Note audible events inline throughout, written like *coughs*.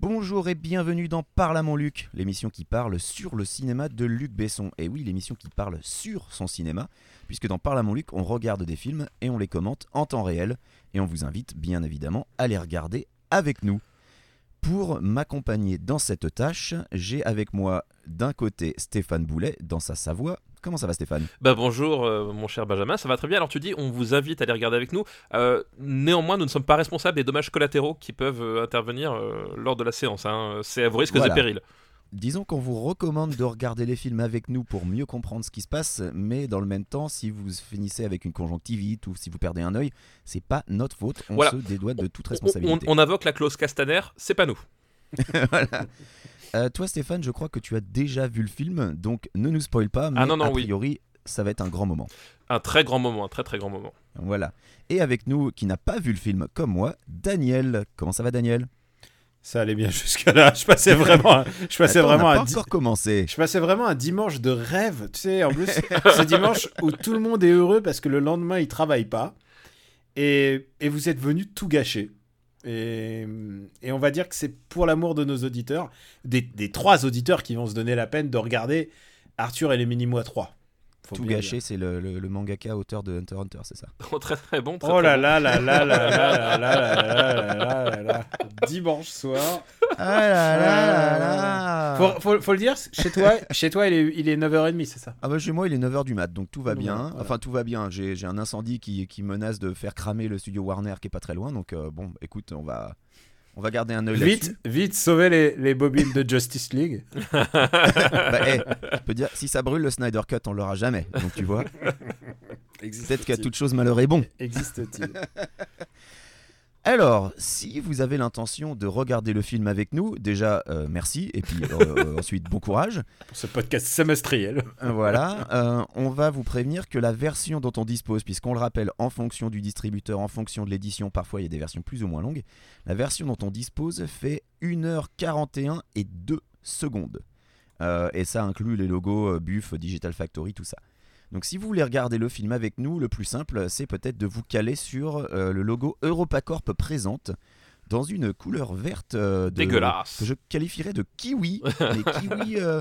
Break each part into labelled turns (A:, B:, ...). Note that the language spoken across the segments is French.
A: Bonjour et bienvenue dans Parle à mon Luc, l'émission qui parle sur le cinéma de Luc Besson. Et oui, l'émission qui parle sur son cinéma, puisque dans Parle à mon Luc, on regarde des films et on les commente en temps réel. Et on vous invite bien évidemment à les regarder avec nous. Pour m'accompagner dans cette tâche, j'ai avec moi d'un côté Stéphane Boulet dans sa Savoie. Comment ça va Stéphane
B: Bah bonjour euh, mon cher Benjamin, ça va très bien. Alors tu dis on vous invite à les regarder avec nous. Euh, néanmoins nous ne sommes pas responsables des dommages collatéraux qui peuvent euh, intervenir euh, lors de la séance. hein. C'est à vos risques
A: Voilà.
B: et périls.
A: Disons qu'on vous recommande de regarder les films avec nous pour mieux comprendre ce qui se passe, mais dans le même temps, si vous finissez avec une conjonctivite ou si vous perdez un œil, c'est pas notre faute. On
B: Voilà.
A: se dédouane de toute
B: On- On,
A: responsabilité.
B: on invoque la clause Castaner, c'est pas nous.
A: Voilà. Euh, toi, Stéphane, je crois que tu as déjà vu le film, donc ne nous spoil pas, mais
B: Ah non, non,
A: a
B: oui.
A: priori, ça va être un grand moment.
B: Un très grand moment, un très très grand moment. *laughs*
A: Voilà. Et avec nous, qui n'a pas vu le film comme moi, Daniel. Comment ça va, Daniel
C: Ça allait bien jusqu'à là. Je passais vraiment, je passais
A: Attends, on n'a
C: vraiment,
A: pas
C: un di-
A: encore commencé.
C: je passais vraiment un dimanche de rêve. Tu sais, en plus, ce dimanche où tout le monde est heureux parce que le lendemain il travaille pas. Et, et vous êtes venu tout gâcher. Et, et on va dire que c'est pour l'amour de nos auditeurs, des, des trois auditeurs qui vont se donner la peine de regarder Arthur et les Minimois 3. Faut
A: Tout
C: bien
A: gâché,
C: dire.
A: c'est le, le- le mangaka auteur de Hunter x Hunter, c'est ça
C: *laughs*
B: très très bon. très,
C: Oh
B: très
C: là
B: bon.
C: là là là là là là là là là là là là. Dimanche soir.
A: Ah là là là
C: là
A: là
C: Faut, faut- faut le dire, chez *laughs* toi, chez toi il, est, il est 9h30, c'est ça
A: Ah bah chez moi il est 9h du mat donc tout va
C: Bon,
A: bien.
C: voilà.
A: Enfin tout va bien. J'ai j'ai un incendie qui, qui menace de faire cramer le studio Warner qui est pas très loin donc euh, bon écoute on va on va garder un œil
C: Vite, vite, sauvez les, les bobines de Justice League.
A: là-dessus. Bah, hey, je peux dire si ça brûle le Snyder Cut on l'aura jamais donc tu
C: *laughs*
A: vois peut-être qu'à toute chose malheur est bon.
C: Existe-t-il
A: Alors si vous avez l'intention de regarder le film avec nous déjà euh, merci et puis euh, euh, ensuite bon courage.
C: Pour ce podcast semestriel.
A: Voilà, euh, on va vous prévenir que la version dont on dispose, puisqu'on le rappelle, en fonction du distributeur, en fonction de l'édition, parfois il y a des versions plus ou moins longues, la version dont on dispose fait 1h41 et 2 secondes. Euh, et ça inclut les logos euh, Buff, Digital Factory, tout ça. Donc si vous voulez regarder le film avec nous, le plus simple, euh, c'est peut-être de vous caler sur euh, le logo EuropaCorp présente dans une couleur verte euh, de-
B: Dégueulasse.
A: que je qualifierais de
C: *laughs*
A: kiwi, mais kiwi euh,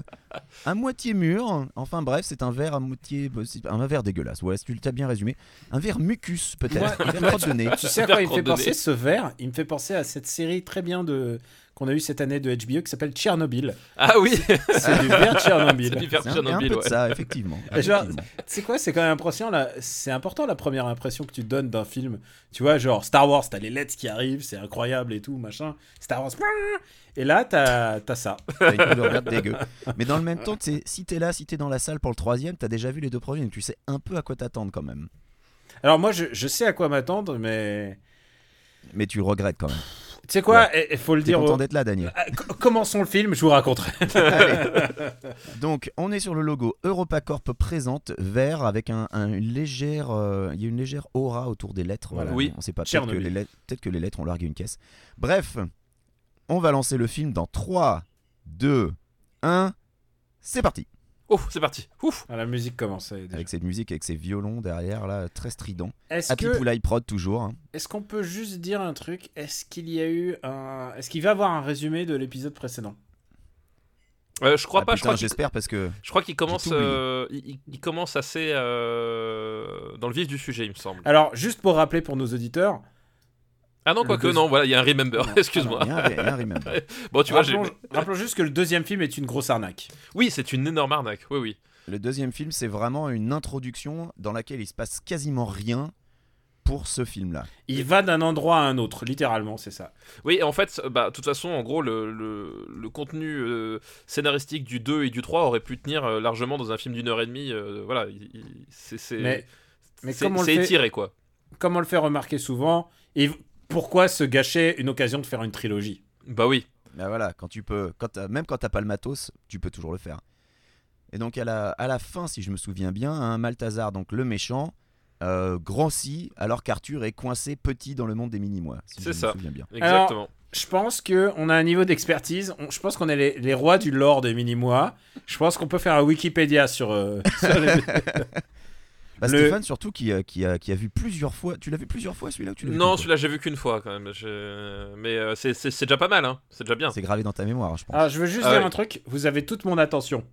A: à moitié mûr. Enfin bref, c'est un verre à moitié, bah, un verre dégueulasse. Ouais, si tu l'as bien résumé, un verre mucus peut-être, un verre crotte de nez.
C: Tu sais à quoi il me fait
B: Verdronné.
C: penser ce verre Il me fait penser à cette série très bien de qu'on a eu cette année de HBO qui s'appelle Tchernobyl.
B: Ah oui, *laughs*
C: C'est du verre
B: c'est
C: Tchernobyl.
B: du verre
A: C'est Hein, un, il y a un
B: Tchernobyl,
A: peu de
B: ouais.
A: ça, effectivement.
C: Et *laughs* genre,
A: effectivement.
C: C'est quoi C'est quand même impressionnant. la- C'est important la première impression que tu donnes d'un film. Tu vois, genre Star Wars, t'as les lettres qui arrivent, c'est incroyable et tout, machin. Star Wars. Et là, t'as as ça.
A: T'as une couleur verte dégueu. Mais dans le même temps, tu sais, si t'es là, si t'es dans la salle pour le troisième, t'as déjà vu les deux premiers, donc tu sais un peu à quoi t'attendre quand même.
C: Alors moi, je, je sais à quoi m'attendre, mais
A: Mais tu regrettes quand même.
C: tu sais quoi Il faut le
A: T'es
C: dire.
A: content
C: au-
A: d'être là, Daniel.
C: Ah, co- Commençons le film, je vous raconterai.
A: Allez. Donc, on est sur le logo EuropaCorp présente vert avec un, un- une légère, euh, il y a une légère aura autour des lettres.
C: Voilà.
B: Oui.
A: On sait pas. Peut-être que,
C: Tchernobyl.
A: les lettres, peut-être que les lettres ont largué une caisse. Bref, on va lancer le film dans 3, 2, 1. C'est parti.
B: Ouf, c'est parti. Ouf.
C: Ah, la musique commence. ça y est, déjà.
A: Avec cette musique, avec ces violons derrière là, très strident.
C: Est-ce
A: Happy
C: que,
A: Poulaille Prod toujours. hein.
C: est-ce qu'on peut juste dire un truc Est-ce qu'il y a eu un, est-ce qu'il va y avoir un résumé de l'épisode précédent
B: Euh, je crois
A: Ah,
B: pas, je
A: putain,
B: crois qu'il-
A: j'espère parce
B: *laughs*
A: que
B: je crois qu'il commence,
A: J'ai tout oublié.
B: euh, il, il- il commence assez euh, dans le vif du sujet, il me semble.
C: Alors, juste pour rappeler pour nos auditeurs,
B: Ah non,
C: Le
B: quoique,
C: deuxi-
B: non, voilà, il y a un remember,
C: Non,
B: *laughs* excuse-moi.
A: rien, rien remember.
B: Bon, tu vois, j'ai-
C: rappelons, rappelons juste que le deuxième film est une grosse arnaque.
B: Oui, c'est une énorme arnaque, oui, oui.
A: Le deuxième film, c'est vraiment une introduction dans laquelle il se passe quasiment rien pour ce film-là.
C: Il va d'un endroit à un autre, littéralement, c'est ça.
B: Oui, et en fait, bah, de toute façon, en gros, le, le- le contenu euh, scénaristique du 2 et du 3 aurait pu tenir euh, largement dans un film d'une heure et demie. euh, voilà, il- il- c'est c'est-
C: Mais- mais
B: c'est-
C: comme on le
B: c'est
C: fait-
B: étiré, quoi.
C: Comme on le fait remarquer souvent, et pourquoi se gâcher une occasion de faire une trilogie
B: Bah oui.
A: Bah voilà, quand tu peux, quand t'as- même quand t'as pas le matos, tu peux toujours le faire. Et donc à la, à la fin, si je me souviens bien, hein, Malthazar, donc le méchant, euh, grossit alors qu'Arthur est coincé petit dans le monde des mini-mois. Si
B: C'est
A: je
B: ça.
A: me souviens
B: *laughs*
A: bien.
B: Exactement.
C: Je pense que on a un niveau d'expertise. on- Je pense qu'on est les, les rois du lore des mini-mois. Je pense qu'on peut faire un Wikipédia sur. euh, sur les-
A: Bah,
C: Le-
A: Stéphane, surtout, qui, euh, qui, a, qui a vu plusieurs fois. Tu l'as vu plusieurs fois celui-là ou tu l'as vu qu'une
B: Non,
A: fois
B: celui-là, j'ai vu qu'une fois quand même. Je- Mais euh, c'est- c'est c'est déjà pas mal, hein. c'est déjà bien.
A: C'est gravé dans ta mémoire, je pense.
C: Alors, je veux juste
B: Ah
C: dire
B: ouais.
C: un truc. Vous avez toute mon attention.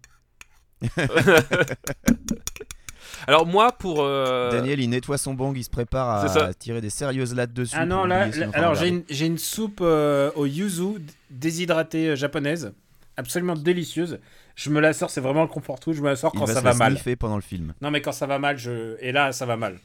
B: Alors, moi, pour. euh,
A: Daniel, il nettoie son bang, il se prépare à,
B: C'est ça.
A: tirer des sérieuses lattes dessus.
C: Ah non,
A: pour
C: là,
A: oublier
C: là-
A: son
C: alors j'ai
A: regard.
C: une, j'ai une soupe euh, au yuzu d- déshydratée euh, japonaise, absolument délicieuse. Je me la sors, c'est vraiment le confort tout. Je me la sors
A: Il
C: quand
A: va
C: ça
A: se
C: va
A: la
C: mal.
A: sniffer pendant le film.
C: Non, mais quand ça va mal, je. Et là, ça va mal.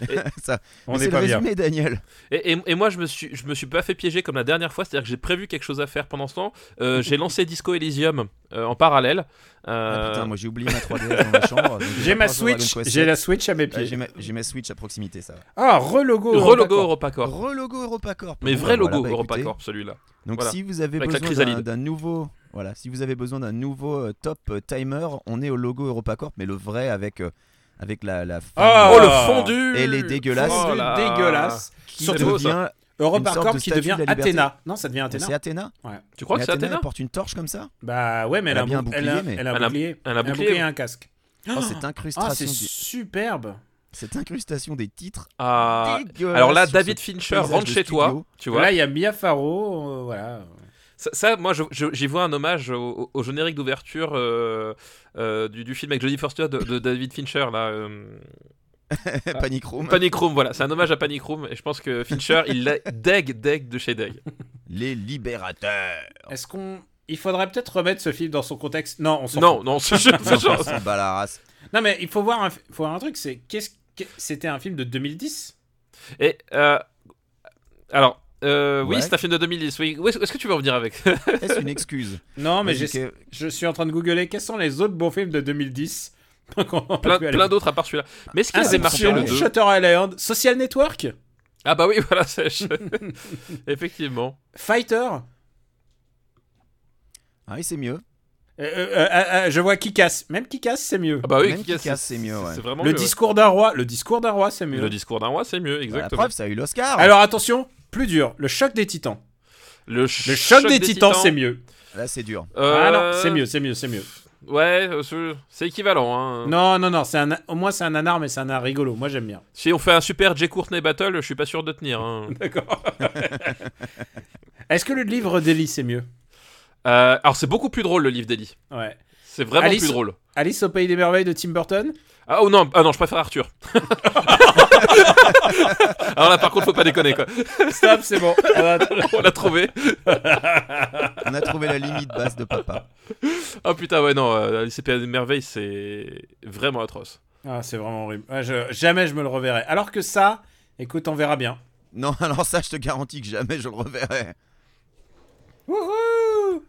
A: *laughs* Ça,
C: On
A: mais
C: n'est
A: c'est le
C: pas bien.
A: résumé, Daniel.
B: Et, et- et moi, je me, suis, je me suis pas fait piéger comme la dernière fois, c'est-à-dire que j'ai prévu quelque chose à faire pendant ce temps. Euh, j'ai lancé Disco Elysium euh, en parallèle.
A: Ah,
B: Euh,
A: putain, moi j'ai oublié ma 3DS dans ma
B: *laughs*
A: chambre. donc
C: J'ai ma
A: pas joué à Dragon
C: Switch,
A: Quest
C: j'ai
A: sept.
C: la Switch à mes
A: Ah, j'ai
C: pieds.
A: ma, j'ai ma Switch à proximité, ça va.
C: Ah, relogo.
B: Relogo
C: Europacorp.
B: EuropaCorp.
A: Relogo EuropaCorp.
B: Mais
A: Bon, bah, voilà,
B: vrai logo
A: bah, écoutez,
B: EuropaCorp, celui-là.
A: Donc
B: Voilà.
A: si vous avez
B: Avec la
A: besoin
B: chrysalide.
A: d'un- d'un nouveau, voilà, si vous avez besoin d'un nouveau euh, top euh, timer, on est au logo EuropaCorp, mais le vrai avec euh, avec la la forme
C: Ah,
B: Oh,
A: euh,
B: le fondu
A: Elle est dégueulasse.
B: Oh là.
C: dégueulasse.
A: qui
B: surtout
A: devient-
B: ça.
A: Une sorte
C: Europacorp
A: de
C: qui
A: statue de
C: devient
A: la liberté.
C: Athéna. Non, ça devient Athéna.
A: C'est Athéna.
B: Tu crois
A: Mais
B: que c'est
A: Athéna,
B: Athéna
A: elle porte une torche comme ça.
C: Bah ouais, mais
A: Elle
C: elle,
A: a
C: a, un
A: bien un
C: bou-
A: bouclier,
C: elle a-
A: mais-
C: elle a
B: Elle a-
C: un bouclier.
B: elle a un
C: Elle a un
B: bouclier, hein.
C: bouclier et un casque.
A: Oh, cette
C: Ah, c'est
A: incrustation, des-
C: superbe.
A: cette incrustation des titres.
B: Ah.
A: dégueulasse
B: Alors là,
A: sur
B: David
A: ce
B: Fincher
A: paysage
B: rentre
A: de
B: chez toi.
A: studio.
B: Tu vois,
C: Là, il y a Mia Farrow. euh, voilà.
B: ça, ça, moi, je- je- j'y vois un hommage au, au- au générique d'ouverture euh, euh, du, du film avec Jodie Foster de, de David Fincher, là. euh,
A: *laughs* Panic Room.
B: Panic Room, voilà, c'est un hommage à Panic Room, et je pense que Fincher, il l'a deg, deg de chez deg.
A: Les libérateurs.
C: Est-ce qu'on. Il faudrait peut-être remettre ce film dans son contexte. Non, on s'en
B: Non, non, c'est c'est-
A: Non,
B: c'est-
A: on s'en bat la race.
C: Non, mais il faut voir un, faut voir un truc, c'est qu'est-ce que c'était un film de 2010
B: Et euh, alors, euh, oui,
A: Ouais.
B: c'est un film de 2010. Oui, Où est-ce où est-ce que tu veux en venir avec
A: Est-ce une excuse
C: Non, mais
A: Vas-y,
C: j'essa-
A: que-
C: je suis en train de googler quels sont les autres bons films de *laughs* 2010 qu'on a
B: Plein,
C: pu aller
B: plein
C: voir.
B: d'autres à part celui-là. Mais
A: Ah,
B: est-ce qu'il avait marché
C: Inception,
B: le
A: deux.
B: 2
C: Ah, Shutter Island, Social Network,
B: Ah bah oui, *laughs* voilà,
C: *laughs*
B: c'est effectivement.
C: Fighter.
A: Ah oui, c'est mieux.
C: Euh, euh, euh, euh, je vois Kikas. Même Kikas, c'est mieux.
B: Ah bah oui,
A: Même
B: Kick-Ass,
A: Kick-Ass, c'est mieux, ouais.
B: C'est vraiment
C: le
B: mieux, ouais.
C: discours d'un roi, le discours d'un roi, c'est mieux.
B: Le discours d'un roi, c'est mieux,
A: Bah, La
B: exactement.
A: preuve, ça a eu l'Oscar.
C: Alors attention, plus dur, le choc des titans.
B: le,
C: Le choc, des, titans, c'est mieux.
A: Là, c'est dur.
C: Ah
B: Euh,
C: non, c'est mieux, c'est mieux, c'est mieux.
B: Ouais, euh, c'est- c'est équivalent. Hein.
C: Non, non, non, c'est un, au moins c'est un nanar, mais c'est un nanar rigolo. Moi
B: *laughs*
C: j'aime bien.
B: Si on fait un super Jay Courtney battle, je suis pas sûr de tenir.
C: *laughs*
B: hein.
C: D'accord. Est-ce que le livre d'Eli, c'est mieux
B: Euh, alors c'est beaucoup plus drôle le livre d'Eli.
C: Ouais.
B: C'est vraiment
C: Alice-
B: plus drôle.
C: Alice au pays des merveilles de Tim Burton
B: Ah oh non, ah non, je préfère
C: *laughs*
B: Arthur. *laughs* Alors là, par contre, faut pas déconner quoi.
C: Stop, c'est bon. Ah, attends.
B: On l'a trouvé.
A: On a trouvé la limite basse de papa.
B: Ah putain, ouais non, euh, Alice au Pays des merveilles, c'est vraiment atroce.
C: Ah, c'est vraiment horrible. Ouais, je- jamais je me le reverrai. Alors que ça, écoute, on verra bien.
A: Non, *laughs* alors ça, je te garantis que jamais je le reverrai.
C: Wouhou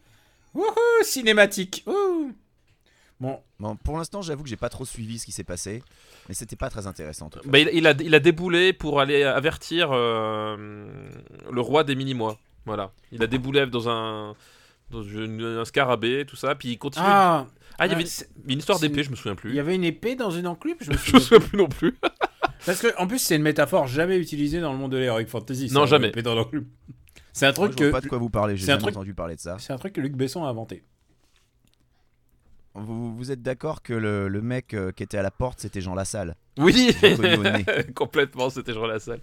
C: Wouhou Cinématique Wouhou Bon,
A: Bon, pour l'instant, j'avoue que j'ai pas trop suivi ce qui s'est passé, mais c'était pas très intéressant. en tout cas.
B: Bah, il, il a, il a déboulé pour aller avertir euh, le roi des mini-mois. Voilà. Il a déboulé dans un. Dans une- un scarabée, tout ça, puis il continue. Ah,
C: ah,
B: il y avait
C: ah, c'est-
B: une, une histoire
C: c'est-
B: d'épée, je me souviens
C: il
B: plus.
C: y avait une épée dans une enclume je
B: *laughs* Je
C: me
B: me
C: souviens.
B: souviens plus non
C: *laughs*
B: plus.
C: Parce que, en plus, c'est une métaphore jamais utilisée dans le monde de l'heroic fantasy. ça,
B: Non, jamais.
C: L'épée dans l'enclume. *laughs* C'est un
A: Moi,
C: truc
A: je vois
C: que.
A: pas de quoi vous parlez, j'ai
C: c'est un
A: jamais
C: truc-
A: entendu parler de ça.
C: C'est un truc que Luc Besson a inventé.
A: Vous, vous êtes d'accord que le, le mec euh, qui était à la porte, c'était Jean Lassalle
C: *laughs*
B: Oui,
A: Je l'ai connu au nez.
B: *laughs* complètement, c'était genre la salle.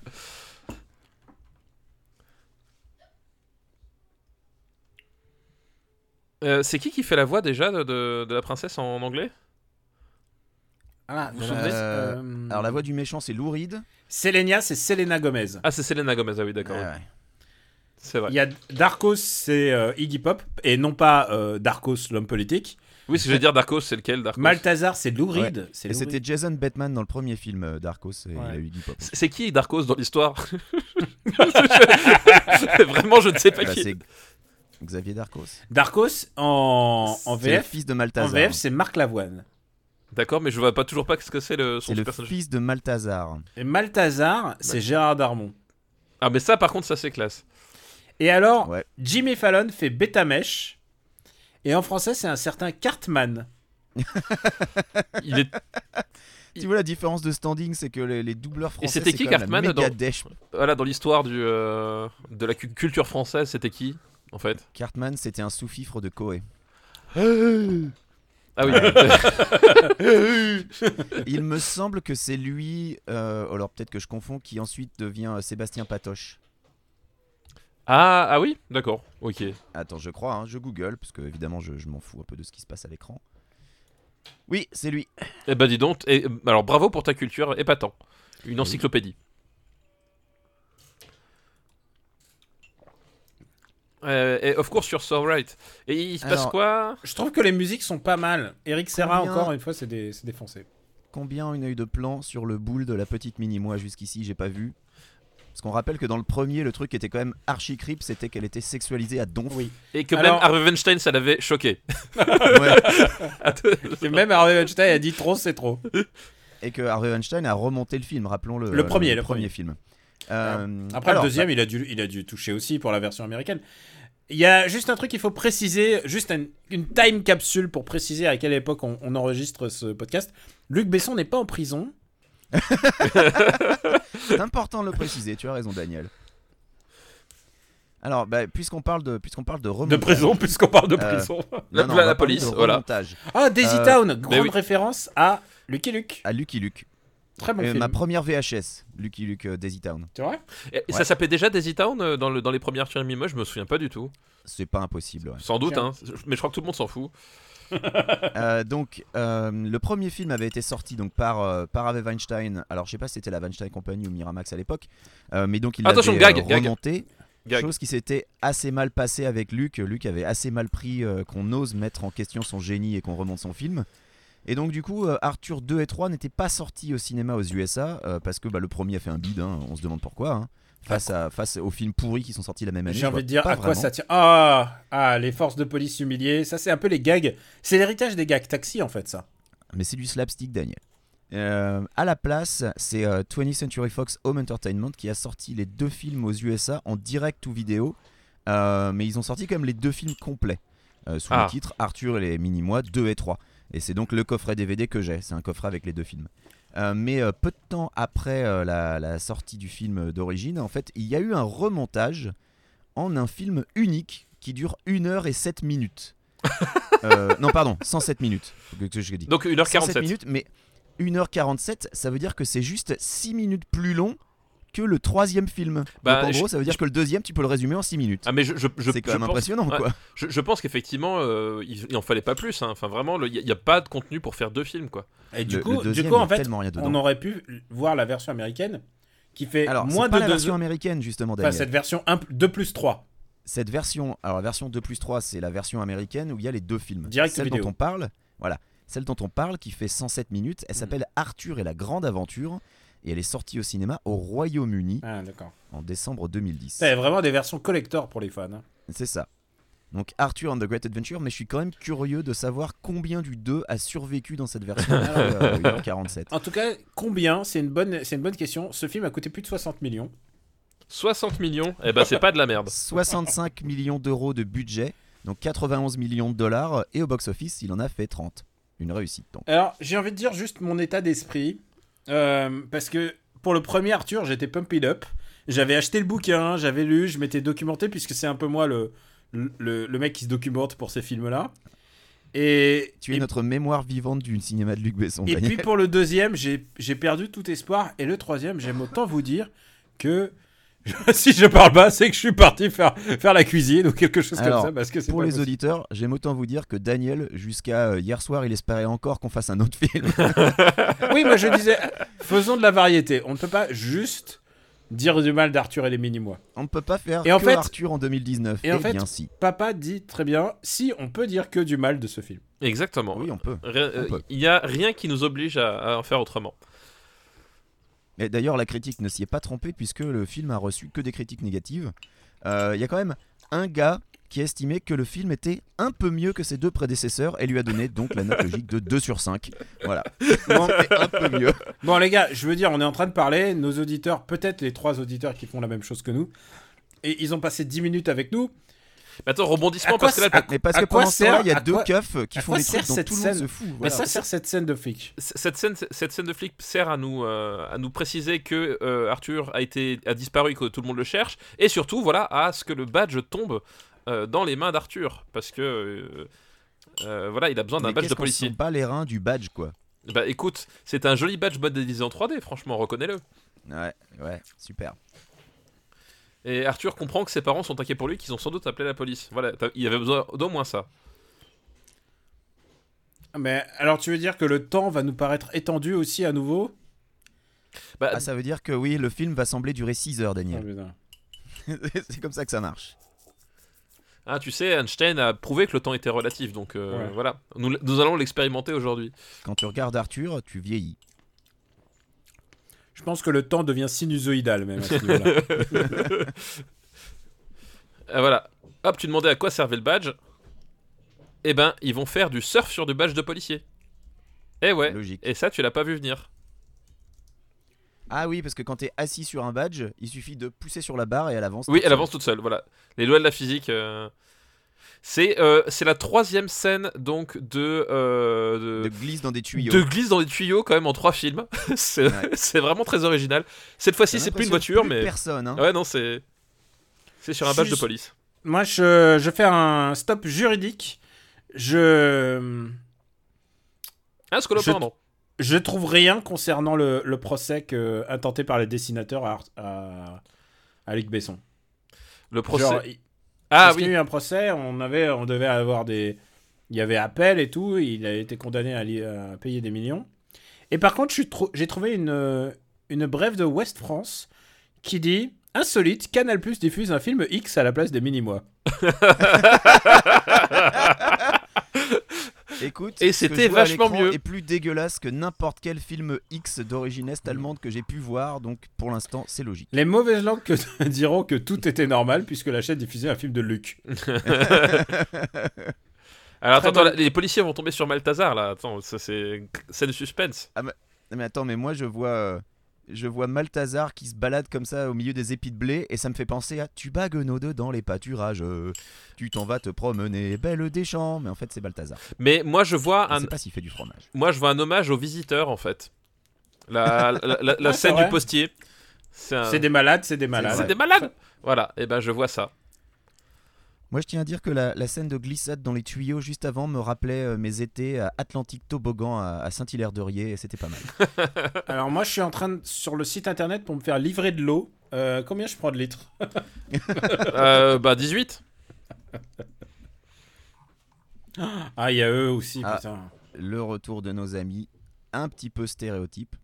B: Euh, c'est qui qui fait la voix déjà de, de- de la princesse en anglais
C: Ah,
B: Vous
C: de
B: vous
C: la-
B: souvenez
C: euh,
A: Alors, la voix du méchant, c'est Lou Reed.
C: Selenia, c'est Selena Gomez.
B: Ah, c'est Selena Gomez, ah oui, d'accord.
A: Ah
B: oui.
A: ouais.
B: C'est vrai.
C: Il y a Darkos, c'est euh, Iggy Pop, et non pas euh, Darkos, l'homme politique.
B: Oui, ce que je vais dire, Darko, c'est lequel Darko
C: Malthazar, c'est Lou Reed. C'est
A: Et
C: Lou
A: c'était
C: Reed.
A: Jason Bateman dans le premier film euh, Darkos, et il a
C: Ouais.
A: eu Iggy Pop.
B: C'est c'est qui Darkos dans l'histoire *laughs* Je- Vraiment, je ne sais pas
A: Bah,
B: qui.
A: c'est Xavier Darkos.
C: Darkos, en, en
A: C'est le
C: VF,
A: fils de
C: en
A: Malthazar.
C: VF c'est Marc Lavoine.
B: D'accord, mais je vois pas toujours pas ce que c'est le son
A: c'est
B: du
A: le
B: personnage.
A: fils de Malthazar.
C: Et Malthazar, c'est Gérard Darmon.
B: Ah, mais ça, par contre, ça c'est classe.
C: Et alors,
A: Ouais.
C: Jimmy Fallon fait Betamesh, et en français, c'est un certain Cartman.
B: Il est...
A: Tu vois la différence de standing, c'est que les, les doubleurs français.
B: c'était
A: c'est
B: qui,
A: quand même la
B: Cartman,
A: méga
B: dans-
A: dèche.
B: Voilà, dans l'histoire du euh, de la cu- culture française, c'était qui en fait *laughs*
A: Cartman, c'était un sous-fifre de Koé. *laughs*
B: Ah oui.
A: Il me semble que c'est lui, euh, alors peut-être que je confonds, qui ensuite devient euh, Sébastien Patoche.
B: ah, ah oui, d'accord. Ok.
A: Attends, je crois, hein, je google, parce que évidemment je, je m'en fous un peu de ce qui se passe à l'écran. Oui, c'est lui.
B: Eh ben dis donc. Et, alors bravo pour ta culture épatant. Une encyclopédie. Euh, et of course, you're so right. Et il se passe
A: Alors,
B: quoi
C: Je trouve que les musiques sont pas mal. Eric Serra,
A: Combien-
C: encore une fois, c'est des, c'est des Français.
A: Combien on a eu de plans sur le boule de la petite mini-moi jusqu'ici J'ai pas vu. Parce qu'on rappelle que dans le premier, le truc était quand même archi creep, c'était qu'elle était sexualisée à
B: *laughs*
A: donf.
C: Oui.
B: Et que
C: Alors-
B: même Harvey Weinstein, ça
A: *laughs*
B: l'avait choqué.
A: Ouais.
C: Et même Harvey Weinstein a dit trop, c'est trop.
A: Et que Harvey Weinstein a remonté le film, rappelons-le.
C: Le
A: euh,
C: premier,
A: le,
C: le
A: premier
C: premier. Ah.
A: film. Euh,
C: Après,
A: alors,
C: le deuxième, il, a dû, il a dû toucher aussi pour la version américaine. Il y a juste un truc qu'il faut préciser, juste un- une time capsule pour préciser à quelle époque on, on enregistre ce podcast. Luc Besson n'est pas en prison.
A: bah, C'est important de le préciser, tu as raison Daniel. Alors, bah, puisqu'on parle de, puisqu'on parle de remontage,
C: puisqu'on parle de
A: Euh,
B: La-
A: Non, non,
B: la-
A: on va
B: la
A: parler
B: police,
A: de
B: voilà.
A: remontage
C: Ah, Daisy
A: Euh,
C: Town, grande
B: oui.
C: référence à Lucky Luke.
A: à Lucky Luke.
C: Très bon
A: Euh,
C: film.
A: ma première VHS, Lucky Luke euh, Daisy Town.
C: Tu vois
B: Et et
A: Ouais.
B: ça s'appelait déjà Daisy Town euh, dans, le, dans les premières films Mimo, je me souviens pas du tout.
A: C'est pas impossible.
C: *laughs*
A: ouais.
B: Sans doute,
C: Tiens.
B: hein. Mais je crois que tout le monde s'en fout.
A: Euh, donc, euh, le premier film avait été sorti donc par euh, par Harvey Weinstein. Alors, je sais pas si c'était la Weinstein Company ou Miramax à l'époque, Euh, mais donc il l'avait
B: Attention,
A: euh,
B: gag, gag.
A: remonté.
B: Gag.
A: Chose qui s'était assez mal passée avec Luc. Luc avait assez mal pris euh, qu'on ose mettre en question son génie et qu'on remonte son film. Et donc du coup, euh, Arthur 2 et 3 n'étaient pas sortis au cinéma aux USA euh, parce que bah, le premier a fait un bide, hein, on se demande pourquoi, hein, face, à, face aux films pourris qui sont sortis la même année.
C: Ah, J'ai envie
A: quoi.
C: de dire
A: Pas
C: à quoi
A: vraiment.
C: ça tient. Ah, ah, les forces de police humiliées, ça c'est un peu les gags. C'est l'héritage des gags taxi en fait, ça.
A: mais c'est du slapstick Daniel. Euh, à la place, c'est euh, 20th Century Fox Home Entertainment qui a sorti les deux films aux USA en direct ou vidéo, Euh, mais ils ont sorti quand même les deux films complets euh, sous
B: Ah.
A: le titre Arthur et les mini-mois 2 et 3. Et c'est donc le coffret DVD que j'ai, c'est un coffret avec les deux films. Euh, mais euh, peu de temps après euh, la, la sortie du film d'origine, en fait, il y a eu un remontage en un film unique qui dure 1 heure et 7 minutes. Euh, non, pardon, 107 minutes. Faut que- que je dis.
B: Donc
A: 107
B: 1h47.
A: minutes, mais 1h47, ça veut dire que c'est juste 6 minutes plus long que le troisième film.
B: Bah,
A: Donc en
B: je-
A: gros, ça veut dire que le deuxième, tu peux le résumer en 6 minutes.
B: Ah, mais je, je, je,
A: c'est quand
B: je
A: même
B: pense,
A: impressionnant,
B: ouais.
A: quoi.
B: je, je pense qu'effectivement, euh, il, il en fallait pas plus. hein. Enfin, vraiment, il n'y a, pas de contenu pour faire deux films, quoi.
C: Et du
A: Le-
C: coup,
A: le
C: du
A: deuxième,
C: coup
A: il y
C: en
A: a
C: fait,
A: tellement rien dedans.
C: on aurait pu voir la version américaine qui fait
A: Alors,
C: moins
A: c'est pas
C: de
A: la
C: deux
A: version
C: heures.
A: américaine, justement,
C: Enfin,
A: Daniel.
C: cette version 1, 2 plus 3.
A: Cette version, alors la version 2 plus 3, c'est la version américaine où il y a les deux films.
C: Direct
A: Celle
C: vidéo.
A: dont on parle, voilà. Celle dont on parle, qui fait 107 minutes,
C: Mm.
A: elle s'appelle Arthur et la Grande Aventure, et elle est sortie au cinéma au Royaume-Uni
C: Ah, d'accord.
A: en décembre 2010.
C: C'est vraiment des versions collector pour les fans. hein.
A: C'est ça. Donc Arthur and the Great Adventure, mais je suis quand même curieux de savoir combien du 2 a survécu dans cette version
C: *laughs*
A: euh, 1h47.
C: En tout cas, combien C'est une, bonne- c'est une bonne question. Ce film a coûté plus de 60 millions.
B: 60 millions, eh ben c'est pas de la merde.
A: 65 millions d'euros de budget, donc 91 millions de dollars, et au box-office, il en a fait 30. Une réussite donc.
C: Alors, j'ai envie de dire juste mon état d'esprit. Euh, parce que pour le premier Arthur, j'étais pumped up. J'avais acheté le bouquin, j'avais lu, je m'étais documenté, puisque c'est un peu moi le, le, le mec qui se documente pour ces films-là. Et,
A: Tu es
C: et-
A: notre mémoire vivante du cinéma de Luc Besson.
C: et
A: Daniel.
C: puis pour le deuxième, j'ai j'ai perdu tout espoir. Et le troisième, j'aime autant vous dire que *laughs* si je parle pas, c'est que je suis parti faire, faire la cuisine ou quelque chose
A: Alors,
C: comme ça. Parce que c'est
A: Pour
C: pas
A: les
C: possible.
A: auditeurs, j'aime autant vous dire que Daniel, jusqu'à euh, hier soir, il espérait encore qu'on fasse un autre *laughs* film.
C: Oui, moi je disais, faisons de la variété. On ne peut pas juste dire du mal d'Arthur et les mini-mois.
A: On ne peut pas faire
C: Et en
A: que
C: fait-
A: Arthur en 2019.
C: Et en
A: eh
C: fait-
A: bien si.
C: Papa dit très bien, si on peut dire que du mal de ce film.
B: *laughs* Exactement.
A: Oui, on peut.
B: Rien- euh,
A: peut.
B: Il n'y a rien qui nous oblige à, à en faire autrement.
A: Et d'ailleurs, la critique ne s'y est pas trompée puisque le film a reçu que des critiques négatives. Euh, Il y a quand même un gars qui a estimé que le film était un peu mieux que ses deux prédécesseurs et lui a donné donc la note logique de 2 sur 5. Voilà.
C: Bon,
A: C'était un peu mieux.
C: bon, les gars, je veux dire, on est en train de parler, nos auditeurs, peut-être les trois auditeurs qui font la même chose que nous, et ils ont passé 10 minutes avec nous.
B: Mais attends, rebondissement,
C: À quoi
B: parce que là,
C: ça- à-
A: Mais parce
C: à
A: que
C: quoi
A: pendant ce temps-là,
C: sert-
A: il y a
C: à
A: deux
C: quoi-
A: keufs qui
C: à
A: font
C: quoi
A: des trucs
C: sert
A: dont
C: cette
A: tout le monde
C: scène
A: se fout.
C: Mais
A: voilà.
C: ça sert cette scène de flic.
B: cette scène, cette scène de flic sert à nous, euh, à nous préciser que euh, Arthur a, été, a disparu, que tout le monde le cherche, et surtout, voilà, à ce que le badge tombe euh, dans les mains d'Arthur, parce que euh, Euh, voilà, il a besoin d'un
A: Mais
B: badge de
A: qu'est-ce qu'on
B: policier.
A: sent pas les reins du badge, quoi.
B: Bah écoute, c'est un joli badge modélisé en 3D, franchement, reconnais-le.
A: Ouais, ouais, super.
B: Et Arthur comprend que ses parents sont inquiets pour lui, qu'ils ont sans doute appelé la police. Voilà, t'as- il avait besoin d'au moins ça.
C: Mais alors tu veux dire que le temps va nous paraître étendu aussi à nouveau
B: Bah,
A: Ah, ça veut dire que oui, le film va sembler durer 6 heures,
C: Ah,
A: Daniel. *laughs* c'est comme ça que ça marche.
B: ah, tu sais, Einstein a prouvé que le temps était relatif, donc euh,
C: Ouais.
B: voilà, nous, l- nous allons l'expérimenter aujourd'hui. *laughs*
A: Quand tu regardes Arthur, tu vieillis.
C: Je pense que le temps devient sinusoïdal même à ce niveau-là.
B: Ah, voilà, hop, tu demandais à quoi servait le badge. Eh ben, ils vont faire du surf sur du badge de policier. Eh ouais,
A: Logique.
B: et ça, tu l'as pas vu venir.
A: Ah oui, parce que quand t'es assis sur un badge, il suffit de pousser sur la barre et elle avance.
B: Oui,
A: toute
B: elle
A: seule.
B: avance toute seule, voilà. Les lois de la physique. euh, C'est euh, c'est la troisième scène, donc, de, euh, de-
A: De glisse dans des tuyaux.
B: de glisse dans les tuyaux, quand même, en trois films. *laughs* c'est
A: Ouais.
B: c'est vraiment très original. Cette fois-ci,
A: T'as
B: c'est plus une
A: l'impression
B: voiture,
A: que plus
B: mais.
A: Personne, hein.
B: Ouais, non, c'est. C'est sur un badge de
C: Juste-
B: police.
C: Moi je, je fais un stop juridique. Je
B: Un scolopendre.
C: je trouve rien concernant le, le procès que, intenté par les dessinateurs à, Ar- à, à Luc Besson.
B: Le procès.
C: Genre, il-
B: ah
C: parce qu'il y
B: oui,
C: a eu un procès, on avait, on devait avoir des, il y avait appel et tout, il a été condamné à, li- à payer des millions. Et par contre, je suis trou- j'ai trouvé une euh, une brève de West France qui dit insolite, Canal+ diffuse un film X à la place des mini mois.
A: Écoute,
B: Et
A: ce que je
B: c'était
A: vois à
B: vachement
A: l'écran
B: mieux.
A: Est plus dégueulasse que n'importe quel film X d'origine est allemande que j'ai pu voir, donc pour l'instant c'est logique.
C: Les mauvaises langues que- *laughs* diront que tout était normal puisque la chaîne diffusait un film de Luc.
B: alors attends,
C: très
B: attends,
C: bonne-
B: là, les policiers vont tomber sur Malthazar là. Attends, ça c'est scène de suspense.
A: Non, *laughs* Mais attends, mais moi je vois, euh, je vois Malthazar qui se balade comme ça au milieu des épis de blé et ça me fait penser à tu bagues nos deux dans les pâturages, euh, tu t'en vas te promener, belle des champs. Mais en fait c'est Balthazar.
B: Mais moi je vois
A: Je
B: un,
A: sais pas s'il fait du fromage.
B: moi je vois un hommage aux visiteurs en fait.
C: *laughs*
B: La, la- la- la- la
C: Ah, c'est
B: scène du
C: vrai.
B: postier. C'est un-
C: C'est des malades, c'est des malades.
B: Ah c'est des malades. Voilà, et ben je vois ça.
A: Moi je tiens à dire que la, la scène de glissade dans les tuyaux juste avant me rappelait euh, mes étés à Atlantique Toboggan à, à Saint-Hilaire-de-Riez et c'était pas mal.
C: Alors moi, je suis en train de, sur le site internet pour me faire livrer de l'eau. Euh, combien je prends de litres
B: Euh, bah 18.
C: Ah, il y a eux aussi,
A: Ah.
C: putain.
A: Le retour de nos amis, un petit peu stéréotype.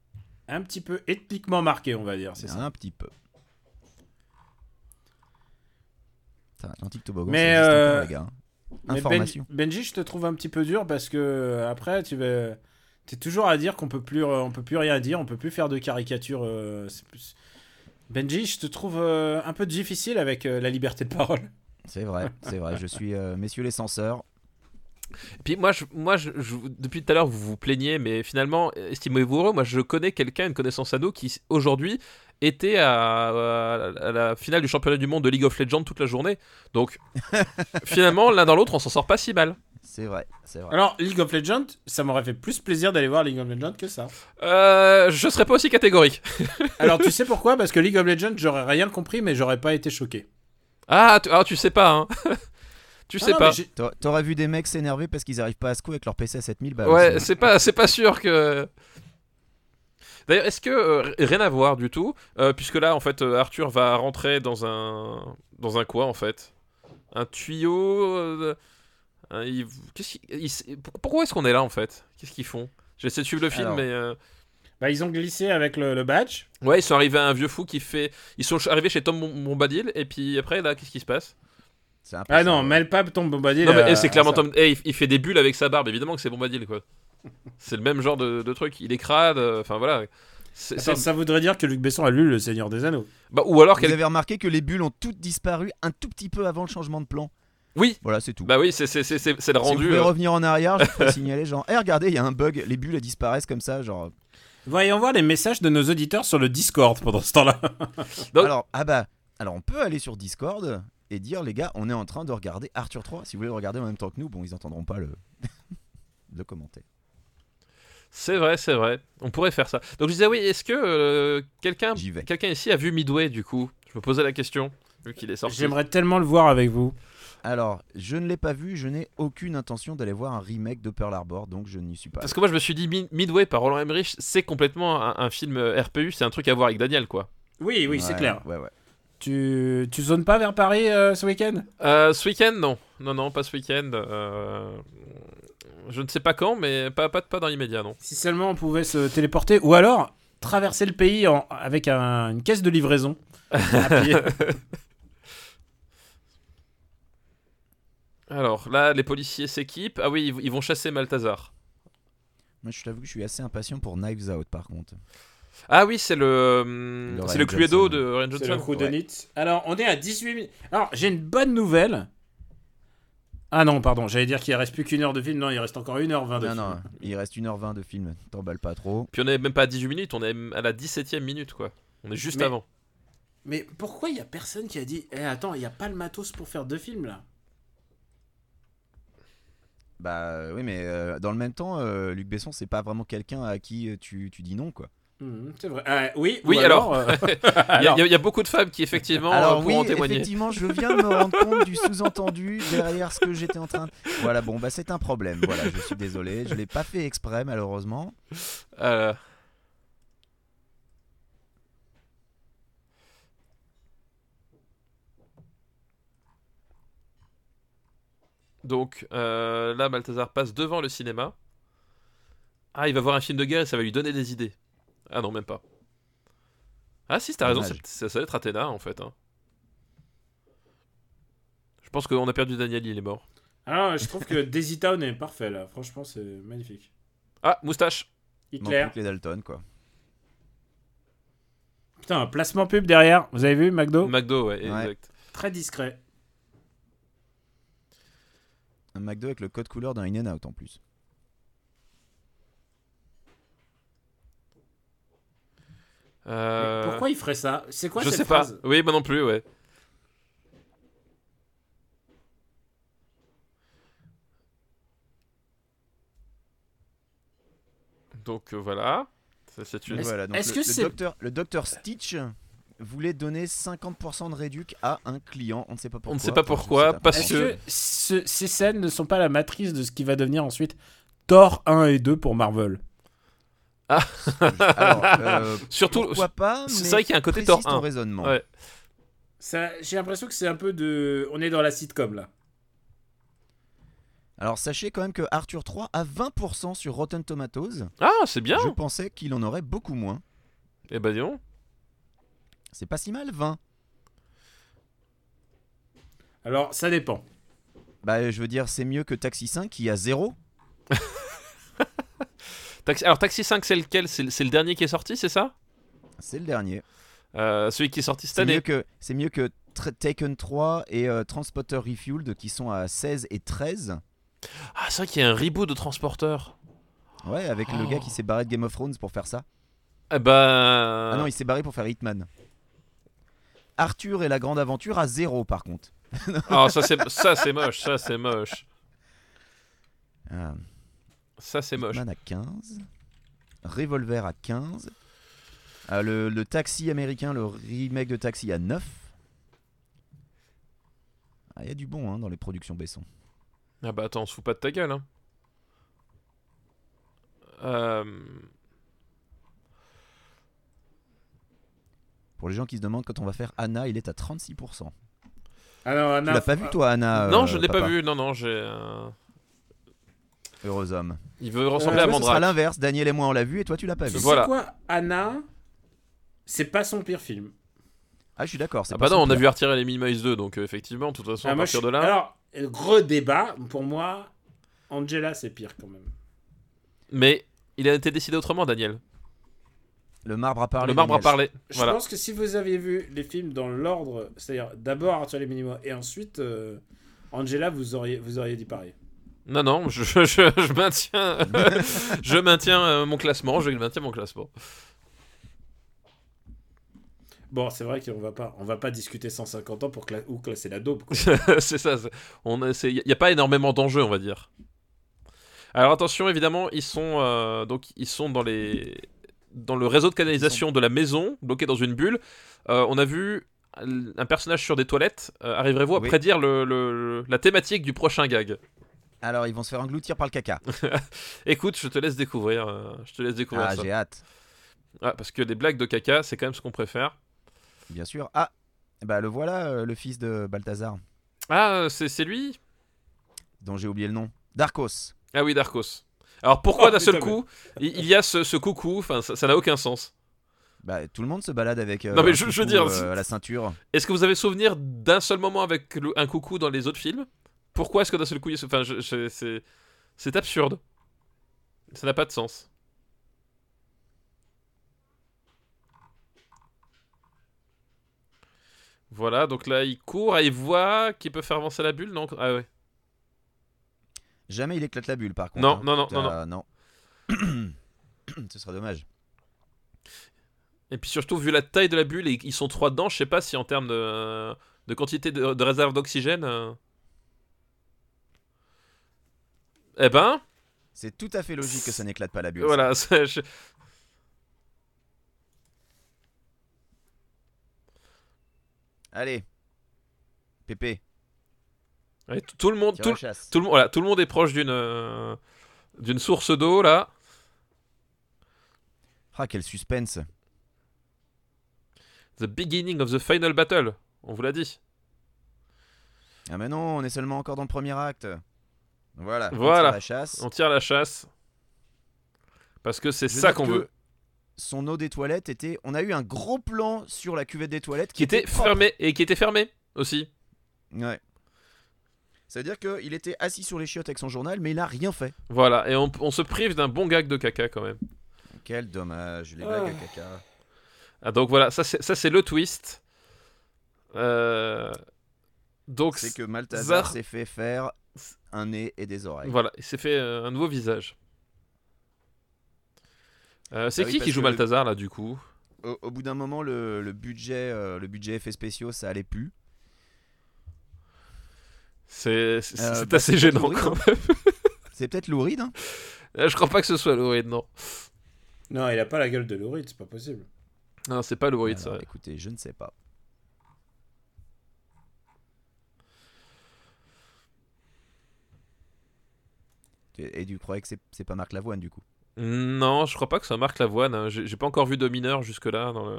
C: Un petit peu ethniquement marqué, on va dire,
B: Ah,
C: c'est ça.
A: Un petit peu. Putain, Atlantique Toboggan,
C: Mais,
A: ça existe
C: euh,
A: encore, les gars. hein.
C: Mais
A: Information.
C: Ben- Benji, je te trouve un petit peu dur parce que euh, après, tu vas... es toujours à dire qu'on peut plus, euh, on peut plus rien dire, on peut plus faire de caricature. euh, c'est plus- Benji, je te trouve euh, un peu difficile avec euh, la liberté de parole.
A: C'est vrai, c'est vrai. Je suis euh, messieurs les censeurs.
B: Puis moi, je, moi je, je- depuis tout à l'heure, vous vous plaignez, mais finalement, estimez-vous heureux. Moi, je connais quelqu'un, une connaissance à nous, qui aujourd'hui était à, à- à la finale du championnat du monde de League of Legends toute la journée. Donc,
C: *laughs*
B: finalement, l'un dans l'autre, on s'en sort pas si mal.
A: C'est vrai, c'est vrai.
C: Alors, League of Legends, ça m'aurait fait plus plaisir d'aller voir League of Legends que ça.
B: Euh, je serais pas aussi catégorique.
C: *laughs* Alors, tu sais pourquoi Parce que League of Legends, j'aurais rien compris, mais j'aurais pas été choqué.
B: Ah, tu, ah, tu sais pas, hein. *laughs* tu
C: Ah
B: sais
C: non,
B: pas.
C: mais j'ai-
A: T'a- T'aurais vu des mecs s'énerver parce qu'ils arrivent pas à secouer avec leur PC à 7000 balles.
B: ouais,
A: Ah, c'est-
B: c'est pas, c'est pas sûr que. D'ailleurs, est-ce que euh, rien à voir du tout, euh, puisque là, en fait, euh, Arthur va rentrer dans un, dans un quoi, en fait, un tuyau. euh, un- il- qu'est-ce qu'il- il s- Pourquoi est-ce qu'on est là, en fait Qu'est-ce qu'ils font J'essaie de suivre le film,
A: Alors.
B: mais euh,
C: Bah, ils ont glissé avec le, le badge.
B: ouais, ils sont arrivés à un vieux fou qui fait. Ils sont ch- arrivés chez Tom Bom- Bombadil, et puis après, là, qu'est-ce qui se passe
A: c'est un peu
C: Ah
A: ça,
C: non,
A: ouais.
C: mêle pas Tom Bombadil.
B: Non, mais
C: à-
B: eh, c'est
C: euh, à
B: clairement
C: ça.
B: Tom. eh, il, il fait des bulles avec sa barbe, évidemment que c'est Bombadil, quoi. C'est le même genre de, de truc. Il est crade, euh, enfin voilà. C'est-
C: Attends,
B: c'est-
C: ça voudrait dire que Luc Besson a lu Le Seigneur des Anneaux.
B: Bah, ou alors
A: Vous
B: quel-
A: avez remarqué que les bulles ont toutes disparu un tout petit peu avant le changement de plan.
B: Oui.
A: Voilà, c'est tout.
B: Bah oui, c'est c'est- c'est- c'est- c'est le
A: si vous
B: rendu.
A: pouvez
B: euh.
A: revenir en arrière, je pourrais signaler genre, Eh regardez, il y a un bug, les bulles elles disparaissent comme ça, genre.
C: Voyons voir les messages de nos auditeurs sur le Discord pendant ce temps-là.
B: Donc-
A: Alors, ah bah, alors on peut aller sur Discord et dire les gars, on est en train de regarder Arthur 3. Si vous voulez le regarder en même temps que nous, bon, ils entendront pas le, *laughs* le commentaire.
B: C'est vrai, c'est vrai. On pourrait faire ça. Donc je disais, oui, est-ce que euh, quelqu'un
A: J'y vais.
B: quelqu'un ici a vu Midway du coup Je me posais la question, vu qu'il est sorti.
C: J'aimerais tellement le voir avec vous.
A: Alors, je ne l'ai pas vu, je n'ai aucune intention d'aller voir un remake de Pearl Harbor, donc je n'y suis pas.
B: Parce que moi, je me suis dit, Mid- Midway par Roland Emmerich, c'est complètement un, un film euh, RPU, c'est un truc à voir avec Daniel, quoi.
D: Oui, oui, c'est
A: Ouais,
D: clair.
A: Ouais, ouais.
C: Tu, tu zones pas vers Paris euh, ce week-end
B: Euh, ce week-end, non. Non, non, pas ce week-end. euh, Je ne sais pas quand, mais pas, pas, pas dans l'immédiat, non.
C: Si seulement on pouvait se téléporter, ou alors traverser le pays en- avec un- une caisse de
A: *laughs*
C: livraison. à pied.
B: Alors, là, les policiers s'équipent. Ah oui, ils, ils vont chasser Malthazar.
A: Moi, je t'avoue que je suis assez impatient pour Knives Out, par contre.
B: Ah oui, c'est le... hum,
A: Le
B: C'est
A: Ryan
B: le Cluedo
A: Johnson.
B: de Ryan Johnson.
C: Alors, on est à 18 minutes. Alors, j'ai une bonne nouvelle. Ah non, pardon, j'allais dire qu'il reste plus qu'une heure de film. Non, il reste encore 1h20 de
A: Non,
C: film.
A: non, il reste 1h20 de film, t'emballes pas trop.
B: Puis on est même pas à 18 minutes, on est à la 17 e minute, quoi. On est juste
C: Mais-
B: avant.
C: Mais pourquoi il y a personne qui a dit Eh, attends, il n'y a pas le matos pour faire deux films là
A: Bah euh, oui, mais euh, dans le même temps, euh, Luc Besson, c'est pas vraiment quelqu'un à qui euh, tu, tu dis non, quoi.
C: Mhm, C'est vrai. Ah, oui,
B: Oui,
C: ou
B: alors.
C: euh,
B: *laughs* Il y a-
C: alors,
B: il y, a- il y a beaucoup de femmes qui, effectivement,
A: Alors
B: euh,
A: oui,
B: pourront en témoigner.
A: effectivement, je viens de me rendre compte du sous-entendu derrière ce que j'étais en train de... Voilà, bon, bah c'est un problème, voilà, je suis désolé, je l'ai pas fait exprès, malheureusement.
B: Euh, Donc euh, là, Balthazar passe devant le cinéma. Ah, il va voir un film de guerre et ça va lui donner des idées. Ah non, même pas. Ah si, t'as raison,
A: Dommage.
B: c'est- ça, ça va être Athéna en fait. hein. Je pense qu'on a perdu Daniel, il est mort.
C: alors, je trouve que Daisy Town est parfait là. Franchement, c'est magnifique.
B: Ah, moustache
A: Non,
C: Hitler.
A: plus que les Dalton, quoi.
C: Putain, un placement pub derrière. Vous avez vu, McDo
B: McDo, ouais,
A: Ouais.
B: exact.
C: Très discret.
A: Un McDo avec le code couleur d'un In and Out en plus.
B: Euh,
C: Pourquoi il ferait ça C'est quoi
B: Je
C: cette
B: sais
C: phrase
B: pas. Oui, moi non plus, ouais. Donc euh, voilà. Ça, c'est une-
A: Donc,
C: Est-ce-
A: voilà, donc
C: est-ce
A: le,
C: que
A: le
C: c'est-
A: docteur, le docteur Stitch voulait donner 50% de réduc à un client, on ne sait pas pourquoi.
B: On ne sait pas pourquoi,
A: C'est un-
B: parce
C: Est-ce
B: que-
C: que ce- ces scènes ne sont pas la matrice de ce qui va devenir ensuite Thor 1 et 2 pour Marvel
A: Alors,
B: *laughs*
A: euh,
B: Surtout,
A: pourquoi pas, mais
B: c'est vrai qu'il y a un côté
A: précise
B: Thor
A: ton
B: 1.
A: raisonnement.
B: Ouais.
C: Ça, J'ai l'impression que c'est un peu de. On est dans la sitcom là.
A: Alors sachez quand même que Arthur 3 a 20% sur Rotten Tomatoes.
B: Ah, c'est bien.
A: Je pensais qu'il en aurait beaucoup moins.
B: Eh ben dis donc.
A: C'est pas si mal 20.
C: Alors, ça dépend.
A: Bah je veux dire c'est mieux que Taxi 5 qui a 0.
B: Taxi- Alors Taxi 5, c'est lequel C'est le c'est le dernier qui est sorti, c'est ça
A: C'est le dernier.
B: Euh, Celui qui est sorti cette
A: C'est mieux
B: année.
A: que c'est mieux que Tra- Taken 3 et euh, Transporter Refueled qui sont à 16 et 13.
B: Ah, c'est vrai qu'il y a un reboot de Transporteur.
A: Ouais, avec le
B: Oh.
A: gars qui s'est barré de Game of Thrones pour faire ça.
B: Eh ben.
A: Ah non, il s'est barré pour faire Hitman. Arthur et la grande aventure à 0 par contre.
B: Ah, ça c'est ça c'est moche, ça c'est moche,
A: Ah, *laughs*
B: ça c'est moche.
A: Hitman à 15. Revolver à 15. Ah, le, le taxi américain, le remake de taxi à 9. Ah, il y a du bon hein, dans les productions Besson.
B: Ah bah attends, on se fout pas de ta gueule, hein. Euh,
A: Pour les gens qui se demandent quand on va faire Anna, il est à 36%.
C: Ah non,
A: Tu
C: Anna,
A: l'as pas vu toi Anna
B: non,
A: euh,
B: je ne l'ai pas
A: papa
B: vu, non, non, j'ai... un-
A: Heureux homme.
B: Il veut ressembler à
C: Euh,
A: Toi, ce sera
B: Mandrake.
A: l'inverse, Daniel et moi on l'a vu et toi tu l'as pas
C: Tu
A: vu.
C: sais
B: Voilà.
C: quoi, Anna C'est pas son pire film.
A: Ah, je suis d'accord. c'est
B: Ah
A: pas
B: bah non,
A: son
B: on a
A: pire.
B: vu retirer les Minimize 2, donc euh, effectivement, de toute façon,
C: Ah,
B: à
C: moi,
B: partir
C: je-
B: de là...
C: Alors, euh, gros débat, pour moi, Angela, c'est pire quand même.
B: Mais il a été décidé autrement, Daniel.
A: Le marbre à parler.
B: Le marbre a
A: Daniel.
B: parlé.
C: Je
B: Voilà.
C: pense que si vous aviez vu les films dans l'ordre, c'est-à-dire d'abord Arthur les Minimois et ensuite euh, Angela, vous auriez, vous auriez dit pareil.
B: Non, non, je, *laughs* je, je maintiens, *laughs* je maintiens euh, mon classement, je maintiens mon classement.
C: Bon, c'est vrai qu'on va pas, on va pas discuter 150 ans pour cla- ou classer la dope. quoi.
B: *laughs* c'est ça. c'est- On a- c'est- Il n'y a pas énormément d'enjeux, on va dire. Alors attention, évidemment, ils sont euh, donc ils sont dans les dans le réseau de canalisation de la maison, bloqués dans une bulle. Euh, on a vu un personnage sur des toilettes, euh, arriverez-vous à
A: Oui.
B: prédire le- le- le- la thématique du prochain gag
A: Alors, ils vont se faire engloutir par le
B: *laughs*
A: caca.
B: Écoute, je te laisse découvrir. euh, je te laisse découvrir
A: Ah,
B: ça.
A: j'ai hâte.
B: Ah, parce que les blagues de caca, c'est quand même ce qu'on préfère.
A: Bien sûr. Ah, bah le voilà, euh, le fils de Balthazar,
B: Ah, c'est c'est lui
A: dont j'ai oublié le nom. Darkos.
B: Ah oui, Darkos. Alors pourquoi
C: Oh,
B: d'un seul
C: putain,
B: coup il, il y a ce, ce coucou Enfin, ça ça n'a aucun sens.
A: Bah, tout le monde se balade avec. euh,
B: Non, mais
A: un
B: je- je
A: coucou,
B: veux dire,
A: euh,
B: c'est-
A: à la ceinture.
B: Est-ce que vous avez souvenir d'un seul moment avec le- un coucou dans les autres films Pourquoi est-ce que d'un seul coup, il y a ce- enfin, je- je- c'est c'est absurde. Ça n'a pas de sens. Voilà, donc là il court et il voit qu'il peut faire avancer la bulle, non Ah ouais.
A: Jamais il éclate la bulle, par contre.
B: Non,
A: hein.
B: non, non, non, non.
A: Ah, non. *coughs* Ce serait dommage.
B: Et puis surtout, vu la taille de la bulle, et ils sont trois dedans, je sais pas si en termes de, de quantité de, de réserve d'oxygène. euh. Eh ben,
A: C'est tout à fait logique que ça n'éclate pas la bulle.
B: voilà. ça, je-
A: Allez, Pépé,
B: Ouais, tout- tout le monde,
A: tire
B: tout,
A: la chasse.
B: tout le monde, voilà, tout le monde est proche d'une euh, d'une source d'eau là.
A: Ah, quel suspense.
B: The beginning of the final battle. On vous l'a dit.
A: Ah, mais non, on est seulement encore dans le premier acte. Voilà. on
B: Voilà.
A: tire La chasse.
B: On tire la chasse parce que c'est ça
A: note
B: qu'on
A: que
B: veut.
A: Son eau des toilettes était. On a eu un gros plan sur la cuvette des toilettes
B: Qui était
A: propre.
B: fermé et qui était fermé aussi.
A: Ouais. C'est-à-dire qu'il était assis sur les chiottes avec son journal, mais il a rien fait.
B: Voilà. Et on, on se prive d'un bon gag de caca quand même.
A: Quel dommage, les
C: Ah.
A: blagues à caca.
B: Ah, donc voilà, ça c'est ça, c'est le twist. Euh, Donc
A: C'est
B: c'est-
A: que Malthazar
B: Zar-
A: s'est fait faire un nez et des oreilles.
B: voilà, il s'est fait euh, un nouveau visage. Euh, c'est
A: Ah oui,
B: qui
A: parce
B: qui joue
A: que le-
B: Balthazar là du coup
A: Au, au bout d'un moment, le, le budget, euh, le budget effets spéciaux, ça allait plus.
B: C'est c'est-
A: Euh,
B: c'est
A: bah,
B: assez
A: c'est
B: gênant
A: Louride,
B: quand
A: hein.
B: même.
A: C'est peut-être louride. Hein
B: Euh, *laughs* Je crois pas que ce soit Louride, non.
C: Non, il a pas la gueule de Laurie, c'est pas possible.
B: Non, c'est pas Louride,
A: Alors,
B: ça.
A: écoutez, je ne sais pas. Et, et tu croyais que c'est c'est pas Marc Lavoine du coup
B: Non, je crois pas que c'est Marc Lavoine. hein. J'ai j'ai pas encore vu de mineur jusque-là dans le.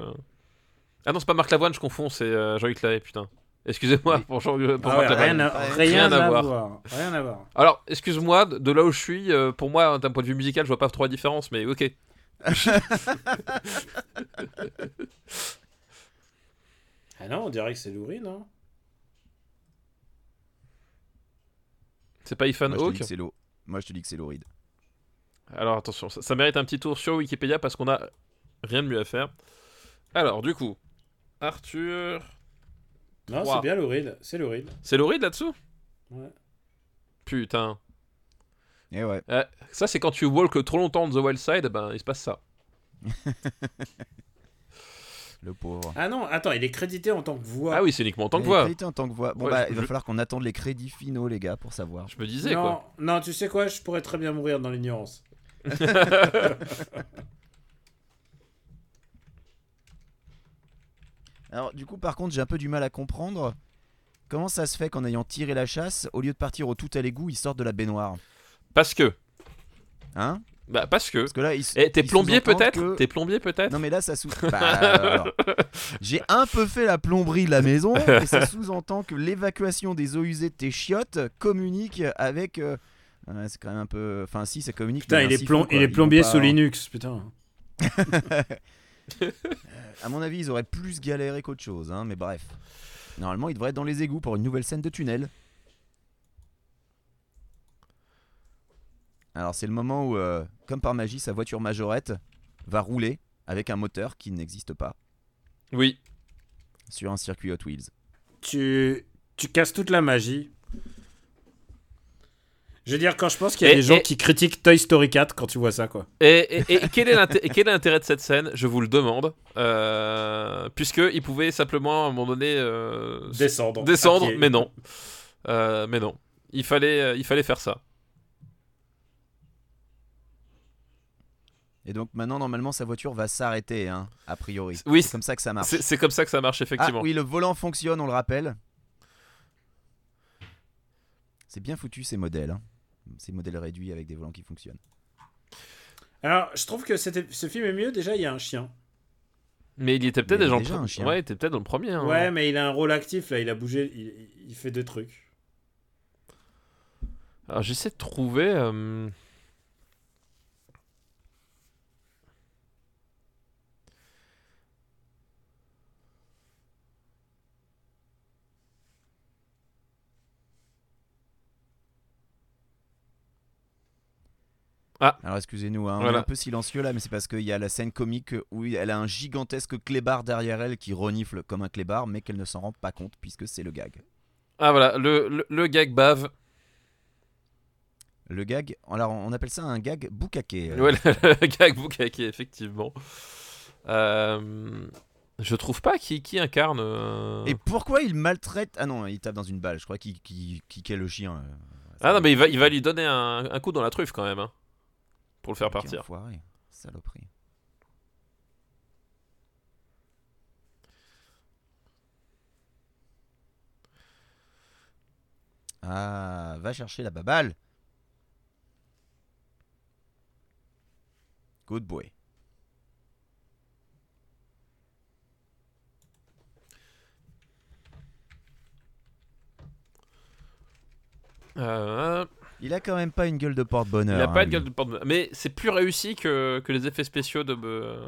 B: Ah non, c'est pas Marc Lavoine, je confonds, c'est euh, Jean-Luc Lahaye, putain. Excusez-moi
A: Oui.
B: pour, Jean- pour
C: Ah
B: Marc
C: ouais,
B: Lavoine.
C: rien, à,
A: Rien
C: rien
B: à
C: à
B: voir.
C: voir. Rien à voir.
B: Alors, excuse-moi, de- de là où je suis, euh, pour moi, d'un point de vue musical, je vois pas trop la différence, mais ok.
C: Ah non, on dirait que c'est hein. Laurie, non
B: C'est pas Ethan
A: Moi je te dis
B: Hawke
A: que c'est lo- Moi je te dis que c'est louride.
B: Alors attention, ça, ça mérite un petit tour sur Wikipédia parce qu'on a rien de mieux à faire. Alors, du coup, Arthur.
C: Non,
B: Trois.
C: c'est bien Laurie. C'est Laurie.
B: C'est Lauride là-dessous
C: Ouais.
B: Putain.
A: Et Eh ouais.
B: Euh, ça, c'est quand tu walk trop longtemps de The Wild Side, ben il se passe ça.
A: Le pauvre.
C: Ah non, attends, il est crédité en tant que voix.
B: Ah oui, c'est uniquement en tant que
A: Les
B: voix.
A: crédits en tant que voix. Bon
B: Ouais,
A: bah,
B: je-
A: il va
B: je-
A: falloir qu'on attende les crédits finaux, les gars, pour savoir.
B: Je me disais
C: non,
B: quoi.
C: non, tu sais quoi, je pourrais très bien mourir dans l'ignorance.
A: Alors, du coup, par contre, j'ai un peu du mal à comprendre comment ça se fait qu'en ayant tiré la chasse, au lieu de partir au tout à l'égout, ils sortent de la baignoire.
B: Parce que.
A: Hein
B: Bah, parce que.
A: Parce que là, ils. s-
B: Eh, t'es
A: ils
B: plombier
A: sous-entendent
B: peut-être
A: que-
B: T'es plombier peut-être
A: Non, mais là, ça sous. Bah, alors. J'ai un peu fait la plomberie de la maison, et
B: *laughs*
A: ça sous-entend que l'évacuation des eaux usées de tes chiottes communique avec. euh, ouais, c'est quand même un peu. Enfin, si, ça communique.
C: Putain,
A: mais un
C: il est,
A: siphon,
C: plom-
A: quoi.
C: il est
A: Ils vont
C: plombier
A: pas
C: sous
A: en-
C: Linux, putain.
A: À mon avis, ils auraient plus galéré qu'autre chose, hein, mais bref. Normalement, ils devraient être dans les égouts pour une nouvelle scène de tunnel. Alors, c'est le moment où, euh, comme par magie, sa voiture majorette va rouler avec un moteur qui n'existe pas
B: Oui.
A: sur un circuit Hot Wheels.
C: Tu, tu casses toute la magie. Je veux dire, quand je pense qu'il y a
B: Et-
C: des gens
B: et-
C: qui critiquent Toy Story 4 quand tu vois ça, quoi.
B: Et, et- et quel est l'inté- et quel est l'intérêt de cette scène Je vous le demande. Euh, puisque il pouvait simplement à un moment donné euh, se-
C: Descendre.
B: descendre,
C: à
A: Ah,
C: pied.
B: mais non. Euh, mais non. Il fallait, euh, il fallait faire ça.
A: Et donc maintenant, normalement, sa voiture va s'arrêter, hein, a priori.
B: C'est- oui,
A: c'est comme ça que ça marche.
B: C'est c'est comme ça que ça marche,
A: Ah
B: effectivement.
A: oui, le volant fonctionne, on le rappelle. C'est bien foutu ces modèles. hein. Ces modèles réduits avec des volants qui fonctionnent.
C: Alors, je trouve que c'était- ce film est mieux. Déjà, il y a un chien.
B: Mais il était peut-être
A: Mais
B: déjà,
A: déjà
B: en pre-
A: un chien.
B: Ouais, il était peut-être dans le premier. hein.
C: Ouais, mais il a un rôle actif là. Il a bougé. Il, il fait deux trucs.
B: Alors j'essaie de trouver. euh,
A: Alors excusez-nous, hein, on est
B: Voilà.
A: un peu silencieux là, mais c'est parce qu'il y a la scène comique où elle a un gigantesque clébard derrière elle qui renifle comme un clébard, mais qu'elle ne s'en rend pas compte puisque c'est le gag.
B: Ah voilà, le, le, le gag bave.
A: Le gag, alors on appelle ça un gag boucaqué.
B: Ouais, le, le gag Bukake, effectivement. Euh, Je trouve pas qui, qui incarne. euh,
A: Et pourquoi il maltraite Ah non, il tape dans une balle, je crois qu'il qu'il- qu'il kickait le chien. euh.
B: Ah non, mais il va, il va lui donner un, un coup dans la truffe quand même. hein, pour le faire
A: Quel
B: partir.
A: enfoiré, saloperie. Ah, va chercher la baballe. Good boy.
B: Euh,
A: Il a quand même pas une gueule de
B: il
A: porte-bonheur.
B: a pas
A: hein,
B: de gueule
A: lui.
B: de porte Mais c'est plus réussi que, que les effets spéciaux de, euh,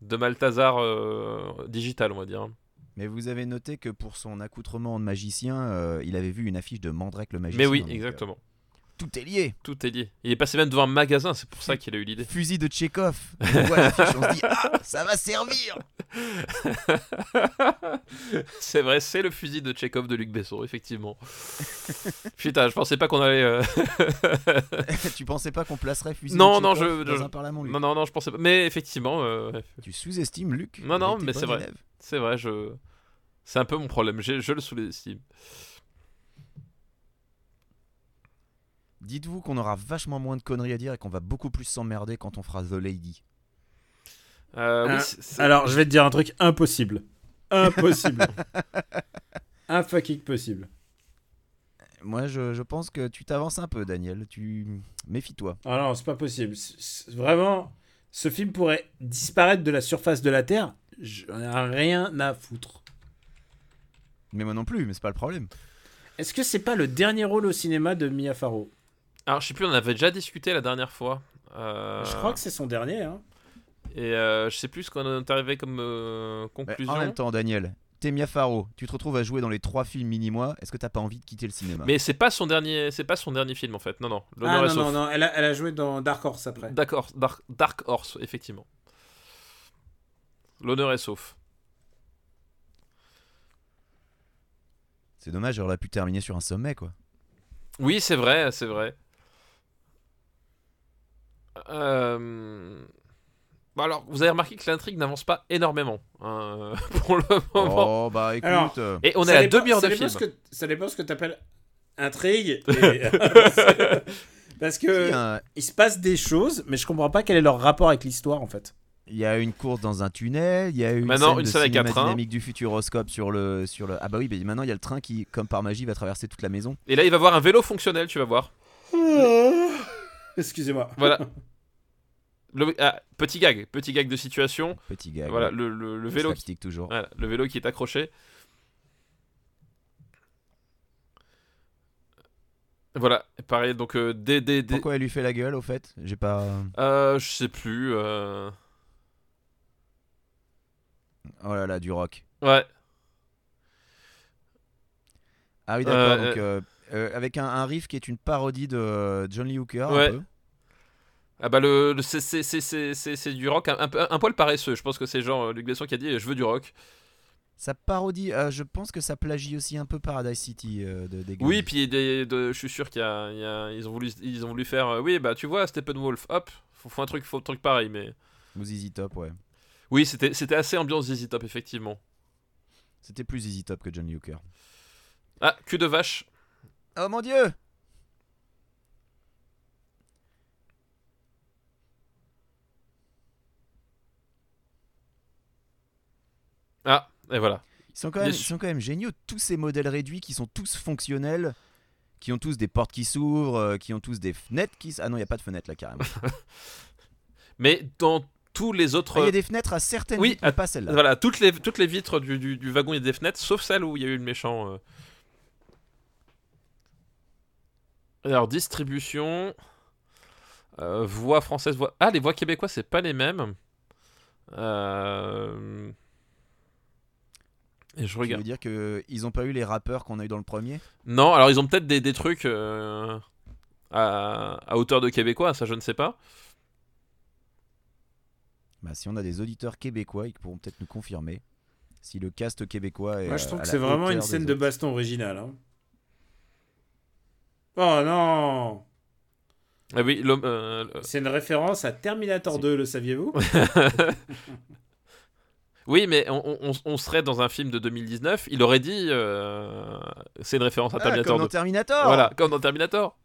B: de Malthazar euh, digital, on va dire.
A: Mais vous avez noté que pour son accoutrement de magicien, euh, il avait vu une affiche de Mandrake le magicien.
B: Mais oui,
A: donc, euh,
B: exactement.
A: tout est lié.
B: Tout est lié. Il est passé même devant un magasin, c'est pour ça qu'il a eu l'idée. *laughs*
A: Fusil de Tchekhov. On voit l'affiche, on se dit ah, ça va servir.
B: c'est vrai, c'est le fusil de Chekhov de Luc Besson, effectivement. *laughs* Putain, je pensais pas qu'on allait. euh,
A: *laughs* tu pensais pas qu'on placerait fusil
B: Non,
A: de
B: non,
A: Tchekhov
B: je-
A: dans
B: je-
A: un parlement Luc
B: Non, non, non, je pensais pas. Mais effectivement, euh,
A: Tu sous-estimes Luc.
B: Non, non,
A: avec tes
B: mais c'est
A: bons
B: vrai.
A: élèves.
B: c'est vrai, je. C'est un peu mon problème, je, je le sous-estime.
A: Dites-vous qu'on aura vachement moins de conneries à dire et qu'on va beaucoup plus s'emmerder quand on fera The Lady.
B: Euh, oui,
C: Ah,
B: c'est- c'est-
C: Alors, je vais te dire un truc impossible. Impossible. *laughs* un fucking possible.
A: Moi, je, je pense que tu t'avances un peu, Daniel. Tu méfie-toi.
C: Ah non, c'est pas possible. C'est- c'est- Vraiment, ce film pourrait disparaître de la surface de la Terre. J'en ai rien à foutre.
A: Mais moi non plus, mais c'est pas le problème.
C: Est-ce que c'est pas le dernier rôle au cinéma de Mia Farrow
B: Alors, je sais plus, on en avait déjà discuté la dernière fois. Euh,
C: Je crois que c'est son dernier. hein.
B: Et euh, je sais plus ce qu'on est arrivé comme euh,
A: Mais
B: conclusion.
A: en même temps, Daniel, t'es Mia Farrow. Tu te retrouves à jouer dans les trois films mini-mois. Est-ce que t'as pas envie de quitter le cinéma
B: Mais c'est pas son dernier, c'est pas son dernier film en fait. Non, non.
C: Ah
B: L'honneur est
C: non, non,
B: sauf.
C: non, elle a, elle a joué dans Dark Horse après.
B: Dark Horse, Dark, Dark Horse, effectivement. L'honneur est sauf.
A: C'est dommage, j'aurais pu terminer sur un sommet, quoi.
B: Oui, c'est vrai, c'est vrai. Euh, bon, alors, vous avez remarqué que l'intrigue n'avance pas énormément hein, *laughs* pour le moment.
A: Oh, bah écoute.
C: Alors,
A: euh,
B: Et on est
C: Ça
B: à la
C: dépend-
B: demi-heure
C: ça
B: de
C: dépend
B: film.
C: ce que- ça dépend ce que t'appelles
B: *laughs*
C: intrigue. et- *laughs* Parce que
A: si, hein,
C: il se passe des choses, mais je comprends pas quel est leur rapport avec l'histoire en fait.
A: Il y a une course dans un tunnel, il y a une
B: Maintenant,
A: scène
B: une
A: de
B: scène avec un
A: cinéma
B: train.
A: dynamique du futuroscope sur le sur le ah bah oui, mais maintenant il y a le train qui comme par magie va traverser toute la maison.
B: Et là, il va voir un vélo fonctionnel, tu vas voir.
C: Ah. Excusez-moi.
B: Voilà. Le- ah, petit gag, petit gag de situation.
A: Petit gars.
B: Voilà, le, le- le vélo, qui,
A: toujours.
B: voilà, le vélo qui est accroché. Voilà, pareil, donc euh, des, des, des-
A: Pourquoi elle lui fait la gueule au fait J'ai pas
B: Euh, je sais plus. euh,
A: Oh là là, du rock.
B: Ouais.
A: Ah oui, d'accord.
B: Euh,
A: donc euh, euh, avec un, un riff qui est une parodie de euh, John Lee Hooker un
B: Ouais.
A: peu.
B: Ah bah le, le- c'est- c'est- c'est c'est- c'est- c'est du rock un, un peu- un poil paresseux. Je pense que c'est genre euh, Luc Besson qui a dit je veux du rock.
A: Ça parodie euh, je pense que ça plagie aussi un peu Paradise City euh, de des
B: Oui,
A: Guns.
B: puis des- de- je suis sûr qu'il y a, il y a- ils ont voulu ils ont voulu faire euh, oui bah tu vois Steppenwolf hop faut, faut un truc faut un truc pareil mais
A: Ou ZZ Top, ouais.
B: oui c'était c'était assez ambiance ZZ Top effectivement.
A: C'était plus ZZ Top que John Lee Hooker.
B: Ah cul de vache.
A: Oh mon dieu
B: Ah, et voilà.
A: Ils sont, quand même,
B: Bien
A: ils
B: sûr.
A: sont quand même géniaux, tous ces modèles réduits qui sont tous fonctionnels, qui ont tous des portes qui s'ouvrent, euh, qui ont tous des fenêtres qui... s- Ah non, il n'y a pas de fenêtre là carrément. Ah,
B: Mais dans tous les autres.
A: Il y a des fenêtres à certaines
B: Oui,
A: vitres, mais
B: att-
A: pas celle-là.
B: Voilà, toutes les, toutes les vitres du, du- du wagon et des fenêtres, sauf celle où il y a eu le méchant. euh. Alors, distribution. euh, voix française, voix. Ah, les voix québécoises, c'est pas les mêmes. Euh, Et je
A: Tu
B: regarde.
A: veux dire qu'ils n'ont pas eu les rappeurs qu'on a eu dans le premier
B: Non, alors ils ont peut-être des, des trucs euh, à, à hauteur de québécois, ça je ne sais pas.
A: Bah, si on a des auditeurs québécois, ils pourront peut-être nous confirmer si le cast québécois est.
C: Moi, je
A: euh,
C: trouve
A: à
C: que
A: la
C: c'est vraiment
A: hauteur
C: une
A: des
C: scène de
A: autres.
C: baston originale. hein. Oh non
B: Ah oui, l'homme. euh, le-
C: C'est une référence à Terminator
A: C'est-
C: 2, le saviez-vous
B: Oui, mais on, on- on- on serait dans un film de 2019, il aurait dit. euh, C'est une référence à
A: Ah,
B: Terminator
A: comme dans
B: 2.
A: Terminator
B: Voilà, comme dans Terminator.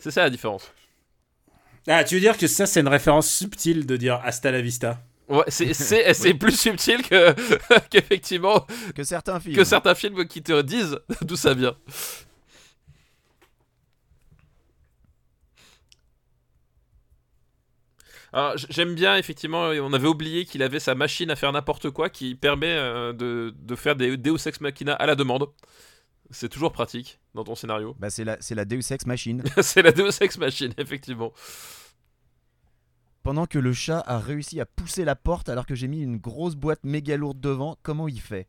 B: C'est ça la différence.
C: *laughs* Ah, tu veux dire que ça, c'est une référence subtile de dire Hasta la vista
B: Ouais, c'est- c'est c'est plus subtil que *laughs* qu'effectivement
A: Que certains films.
B: que certains films qui te disent *laughs* d'où ça vient. Alors, j- j'aime bien, effectivement, euh, on avait oublié qu'il avait sa machine à faire n'importe quoi qui permet euh, de, de faire des Deus Ex Machina à la demande. C'est toujours pratique dans ton scénario. *laughs*
A: Bah, c'est la, c'est la Deus Ex Machine. *laughs*
B: C'est la Deus Ex Machine, effectivement.
A: Pendant que le chat a réussi à pousser la porte alors que j'ai mis une grosse boîte méga lourde devant, comment il fait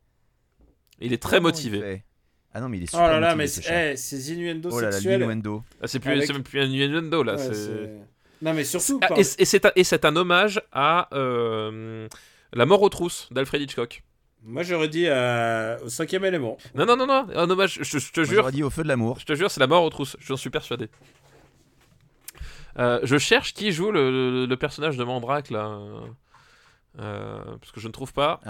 B: Il est très
A: Comment il
B: motivé.
A: fait Ah non, mais il est
C: Oh
A: super
C: là là,
A: motivé,
C: mais
A: ce
C: c'est-
A: chat.
C: eh, ces innuendos
A: Oh là là,
C: sexuels.
A: l'innuendo.
B: Ah, C'est plus,
C: Avec-
B: c'est même plus un innuendo, là.
C: Ouais,
B: c'est-
C: c'est- Non, mais surtout,
B: Ah,
C: par-
B: et c- et c'est un, et c'est un hommage à euh, La mort aux trousses d'Alfred Hitchcock.
C: moi j'aurais dit euh, au cinquième élément.
B: Non, non, non, non, un hommage, je, je te
A: Moi,
B: jure,
A: J'aurais dit au feu de l'amour.
B: je te jure, c'est la mort aux trousses, j'en suis persuadé. Euh, je cherche qui joue le, le- le personnage de Mandrake là. Euh, parce que je ne trouve pas.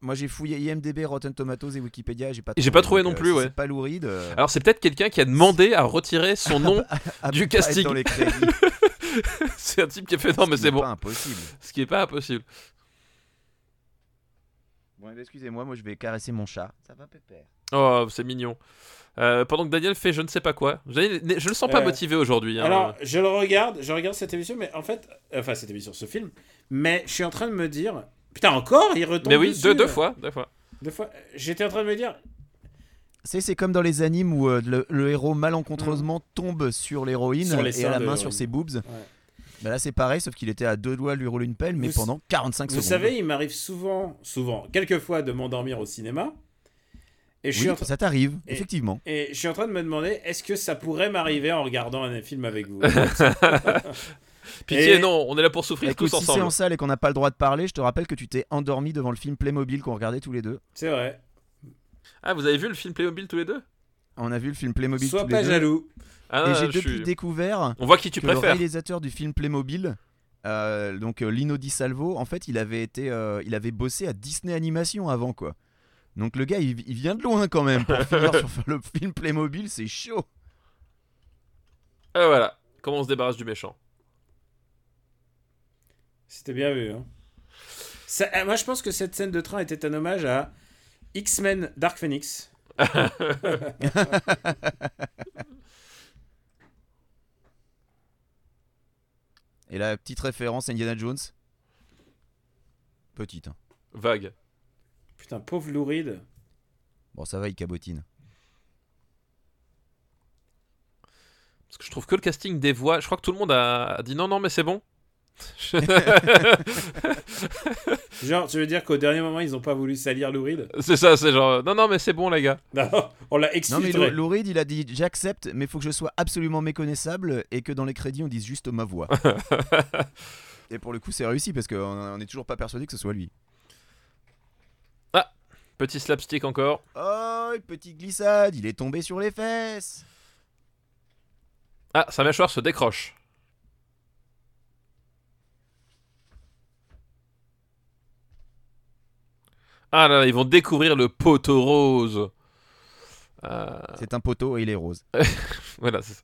A: Moi j'ai fouillé IMDB, Rotten Tomatoes et Wikipédia, j'ai pas trouvé.
B: J'ai pas trouvé
A: donc,
B: non
A: euh,
B: plus,
A: si
B: ouais. Ah,
A: C'est pas louride. euh,
B: Alors c'est peut-être quelqu'un qui a demandé à retirer son
A: *laughs*
B: nom.
A: à
B: du
A: Ah, pas être
B: casting.
A: Dans les crédits,
B: *laughs* c'est un type qui a fait non mais
A: ce qui
B: c'est
A: n'est
B: bon.
A: pas impossible.
B: Ce qui est pas impossible.
A: Bon, excusez-moi, moi je vais caresser mon chat. Ça va, Pépère
B: Oh c'est mignon. Euh, pendant que Daniel fait je ne sais pas quoi. Daniel n'est- je le sens pas
C: Euh,
B: motivé aujourd'hui. hein.
C: Alors, je le regarde, je regarde cette émission, mais en fait, enfin cette émission, ce film, mais je suis en train de me dire, putain encore, il retombe
B: mais oui,
C: dessus, euh,
B: deux, deux
C: là.
B: fois, deux fois.
C: Deux fois. J'étais en train de me dire,
A: C'est, c'est comme dans les animes où euh, le, le héros malencontreusement tombe sur l'héroïne
C: Mm. Sur les
A: et a
C: seins
A: la
C: de
A: main
C: l'héroïne.
A: sur ses boobs. Bah là c'est pareil, sauf qu'il était à deux doigts de lui rouler une pelle, mais
C: Vous-
A: pendant 45
C: vous
A: secondes.
C: savez, il m'arrive souvent, souvent, quelques fois de m'endormir au cinéma, et je,
A: Oui,
C: suis en tra-
A: ça t'arrive,
C: Et-
A: effectivement.
C: et je suis en train de me demander, est-ce que ça pourrait m'arriver en regardant un film avec
A: *laughs*
C: vous
B: Pitié,
C: Et-
B: non, on est là pour souffrir
A: Bah, Écoute,
B: tous
A: si c'est
B: ensemble.
A: en salle et qu'on n'a pas le droit de parler, je te rappelle que tu t'es endormi devant le film Playmobil qu'on regardait tous les deux.
C: C'est vrai.
B: Ah, vous avez vu le film Playmobil tous les deux
A: On a vu le film Playmobil
C: Sois
A: tous
C: pas
A: les deux.
C: jaloux.
B: ah,
A: Et j'ai
B: je
A: depuis
B: suis-
A: découvert
B: On voit qui tu
A: que le
B: préfères.
A: réalisateur du film Playmobil, euh, donc euh, Lino Di Salvo, en fait, il avait été, euh, il avait bossé à Disney Animation avant quoi. Donc le gars, il, il vient de loin quand même pour
B: *laughs*
A: finir sur le film Playmobil, c'est chaud.
B: Ah, voilà, comment on se débarrasse du méchant.
C: C'était bien vu. hein. Ça- euh, moi, je pense que cette scène de train était un hommage à X-Men Dark Phoenix.
A: Et la petite référence à Indiana Jones, petite. hein.
B: Vague.
C: Putain, pauvre Lou Reed.
A: Bon, ça va, il cabotine.
B: Parce que je trouve que le casting des voix, je crois que tout le monde a a dit non, non, mais c'est bon. *laughs*
C: Genre, tu veux dire qu'au dernier moment, ils n'ont pas voulu salir Lou Reed *laughs*
B: c'est ça, c'est genre non, non, mais c'est bon, les gars.
C: Non, on l'a
A: Non mais
C: exfiltré.
A: Lou- Lou Reed, il a dit j'accepte, mais faut que je sois absolument méconnaissable et que dans les crédits on dise juste ma
C: *laughs*
A: voix. et pour le coup, c'est réussi parce qu'on n'est toujours pas persuadé que ce soit lui.
B: Petit slapstick encore.
A: Oh, une petite glissade, il est tombé sur les fesses.
B: Ah, sa mâchoire se décroche. Ah là là, ils vont découvrir le poteau rose. Euh,
C: Ah.
A: C'est un poteau et il est rose.
B: Voilà, c'est ça.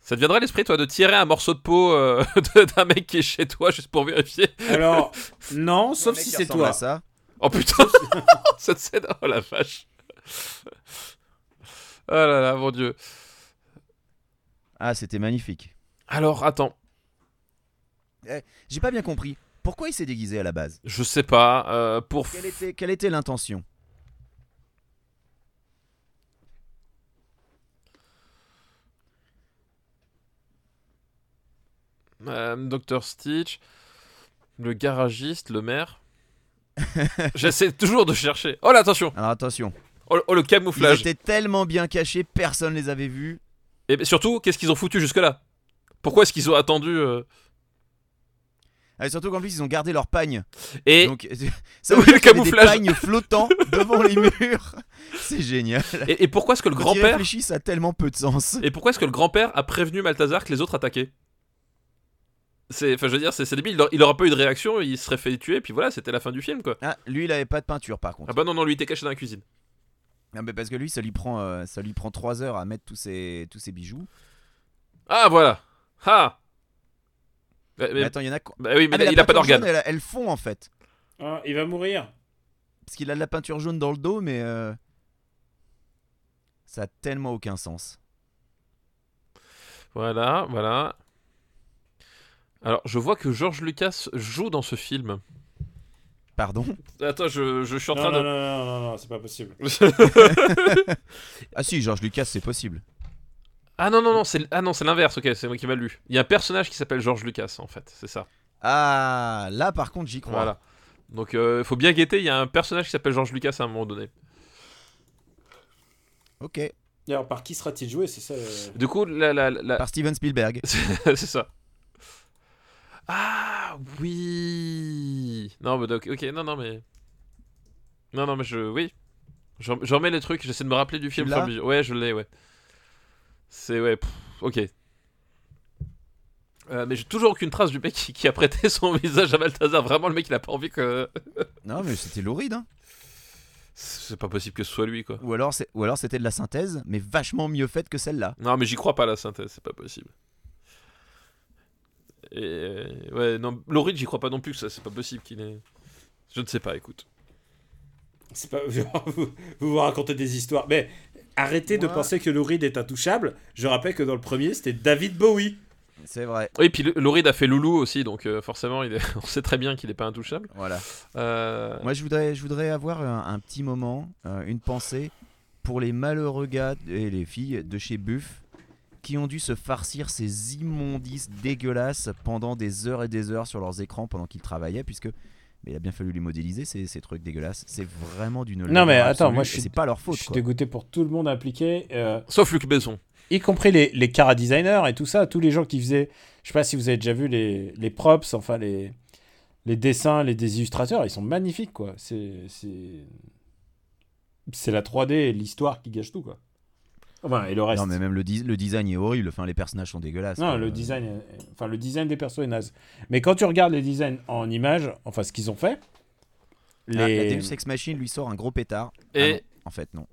B: Ça te viendrait à l'esprit, toi, de tirer un morceau de peau euh, *laughs* de- d'un mec qui est chez toi juste pour vérifier
A: *laughs*
C: Alors, non, sauf
A: mec
C: si
A: qui
C: c'est
A: ressemble
C: toi.
A: à ça.
B: Oh putain *laughs* Ça te cède Oh la vache Oh là là, mon dieu.
A: Ah, c'était magnifique.
B: Alors, attends.
A: J'ai pas bien compris. Pourquoi il s'est déguisé à la base
B: Je sais pas. euh, pour.
A: Quelle était, quelle était l'intention
B: euh, Docteur Stitch, le garagiste,
A: *laughs*
B: le maire. J'essaie toujours de chercher. Oh là, attention
A: Alors attention,
B: Oh, le- oh, le
A: ils
B: camouflage
A: étaient tellement bien cachés, personne les avait vus.
B: Et ben, surtout, qu'est-ce qu'ils ont foutu jusque-là Pourquoi est-ce qu'ils ont attendu euh,
A: Ah, Et surtout qu'en plus, ils ont gardé leur pagne.
B: Et
A: Donc, *laughs* ça
B: Oui,
A: veut dire
B: le
A: qu'il y avait
B: camouflage.
A: Des pagnes
B: *laughs*
A: flottant devant les murs. C'est génial.
B: Et, et pourquoi est-ce que le
A: Quand ils
B: grand-père
A: réfléchissent, ça a tellement peu de sens.
B: et pourquoi est-ce que le grand-père a prévenu Malthazar que les autres attaquaient C'est enfin je veux dire c'est c'est débile, il aura- il aura pas eu de réaction, il se serait fait tuer puis voilà, c'était la fin du film quoi.
A: Ah, lui, il avait pas de peinture par
B: Ah
A: contre.
B: bah non non, lui il était caché dans la cuisine.
A: Ah, mais parce que lui, ça lui prend, euh, ça lui prend 3 heures à mettre tous ses, tous ses bijoux.
B: Ah voilà. Ah. Ouais,
A: Mais,
B: mais-
A: attends, il y en a. quoi
B: bah oui, mais,
A: Ah, mais
B: il,
A: la
B: a, pas
A: peinture
B: d'organe.
A: jaune, Elle, elle fond en fait.
C: Ah, il va mourir.
A: Parce qu'il a de la peinture jaune dans le dos, mais. euh, Ça a tellement aucun sens.
B: Voilà, voilà. Alors, je vois que George Lucas joue dans ce film. *laughs*
A: Pardon
B: Attends, je, je suis en train
C: non,
B: de.
C: non, non, non, non, c'est pas possible.
A: Ah si, George Lucas, c'est possible.
B: Ah non, non, non, c'est ah, non, c'est l'inverse, ok, c'est moi qui m'a lu. Il y a un personnage qui s'appelle George Lucas, en fait, c'est ça.
A: Ah, là par contre, j'y crois.
B: Voilà. Donc euh, faut bien guetter, il y a un personnage qui s'appelle George Lucas à un moment donné.
A: Ok,
C: Alors, par qui sera-t-il joué C'est ça. euh,
B: Du coup, la, la, la- *laughs*
A: par Steven Spielberg.
B: c'est ça. Ah oui. Non mais donc, ok, non non mais non non mais je oui, j'en j'en remets les trucs, j'essaie de me rappeler du film.
A: l'as
B: au fur et à mesure. Ouais, je l'ai, ouais. C'est ouais, pff, ok. Euh, mais j'ai toujours aucune trace du mec qui, qui a prêté *laughs* son visage à Balthazar. Vraiment, le mec, il a pas envie que.
A: Non, mais c'était louride. Hein.
B: C'est pas possible que ce soit lui, quoi.
A: Ou alors, c'est- ou alors c'était de la synthèse, mais vachement mieux faite que celle-là.
B: Non, mais j'y crois pas à la synthèse, c'est pas possible. Et euh, ouais, non, Laurie, j'y crois pas non plus que ça, c'est pas possible qu'il ait. Je ne sais pas, écoute.
C: C'est pas... *laughs* vous, vous vous racontez des histoires. Mais arrêtez de
A: Moi-
C: penser que Lou Reed est intouchable. Je rappelle que dans le premier, c'était David Bowie.
A: C'est vrai.
B: Oui, puis Laurie a fait Loulou aussi, donc euh, forcément, il est- *laughs* on sait très bien qu'il est pas intouchable.
A: Voilà.
B: Euh,
A: Moi, je voudrais, je voudrais avoir un, un petit moment, euh, une pensée pour les malheureux gars et les filles de chez Buff qui ont dû se farcir ces immondices dégueulasses pendant des heures et des heures sur leurs écrans pendant qu'ils travaillaient, puisque mais il a bien fallu les modéliser ces, ces trucs dégueulasses. C'est vraiment d'une
C: Non, mais
A: laideur
C: attends,
A: absolue,
C: moi,
A: et
C: je suis-
A: c'est pas leur faute.
C: je suis
A: quoi.
C: dégoûté pour tout le monde impliqué, euh,
B: Sauf Luc Besson.
C: y compris les, les cara designers et tout ça, tous les gens qui faisaient. Je sais pas si vous avez déjà vu les, les props, enfin les, les dessins, les des illustrateurs, ils sont magnifiques quoi. C'est c'est c'est la 3D et l'histoire qui gâche tout quoi. Enfin et le reste.
A: Non, mais même le, dis- le design est horrible. Enfin, les personnages sont dégueulasses.
C: Non,
A: quoi.
C: le design, est- enfin le design des persos est naze. Mais quand tu regardes les designs en images, enfin ce qu'ils ont fait,
A: Ah, La
C: les
A: Deus Ex Machine lui sort un gros pétard. Ah
B: Et
A: non, en fait, non.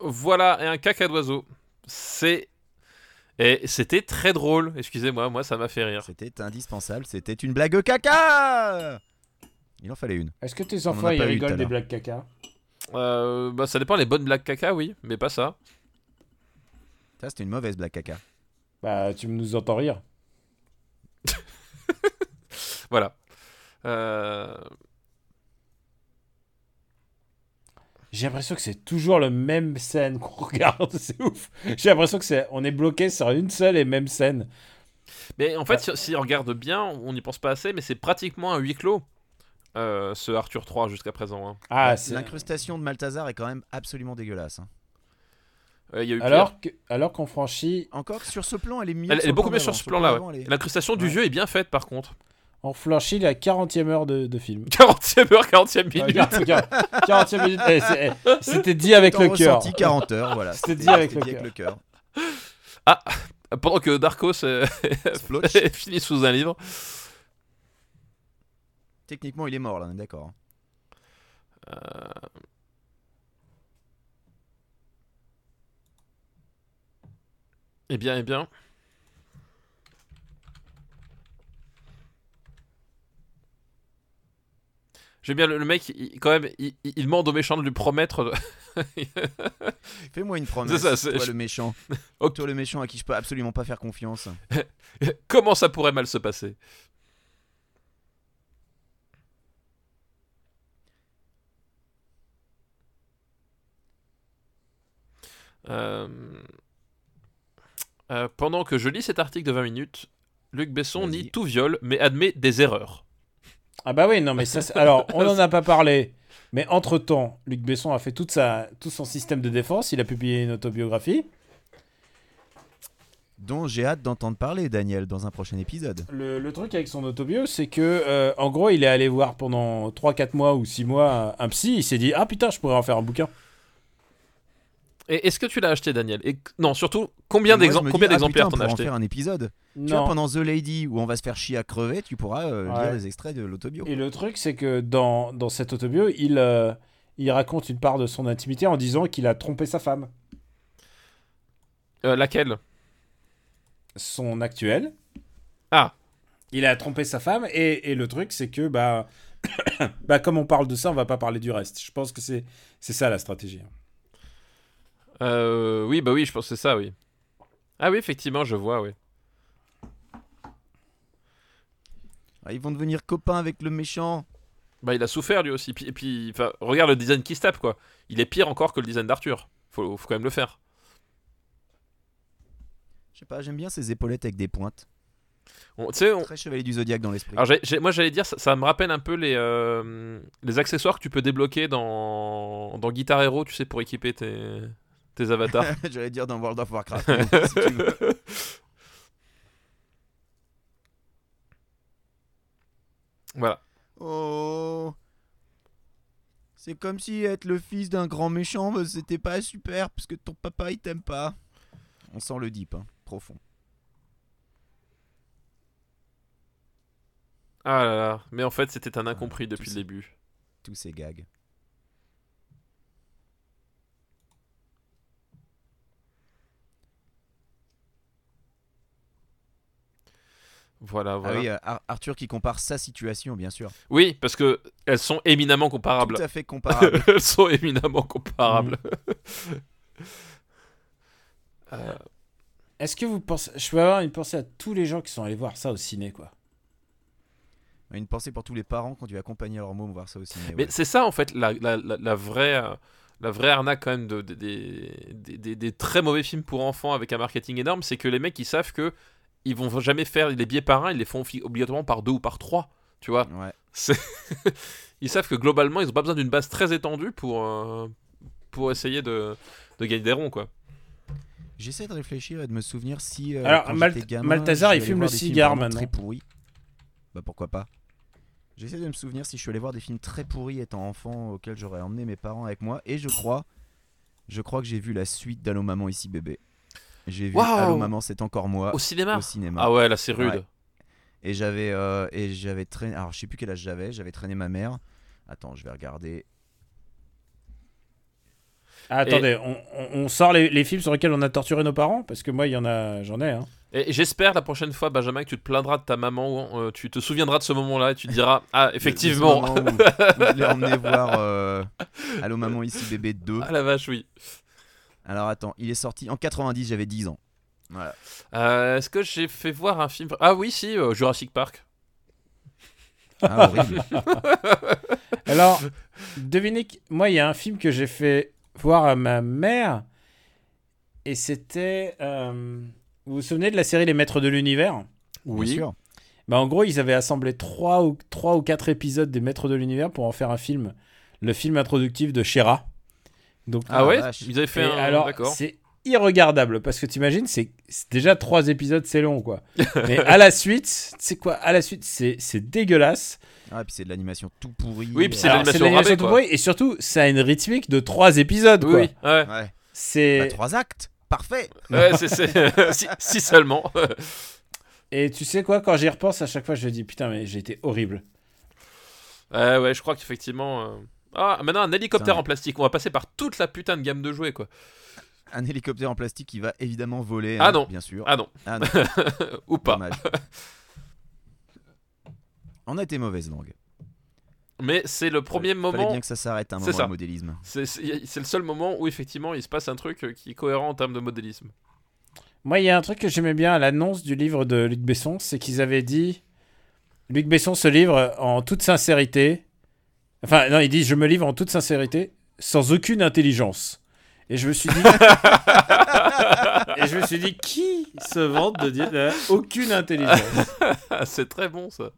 B: voilà, et un caca d'oiseau. C'est. Et c'était très drôle, excusez-moi, moi ça m'a fait rire.
A: C'était indispensable. C'était une blague caca Il en fallait une.
C: est-ce que tes
A: en
C: enfants
A: a
C: ils
A: pas eu tout à
C: rigolent des
A: l'heure.
C: blagues caca
B: Euh, bah, ça dépend les bonnes blagues caca, oui, mais pas ça.
A: Ça, c'était une mauvaise blague caca.
C: Bah tu nous entends rire.
B: Voilà. Euh,
C: J'ai l'impression que c'est toujours le même scène *laughs* qu'on regarde, c'est ouf. J'ai l'impression que c'est on est bloqué sur une seule et même scène.
B: Mais en fait,
C: Ouais.
B: si, si on regarde bien, on n'y pense pas assez, mais c'est pratiquement un huis clos, euh, ce Arthur 3 jusqu'à présent. hein.
C: Ah,
A: Ouais,
C: c'est
A: L'incrustation de Malthazar est quand même absolument dégueulasse. hein.
B: Euh, il y a eu pire.
C: alors que alors qu'on franchit,
A: Encore que sur ce plan, elle est mieux.
B: Elle- elle
A: sur
B: est
A: le
B: beaucoup
A: plan
B: mieux sur
A: d'avant.
B: ce
A: le
B: plan-là,
A: d'avant, elle est-
B: L'incrustation du
A: Ouais.
B: vieux est bien faite par contre. *laughs*
C: on franchit la 40e heure de, de film.
B: 40e heure, 40e
C: Ah,
B: minute.
C: regarde, regarde, 40e minute. eh, c'est- eh, C'était dit avec
A: T'en
C: le cœur.
A: ressenti 40 heures,
B: *laughs*
A: voilà.
C: C'était dit avec le cœur.
A: cœur.
B: *laughs* Pendant que Darkos euh, *laughs*
A: Splotch.
B: est fini sous un livre.
A: Techniquement, il est mort là, on est d'accord. hein.
B: Eh bien, eh bien. J'aime bien le, le mec, il- quand même, il, il- il demande au méchant de lui promettre. euh, de-
A: Fais-moi une promesse.
B: ça, c'est-
A: Toi
B: je-
A: le méchant.
B: *laughs* Ok.
A: Toi le méchant à qui je peux absolument pas faire confiance.
B: Comment ça pourrait mal se passer Euh, euh, pendant que je lis cet article de 20 minutes, Luc Besson
A: Vas-y.
B: nie tout viol, mais admet des erreurs.
C: Ah bah oui, non, mais ça. c'est- *laughs* Alors, on n'en a pas parlé. Mais entre-temps, Luc Besson a fait toute sa... tout son système de défense. Il a publié une autobiographie.
A: Dont j'ai hâte d'entendre parler, Daniel, dans un prochain épisode.
C: Le, le truc avec son autobio, c'est que, euh, en gros, il est allé voir pendant 3-4 mois ou 6 mois un psy. Il s'est dit Ah putain, je pourrais en faire un bouquin.
B: Et est-ce que tu l'as acheté, Daniel Et non, surtout, combien
A: Et moi, je
B: d'exem-
A: me
B: combien
A: dis, ah,
B: d'exemplaires
A: putain,
B: t'en as
A: on pourra en
B: acheté
A: faire un épisode. Tu vois,
C: Non.
A: pendant The Lady, où on va se faire chier à crever, tu pourras euh, lire
C: Ouais.
A: les extraits de l'autobio.
C: Et le truc, c'est que dans, dans cet autobio, il, euh, il raconte une part de son intimité en disant qu'il a trompé sa femme.
B: Euh, Laquelle
C: son actuel.
B: Ah.
C: Il a trompé sa femme et, et le truc c'est que bah, *coughs* bah comme on parle de ça, on va pas parler du reste. Je pense que c'est c'est ça la stratégie.
B: Euh, Oui, bah oui, je pense que c'est ça, oui. Ah oui, effectivement, je vois, oui.
A: Ah, ils vont devenir copains avec le méchant.
B: Bah, il a souffert lui aussi. Puis- et puis, enfin, regarde le design qui se tape, quoi. Il est pire encore que le design d'Arthur. Faut, faut quand même le faire.
A: Je sais pas, j'aime bien ces épaulettes avec des pointes.
B: On- Tu sais, on-
A: Très chevalier du zodiaque dans l'esprit.
B: alors j'ai- j'ai- moi j'allais dire, ça, ça me rappelle un peu les, euh, les accessoires que tu peux débloquer dans, dans Guitar Hero, tu sais, pour équiper tes,
A: *laughs*
B: tes avatars.
A: *laughs* J'allais dire dans World of Warcraft. mais si tu veux.
B: voilà.
A: Oh. C'est comme si être le fils d'un grand méchant, bah, c'était pas super parce que ton papa il t'aime pas. On sent le deep, hein, profond.
B: Ah là là. Mais en fait, c'était un incompris depuis le
A: tout-
B: début.
A: Tous ces gags.
B: Voilà,
A: Ah
B: voilà.
A: oui,
B: oui,
A: euh, Ar- Arthur qui compare sa situation, bien sûr.
B: parce que elles sont éminemment comparables. *laughs*
A: Tout à fait comparable.
B: Elles sont éminemment comparables.
A: Mm.
B: *laughs* Euh,
C: Est-ce que vous pensez je peux avoir une pensée à tous les gens qui sont allés voir ça au ciné quoi.
A: Une pensée pour tous les parents quand tu accompagnes leur môme voir ça aussi.
B: Mais c'est ça en fait la, la, la, la vraie euh, la vraie arnaque quand même de, de- des, des, des- des très mauvais films pour enfants avec un marketing énorme, c'est que les mecs ils savent que ils vont jamais faire les billets par un, ils les font fi- obligatoirement par deux ou par trois, tu vois.
A: Ouais.
B: C'est- ils savent que globalement ils ont pas besoin d'une base très étendue pour euh, pour essayer de, de gagner des ronds quoi.
A: J'essaie de réfléchir et de me souvenir si. euh,
C: Alors,
A: quand
C: Mal-
A: j'étais gamin,
C: Malthazar,
A: je
C: il
A: suis allé
C: fume
A: voir
C: le
A: des films
C: cigare
A: vraiment
C: maintenant.
A: Très pourri. Bah pourquoi pas. J'essaie de me souvenir si je suis allé voir des films très pourris étant enfant auxquels j'aurais emmené mes parents avec moi. Et je crois. Je crois que j'ai vu la suite d'Allo Maman ici bébé. J'ai vu
B: Waouh
A: Allo Maman c'est encore moi
B: Au cinéma.
A: au cinéma.
B: Ah ouais, là c'est rude.
A: Ouais. Et j'avais euh, et j'avais traîné. Alors je sais plus quel âge j'avais. J'avais traîné ma mère. Attends, je vais regarder.
C: Ah, attendez, on, on- on sort les, les films sur lesquels on a torturé nos parents parce que moi il y en a j'en ai hein.
B: Et et j'espère la prochaine fois, Benjamin, que tu te plaindras de ta maman, euh, tu te souviendras de ce moment-là et tu te diras Ah, effectivement
A: Le- le moment où- où je l'ai emmené voir euh, Allo Maman ici bébé
B: *laughs*
A: 2.
B: Ah la vache, oui.
A: Alors attends, il est sorti en 90, j'avais 10 ans. Voilà.
B: Euh, Est-ce que j'ai fait voir un film Ah oui, si, euh, Jurassic Park.
A: Ah,
B: *laughs*
A: horrible.
C: Alors, devinez, que- moi, il y a un film que j'ai fait voir à ma mère, et c'était... euh, Vous vous souvenez de la série Les Maîtres de l'Univers
A: Bien sûr.
C: bah, En gros, ils avaient assemblé trois ou, trois ou quatre épisodes des Maîtres de l'Univers pour en faire un film, le film introductif de Shira. Donc,
B: Ah
A: Ah,
B: ouais
A: vache.
B: Ils avaient fait
C: et
B: un.
C: alors,
B: D'accord.
C: c'est irregardable, parce que t'imagines, c'est c'est déjà trois épisodes, c'est long, quoi. Mais à la suite, tu sais quoi, à la suite, c'est c'est dégueulasse.
A: Ah, puis c'est de l'animation tout pourri.
B: Oui, puis c'est
A: Ouais.
C: Alors,
B: l'animation
C: de l'animation
B: rabais,
C: tout
B: quoi.
C: pourrie, et surtout, ça a une rythmique de trois épisodes,
B: Oui,
C: quoi.
B: oui. Ah Ouais,
A: Ouais. Bah,
C: C'est
A: trois actes. Parfait.
B: Ouais, c'est- c'est- *laughs* si, si seulement.
C: et tu sais quoi quand j'y repense à chaque fois je me dis putain mais j'ai été horrible.
B: ouais, ouais, je crois qu'effectivement. euh, Ah, maintenant un hélicoptère
A: Putain.
B: en plastique. On va passer par toute la putain de gamme de jouets, quoi.
A: un hélicoptère en plastique qui va évidemment voler.
B: Ah
A: hein,
B: non.
A: Bien
B: *laughs*
A: sûr.
B: Ah non,
A: Ah
B: euh,
A: non,
B: ou pas.
A: dommage. On a été mauvaise langue.
B: Mais c'est le premier
A: Fallait
B: moment
A: bien que ça s'arrête un
B: C'est
A: moment
B: ça.
A: le modélisme.
B: C'est c'est- c'est le seul moment où effectivement il se passe un truc euh, qui est cohérent en termes de modélisme.
C: Moi, il y a un truc que j'aimais bien à l'annonce du livre de Luc Besson, c'est qu'ils avaient dit Luc Besson se livre en toute sincérité. Enfin, non, il dit Je me livre en toute sincérité, sans aucune intelligence. Et je me suis dit. Et je me suis dit Qui se vante de dire euh, aucune intelligence
B: Ah, c'est très bon ça.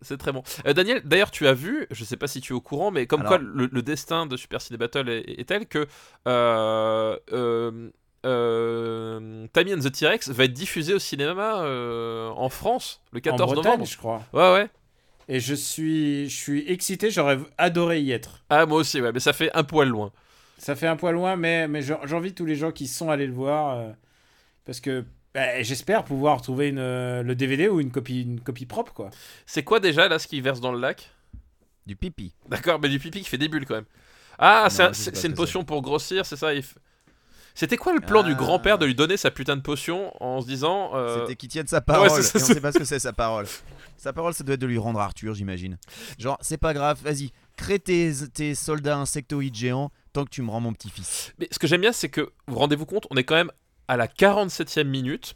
B: C'est très bon. Euh, Daniel, d'ailleurs, tu as vu, je sais pas si tu es au courant, mais comme
A: Alors-
B: quoi le, le destin de Super Ciné Battle est, est tel que euh, euh, euh, Tammy and the T-Rex va être diffusé au cinéma euh, en France le 14
C: En Bretagne,
B: novembre.
C: je crois.
B: Ouais, ouais.
C: Et je suis, je suis excité, j'aurais adoré y être.
B: Ah, moi aussi, ouais, mais ça fait un poil loin.
C: Ça fait un poil loin, mais, mais j'en- j'envie tous les gens qui sont allés le voir. euh, parce que bah, j'espère pouvoir trouver une, euh, le DVD ou une copie, une copie propre, quoi.
B: C'est quoi déjà là ce qui verse dans le lac
A: Du pipi.
B: D'accord, mais du pipi qui fait des bulles quand même. Ah,
A: Non,
B: c'est un-
A: je sais
B: c'est
A: pas
B: c'est
A: ce
B: une
A: que
B: potion pour grossir, c'est ça il f- C'était quoi le plan du
A: Ah.
B: grand-père de lui donner sa putain de potion en se disant. euh,
A: C'était qu'il tienne sa parole.
B: ouais, c'est-
A: et on
B: c'est-
A: sait pas ce que c'est sa parole. Sa parole, ça doit être de lui rendre Arthur, j'imagine. Genre, c'est pas grave, vas-y, crée tes, tes soldats insectoïdes géants tant que tu me rends mon petit-fils.
B: Mais ce que j'aime bien, c'est que vous rendez-vous compte, on est quand même à la 47e minute.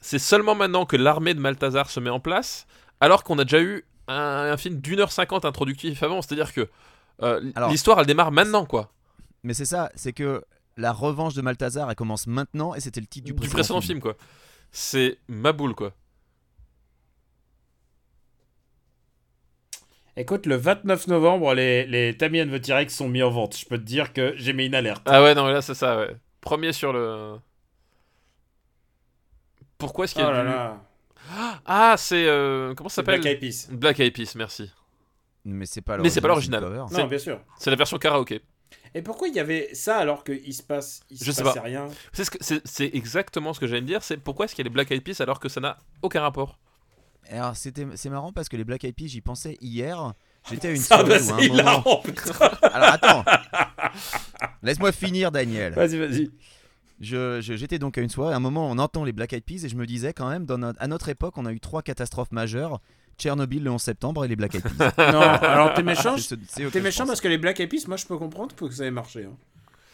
B: C'est seulement maintenant que l'armée de Malthazar se met en place, alors qu'on a déjà eu un, un film d'une heure cinquante introductif avant. C'est-à-dire que euh, l-
A: Alors-
B: l'histoire, elle démarre maintenant, quoi.
A: Mais c'est ça, c'est que la revanche de Malthazar, elle commence maintenant et c'était le titre
B: Du,
A: du précédent,
B: précédent
A: film.
B: film, quoi. C'est ma boule, quoi.
C: Écoute, le 29 novembre, les, les Tammy and the T-Rex sont mis en vente. Je peux te dire que j'ai mis une alerte.
B: Ah ouais, non, mais là, c'est ça, ouais. Premier sur le. Pourquoi est-ce
C: Oh
B: qu'il y a
C: là
B: du-
C: là.
B: Ah, c'est. euh, comment ça
C: C'est Black
B: s'appelle
C: Eyed Peas.
B: Black Eyed Peas, merci.
A: Mais c'est pas
B: Mais c'est pas l'original.
A: c'est le cover.
C: Non, bien sûr.
B: C'est la version karaoké.
C: Et pourquoi il y avait ça alors qu'il se passe il se
B: Je sais
C: passait
B: pas.
C: rien
B: C'est ce que- c'est- c'est exactement ce que j'allais me dire, c'est pourquoi est-ce qu'il y a les Black Eyed Peas alors que ça n'a aucun rapport
A: Alors, c'était- c'est marrant parce que les Black Eyed Peas, j'y pensais hier. J'étais à une
C: Ça,
A: soirée ou à
B: Ah,
C: bah, c'est
A: un moment-
C: hilarant, putain.
A: Alors
B: *laughs*
A: attends. Laisse-moi finir, Daniel.
C: Vas-y, vas-y.
A: Je- je- J'étais donc à une soirée, à un moment on entend les Black Eyed Peas et je me disais quand même, dans notre- à notre époque on a eu trois catastrophes majeures, Tchernobyl le 11 septembre et les Black Eyed Peas.
C: *laughs* Non, alors t'es
A: *laughs*
C: méchant,
A: C'est ce- c'est auquel
C: T'es
A: je
C: méchant
A: pense.
C: parce que les Black Eyed Peas, moi je peux comprendre que ça ait marché. hein.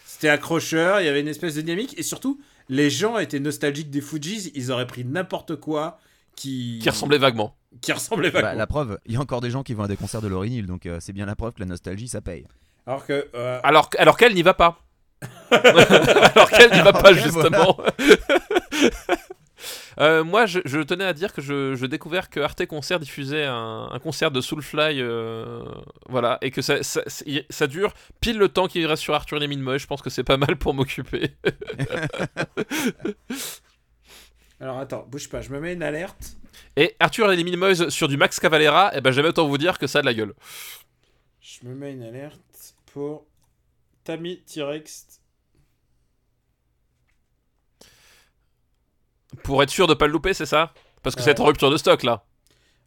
C: C'était accrocheur, il y avait une espèce de dynamique et surtout les gens étaient nostalgiques des Fujis, ils auraient pris n'importe quoi qui
B: qui ressemblait vaguement.
C: qui ressemblait
A: Bah,
C: pas.
A: la preuve, il y a encore des gens qui vont à des concerts de Lauryn Hill, donc euh, c'est bien la preuve que la nostalgie ça paye.
C: Alors que euh,
B: Alors, que- alors qu'elle n'y va pas. alors qu'elle n'y va
A: Alors
B: pas
A: qu'elle,
B: justement. *laughs* Euh, moi, je, je tenais à dire que je, je découvert que Arte Concert diffusait un, un concert de Soulfly, euh, voilà, et que ça, ça, c'est- ça dure pile le temps qu'il reste sur Arthur et les Minimoys. Je pense que c'est pas mal pour m'occuper.
C: alors attends, bouge pas, je me mets une alerte.
B: Et Arthur et les Minimoys sur du Max Cavalera, eh ben j'aime autant vous dire que ça a de la gueule.
C: Je me mets une alerte pour Tammy T-Rex.
B: Pour être sûr de pas le louper, c'est ça Parce que
C: Ouais.
B: c'est en rupture de stock là.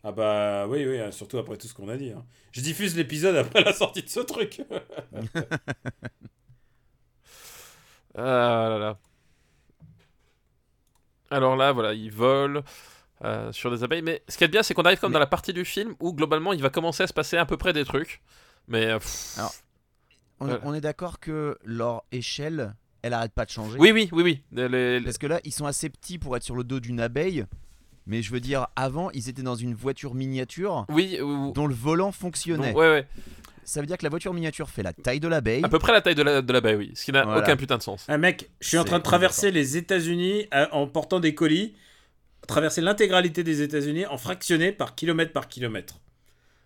C: Ah bah oui oui, surtout après tout ce qu'on a dit. hein. Je diffuse l'épisode après la sortie de ce truc.
B: Ah là là. Alors là, voilà, il vole euh, sur des abeilles. Mais ce qui est bien, c'est qu'on arrive comme dans la partie du film où globalement il va commencer à se passer à peu près des trucs. Mais euh, pff,
A: Alors, On,
B: Voilà.
A: on est d'accord que leur échelle, elle arrête pas de changer.
B: oui, oui, oui, oui. Les- les- les-
A: Parce que là, ils sont assez petits pour être sur le dos d'une abeille, mais je veux dire, avant ils étaient dans une voiture miniature
B: Oui, ou-
A: dont le volant
B: bon,
A: fonctionnait.
B: ouais, ouais.
A: Ça veut dire que la voture miniature fait la taille de l'abeille.
B: À peu près la taille de la- de l'abeille, oui. Ce qui n'a
A: Voilà.
B: aucun putain de
C: *laughs*
B: sens.
C: Ah mec, je suis en
A: C'est
C: train de traverser les États-Unis euh, en portant des colis, traverser l'intégralité des États-Unis en fractionné par kilomètre par kilomètre.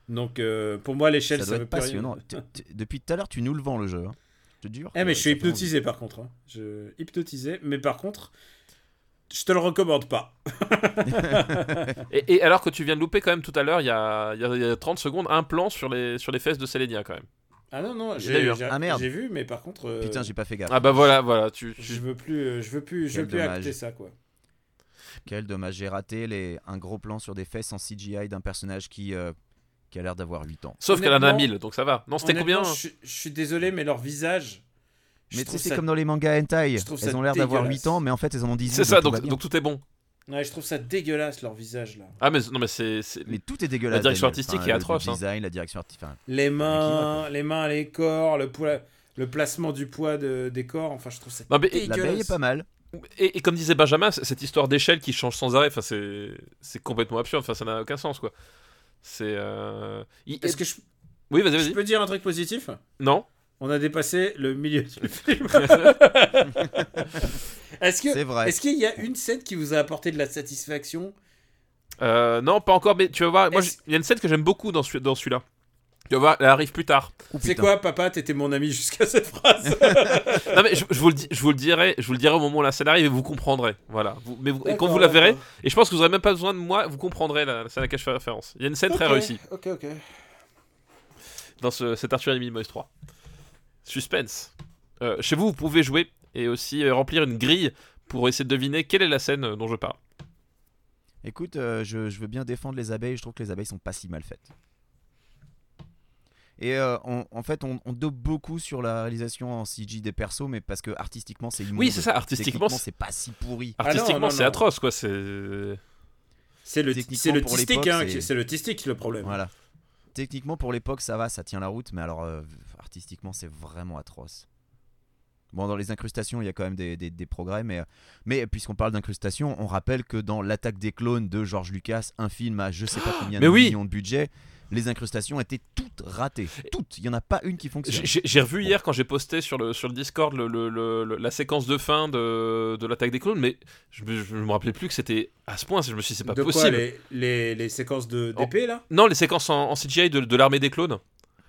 C: Donc euh, pour moi l'échelle
A: Ça
C: ça,
A: doit
C: veut
A: être
C: plus rien.
A: passionnant. T- t- Depuis tout à l'heure, tu nous le vends le jeu. hein. Je te jure.
C: Eh mais
A: que
C: je suis
A: ça fait envie.
C: hypnotisé par contre. hein. Je hypnotisé, mais par contre je te le recommande pas.
B: Et, et alors que tu viens de louper quand même tout à l'heure, il y a, il y a- il y a 30 secondes, un plan sur les, sur les fesses de Selenia quand même.
C: Ah non non,
B: a
C: j'ai
B: eu un-
C: j'ai-
A: Ah, merde.
C: j'ai vu, mais par contre euh,
A: Putain, j'ai pas fait gaffe.
B: Ah bah voilà, voilà. Tu, tu-
C: je veux plus, euh, je veux plus, je
A: Quel
C: veux plus
A: dommage.
C: acter ça quoi.
A: Quel dommage, j'ai raté les... un gros plan sur des fesses en CGI d'un personnage qui, euh, qui a l'air d'avoir 8 ans.
B: Sauf qu'elle en a
C: Honnêtement-
B: 1000, donc ça va. Non, c'était combien hein
C: Honnêtement, Je je suis désolé, mais leur visage,
E: Je
A: mais tu sais,
E: trouve
A: c'est
E: ça-
A: comme dans les mangas hentai.
C: je trouve ça
A: Elles ont l'air d'avoir
C: dégueulasse.
A: 8 ans, mais en fait, elles en ont 18.
B: C'est ça,
A: tout
B: donc,
A: va bien.
B: donc tout est bon.
C: Ouais, je trouve ça dégueulasse leur visage là.
B: Ah, mais non, mais c'est. c'est-
A: Mais tout est dégueulasse.
B: La direction
A: Daniel.
B: artistique
A: Enfin,
B: est
A: le-
B: atroce,
A: Le
B: hein.
A: design, la direction artistique. enfin,
C: Les
A: mains-
C: mains, les mains, les corps, le poids, le placement du poids des corps. Enfin, je trouve ça.
B: Non, mais- et,
C: Dégueulasse.
A: L'abeille est pas mal.
B: et- et comme disait Benjamin, c- cette histoire d'échelle qui change sans arrêt, enfin, c'est c'est complètement absurde, enfin, ça n'a aucun sens, quoi. C'est. euh, il-
C: Est-ce que je,
B: Oui, vas-y,
C: je
B: vas-y.
C: peux dire un truc positif
B: Non
C: On a dépassé le milieu du film. *laughs* Est-ce que
A: C'est vrai.
C: Est-ce qu'il y a une scène qui vous a apporté de la satisfaction
B: Euh, non, pas encore, mais tu vas voir, moi,
C: Est-ce-
B: je- il y a une scène que j'aime beaucoup dans, celui- dans celui-là. Tu vas voir, elle arrive plus tard.
A: Oh,
C: C'est
A: putain.
C: quoi, papa, t'étais mon ami jusqu'à cette phrase
B: Non, mais je, je vous le dis- je vous le dirai, je vous le dirai au moment où la scène arrive et vous comprendrez. Voilà. Vous- mais vous- et quand vous la verrez, et je pense que vous aurez même pas besoin de moi, vous comprendrez la, la scène à laquelle je fais référence. Il y a une scène très réussie
C: Ok, ok.
B: dans ce, cet Arthur et les Minimoys 3. Suspense. Euh, chez vous, vous pouvez jouer et aussi euh, remplir une grille pour essayer de deviner quelle est la scène euh, dont je parle.
A: Écoute, euh, je, je veux bien défendre les abeilles, je trouve que les abeilles sont pas si mal faites. Et euh, on- en fait, on, on dope beaucoup sur la réalisation en CG des persos, mais parce que artistiquement, c'est immonde.
B: Oui, c'est ça, artistiquement,
A: Techniquement,
B: c'est-
A: c'est pas si pourri.
C: non, Ah non,
B: artistiquement
C: non.
B: c'est atroce quoi. C'est.
C: C'est le,
A: Techniquement,
C: c'est le
A: pour
C: tistique,
A: l'époque,
C: hein,
A: c'est-
C: qui- c'est le tistique le problème.
A: Voilà. Techniquement, pour l'époque, ça va, ça tient la route, mais alors euh, artistiquement, c'est vraiment atroce. Bon, dans les incrustations, il y a quand même des, des- des progrès, mais, mais puisqu'on parle d'incrustations, on rappelle que dans L'attaque des clones de George Lucas, un film à je sais pas combien
B: Ah Mais
A: de
B: oui
A: millions de budget, les incrustations étaient toutes ratées. Toutes. Il y en a pas une qui fonctionne.
B: J'ai- J'ai j'ai revu hier quand j'ai posté sur le, sur le Discord le- le- le- le- la séquence de fin de, de l'attaque des clones, mais je, me- je me rappelais plus que c'était à ce point. Je me suis dit, c'est pas
C: de
B: possible.
C: quoi les, les, les séquences de
B: Oh.
C: d'épée là
B: Non, les séquences en, en CGI de, de l'armée des clones.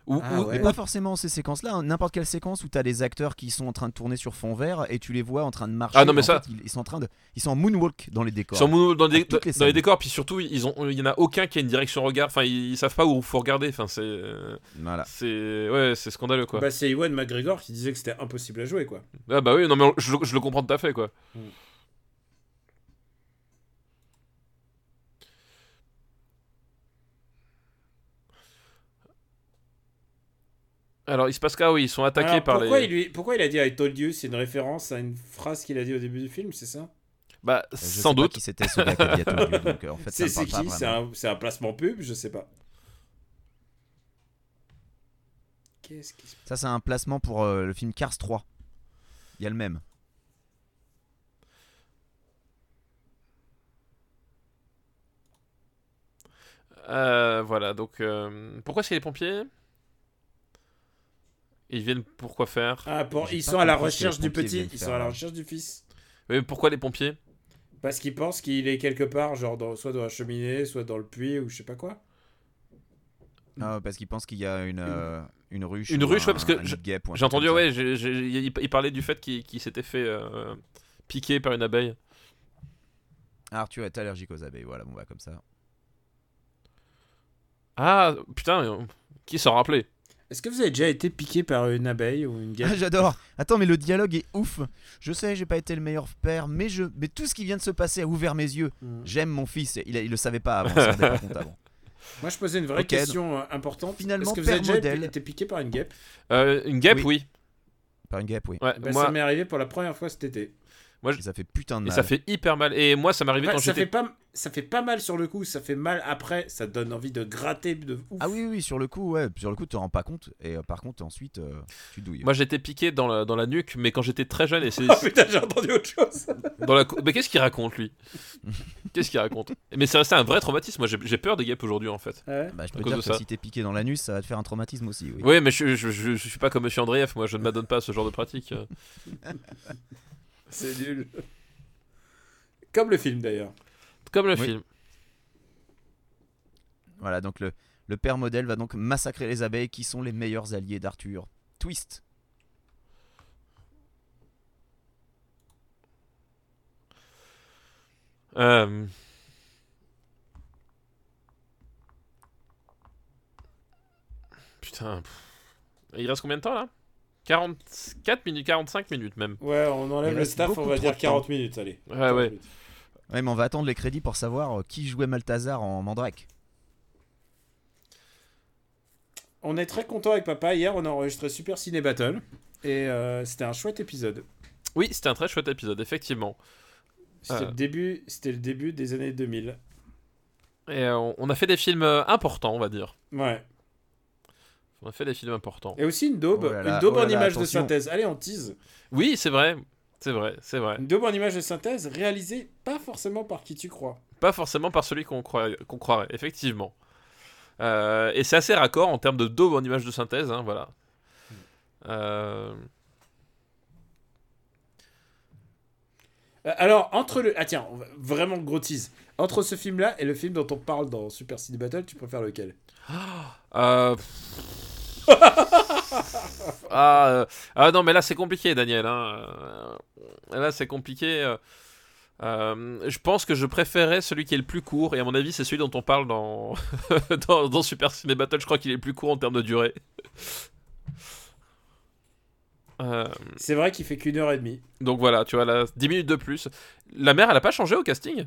B: Ou,
C: Ah
B: ou-
C: ouais.
A: Mais pas forcément ces séquences-là, hein. n'importe quelle séquence où t'as des acteurs qui sont en train de tourner sur fond vert et tu les vois en train de marcher.
B: Ah non, mais
A: en
B: ça-
A: fait, ils, ils sont en train de, ils sont en moonwalk dans les décors.
B: Sur Moon- dans, les,
A: Dans toutes les
B: dans
A: scènes.
B: les décors, puis surtout, ils ont, il y en a aucun qui a une direction regard. Enfin, ils, ils savent pas où faut regarder. Enfin, c'est, euh,
A: Voilà.
B: c'est, ouais, c'est scandaleux quoi.
C: bah, C'est Iwan McGregor qui disait que c'était impossible à jouer quoi.
B: Ah bah oui, non mais on- je, je le comprends tout à fait quoi.
C: Mm.
B: Alors il se passe quoi Oui, ils sont attaqués
C: Alors,
B: par
C: pourquoi,
B: les.
C: il lui- pourquoi il a dit I told you C'est une référence à une phrase qu'il a dit au début du film, c'est ça
B: Bah
A: Euh, Je sais
B: sans
A: pas
B: doute.
A: qui c'était ce gars qui a dit à Tokyo, donc, euh, en
B: *laughs*
A: fait, ça
C: C'est
A: me
C: c'est
A: parle pas
C: qui C'est
A: vraiment.
C: un, c'est un placement pub Je sais pas. Qu'est-ce qui se
A: Ça, c'est un placement pour euh, le film Cars 3. Il y a le même.
B: Euh, voilà donc euh, pourquoi c'est les pompiers Ils viennent pour quoi faire
C: Ah, pour,
A: J'ai
C: ils
A: pas
C: sont à la
A: compris ce que
C: recherche
A: les
C: du
A: pompiers
C: petit,
A: viennent
C: ils
A: faire,
C: sont à la
A: là.
C: recherche du fils.
B: Mais pourquoi les pompiers
C: Parce qu'ils pensent qu'il est quelque part, genre dans- soit dans la cheminée, soit dans le puits, ou je sais pas quoi.
A: Ah, parce qu'il pense qu'il y a une, euh, une ruche.
B: Mm. Une
A: ou
B: ruche,
A: un-
B: ouais, parce que
A: un nid de guêpe ou un
B: J'ai
A: truc
B: entendu,
A: comme ça.
B: ouais, j'ai- j'ai- il il parlait du fait qu'il qu'il s'était fait euh, piquer par une abeille.
A: Ah, Arthur est allergique aux abeilles, voilà, bon, bah, comme ça.
B: Ah, putain, euh, qui s'en rappelait
C: Est-ce que vous avez déjà été piqué par une abeille ou une
A: Ah,
C: guêpe
A: J'adore. Attends, mais le dialogue est ouf. Je sais, j'ai pas été le meilleur père, mais je, mais tout ce qui vient de se passer a ouvert mes yeux.
C: Hmm.
A: J'aime mon fils. Il, a- il le savait pas avant. il s'en rendait pas compte
B: *laughs*
A: avant.
C: Moi, je posais une vraie
A: Ok,
C: question euh, importante.
A: Finalement,
C: Est-ce que vous avez
A: père
C: déjà
A: modèle.
C: été piqué par une guêpe
B: Euh, Une guêpe, oui.
A: Par une guêpe, oui.
B: Ouais,
C: Bah, Ça
B: moi,
C: m'est arrivé pour la première fois cet été.
A: Et ça fait putain de
B: et
A: mal.
B: ça fait hyper mal. Et moi, ça m'arrivait
C: Bah,
B: quand
C: ça, fait
B: j'étais.
C: pas, ça fait pas mal sur le coup, ça fait mal après, ça donne envie de gratter de ouf.
A: Ah oui, oui, oui, sur le coup, ouais. Sur le coup, tu te rends pas compte. Et euh, par contre, ensuite, euh, tu douilles.
B: Moi, j'étais piqué dans la, dans la nuque, mais quand j'étais très jeune, et c'est
C: *laughs* *laughs* Oh putain, j'ai entendu autre chose.
B: dans la. cou- Mais qu'est-ce qu'il raconte lui Qu'est-ce qu'il raconte Mais c'est resté un vrai traumatisme. Moi, j'ai j'ai peur des guêpes aujourd'hui, en fait.
C: Ah Ouais.
A: Bah, je
B: à
A: peux
B: cause
A: dire
B: de
A: que
B: ça.
A: si t'es piqué dans l'anus, ça va te faire un traumatisme aussi. Oui.
B: Oui, mais je, je, je- je suis pas comme Monsieur Andreev. Moi, je ne m'adonne pas à ce genre de pratique. euh.
C: C'est nul. Comme le film d'ailleurs.
B: Comme le
A: Oui.
B: film.
A: Voilà, donc le, le père modèle va donc massacrer les abeilles qui sont les meilleurs alliés d'Arthur. Twist.
B: Euh, Putain. pff. Il reste combien de temps là 44 minutes, 45 minutes même.
C: Ouais, on
A: Il
C: enlève le
A: reste
C: staff,
A: beaucoup
C: on va
A: trop
C: dire
A: de temps.
C: 40 minutes, allez.
B: Ouais, ouais.
A: Ouais, mais on va attendre les crédits pour savoir euh, qui jouait Malthazar en Mandrake.
C: On est très content avec papa. Hier, on a enregistré Super Ciné Battle. Et euh, c'était un chouette épisode.
B: Oui, c'était un très chouette épisode, effectivement.
C: C'était
B: Ah.
C: le début, c'était le début des années 2000.
B: Et euh, on- on a fait des films euh, importants, on va dire.
C: Ouais.
B: On a fait des films importants.
C: Et aussi une daube,
A: Oh là là,
C: une daube
A: oh là
C: en
A: là,
C: image de
A: attention.
C: synthèse. Allez, on tease.
B: Oui, c'est vrai. C'est vrai, c'est vrai.
C: Une daube en image de synthèse réalisée pas forcément par qui tu crois.
B: Pas forcément par celui qu'on croirait, qu'on croirait, effectivement. Euh, et c'est assez raccord en termes de daube en image de synthèse, hein, voilà. Euh,
C: Euh, Alors, entre le. Ah, tiens, on va- vraiment gros tease. Entre ce film-là et le film dont on parle dans Super City Battle, tu préfères lequel
B: euh, pff. ah, euh, ah non, mais là c'est compliqué, Daniel. hein. Euh, Là c'est compliqué. euh. Euh, je pense que je préférais celui qui est le plus court, et à mon avis c'est celui dont on parle dans, *laughs* dans, dans Super Ciné Battle. Je crois qu'il est le plus court en termes de durée. Euh,
C: C'est vrai qu'il fait qu'une heure et demie.
B: Donc voilà, tu vois, là, 10 minutes de plus. La mère, elle a pas changé au casting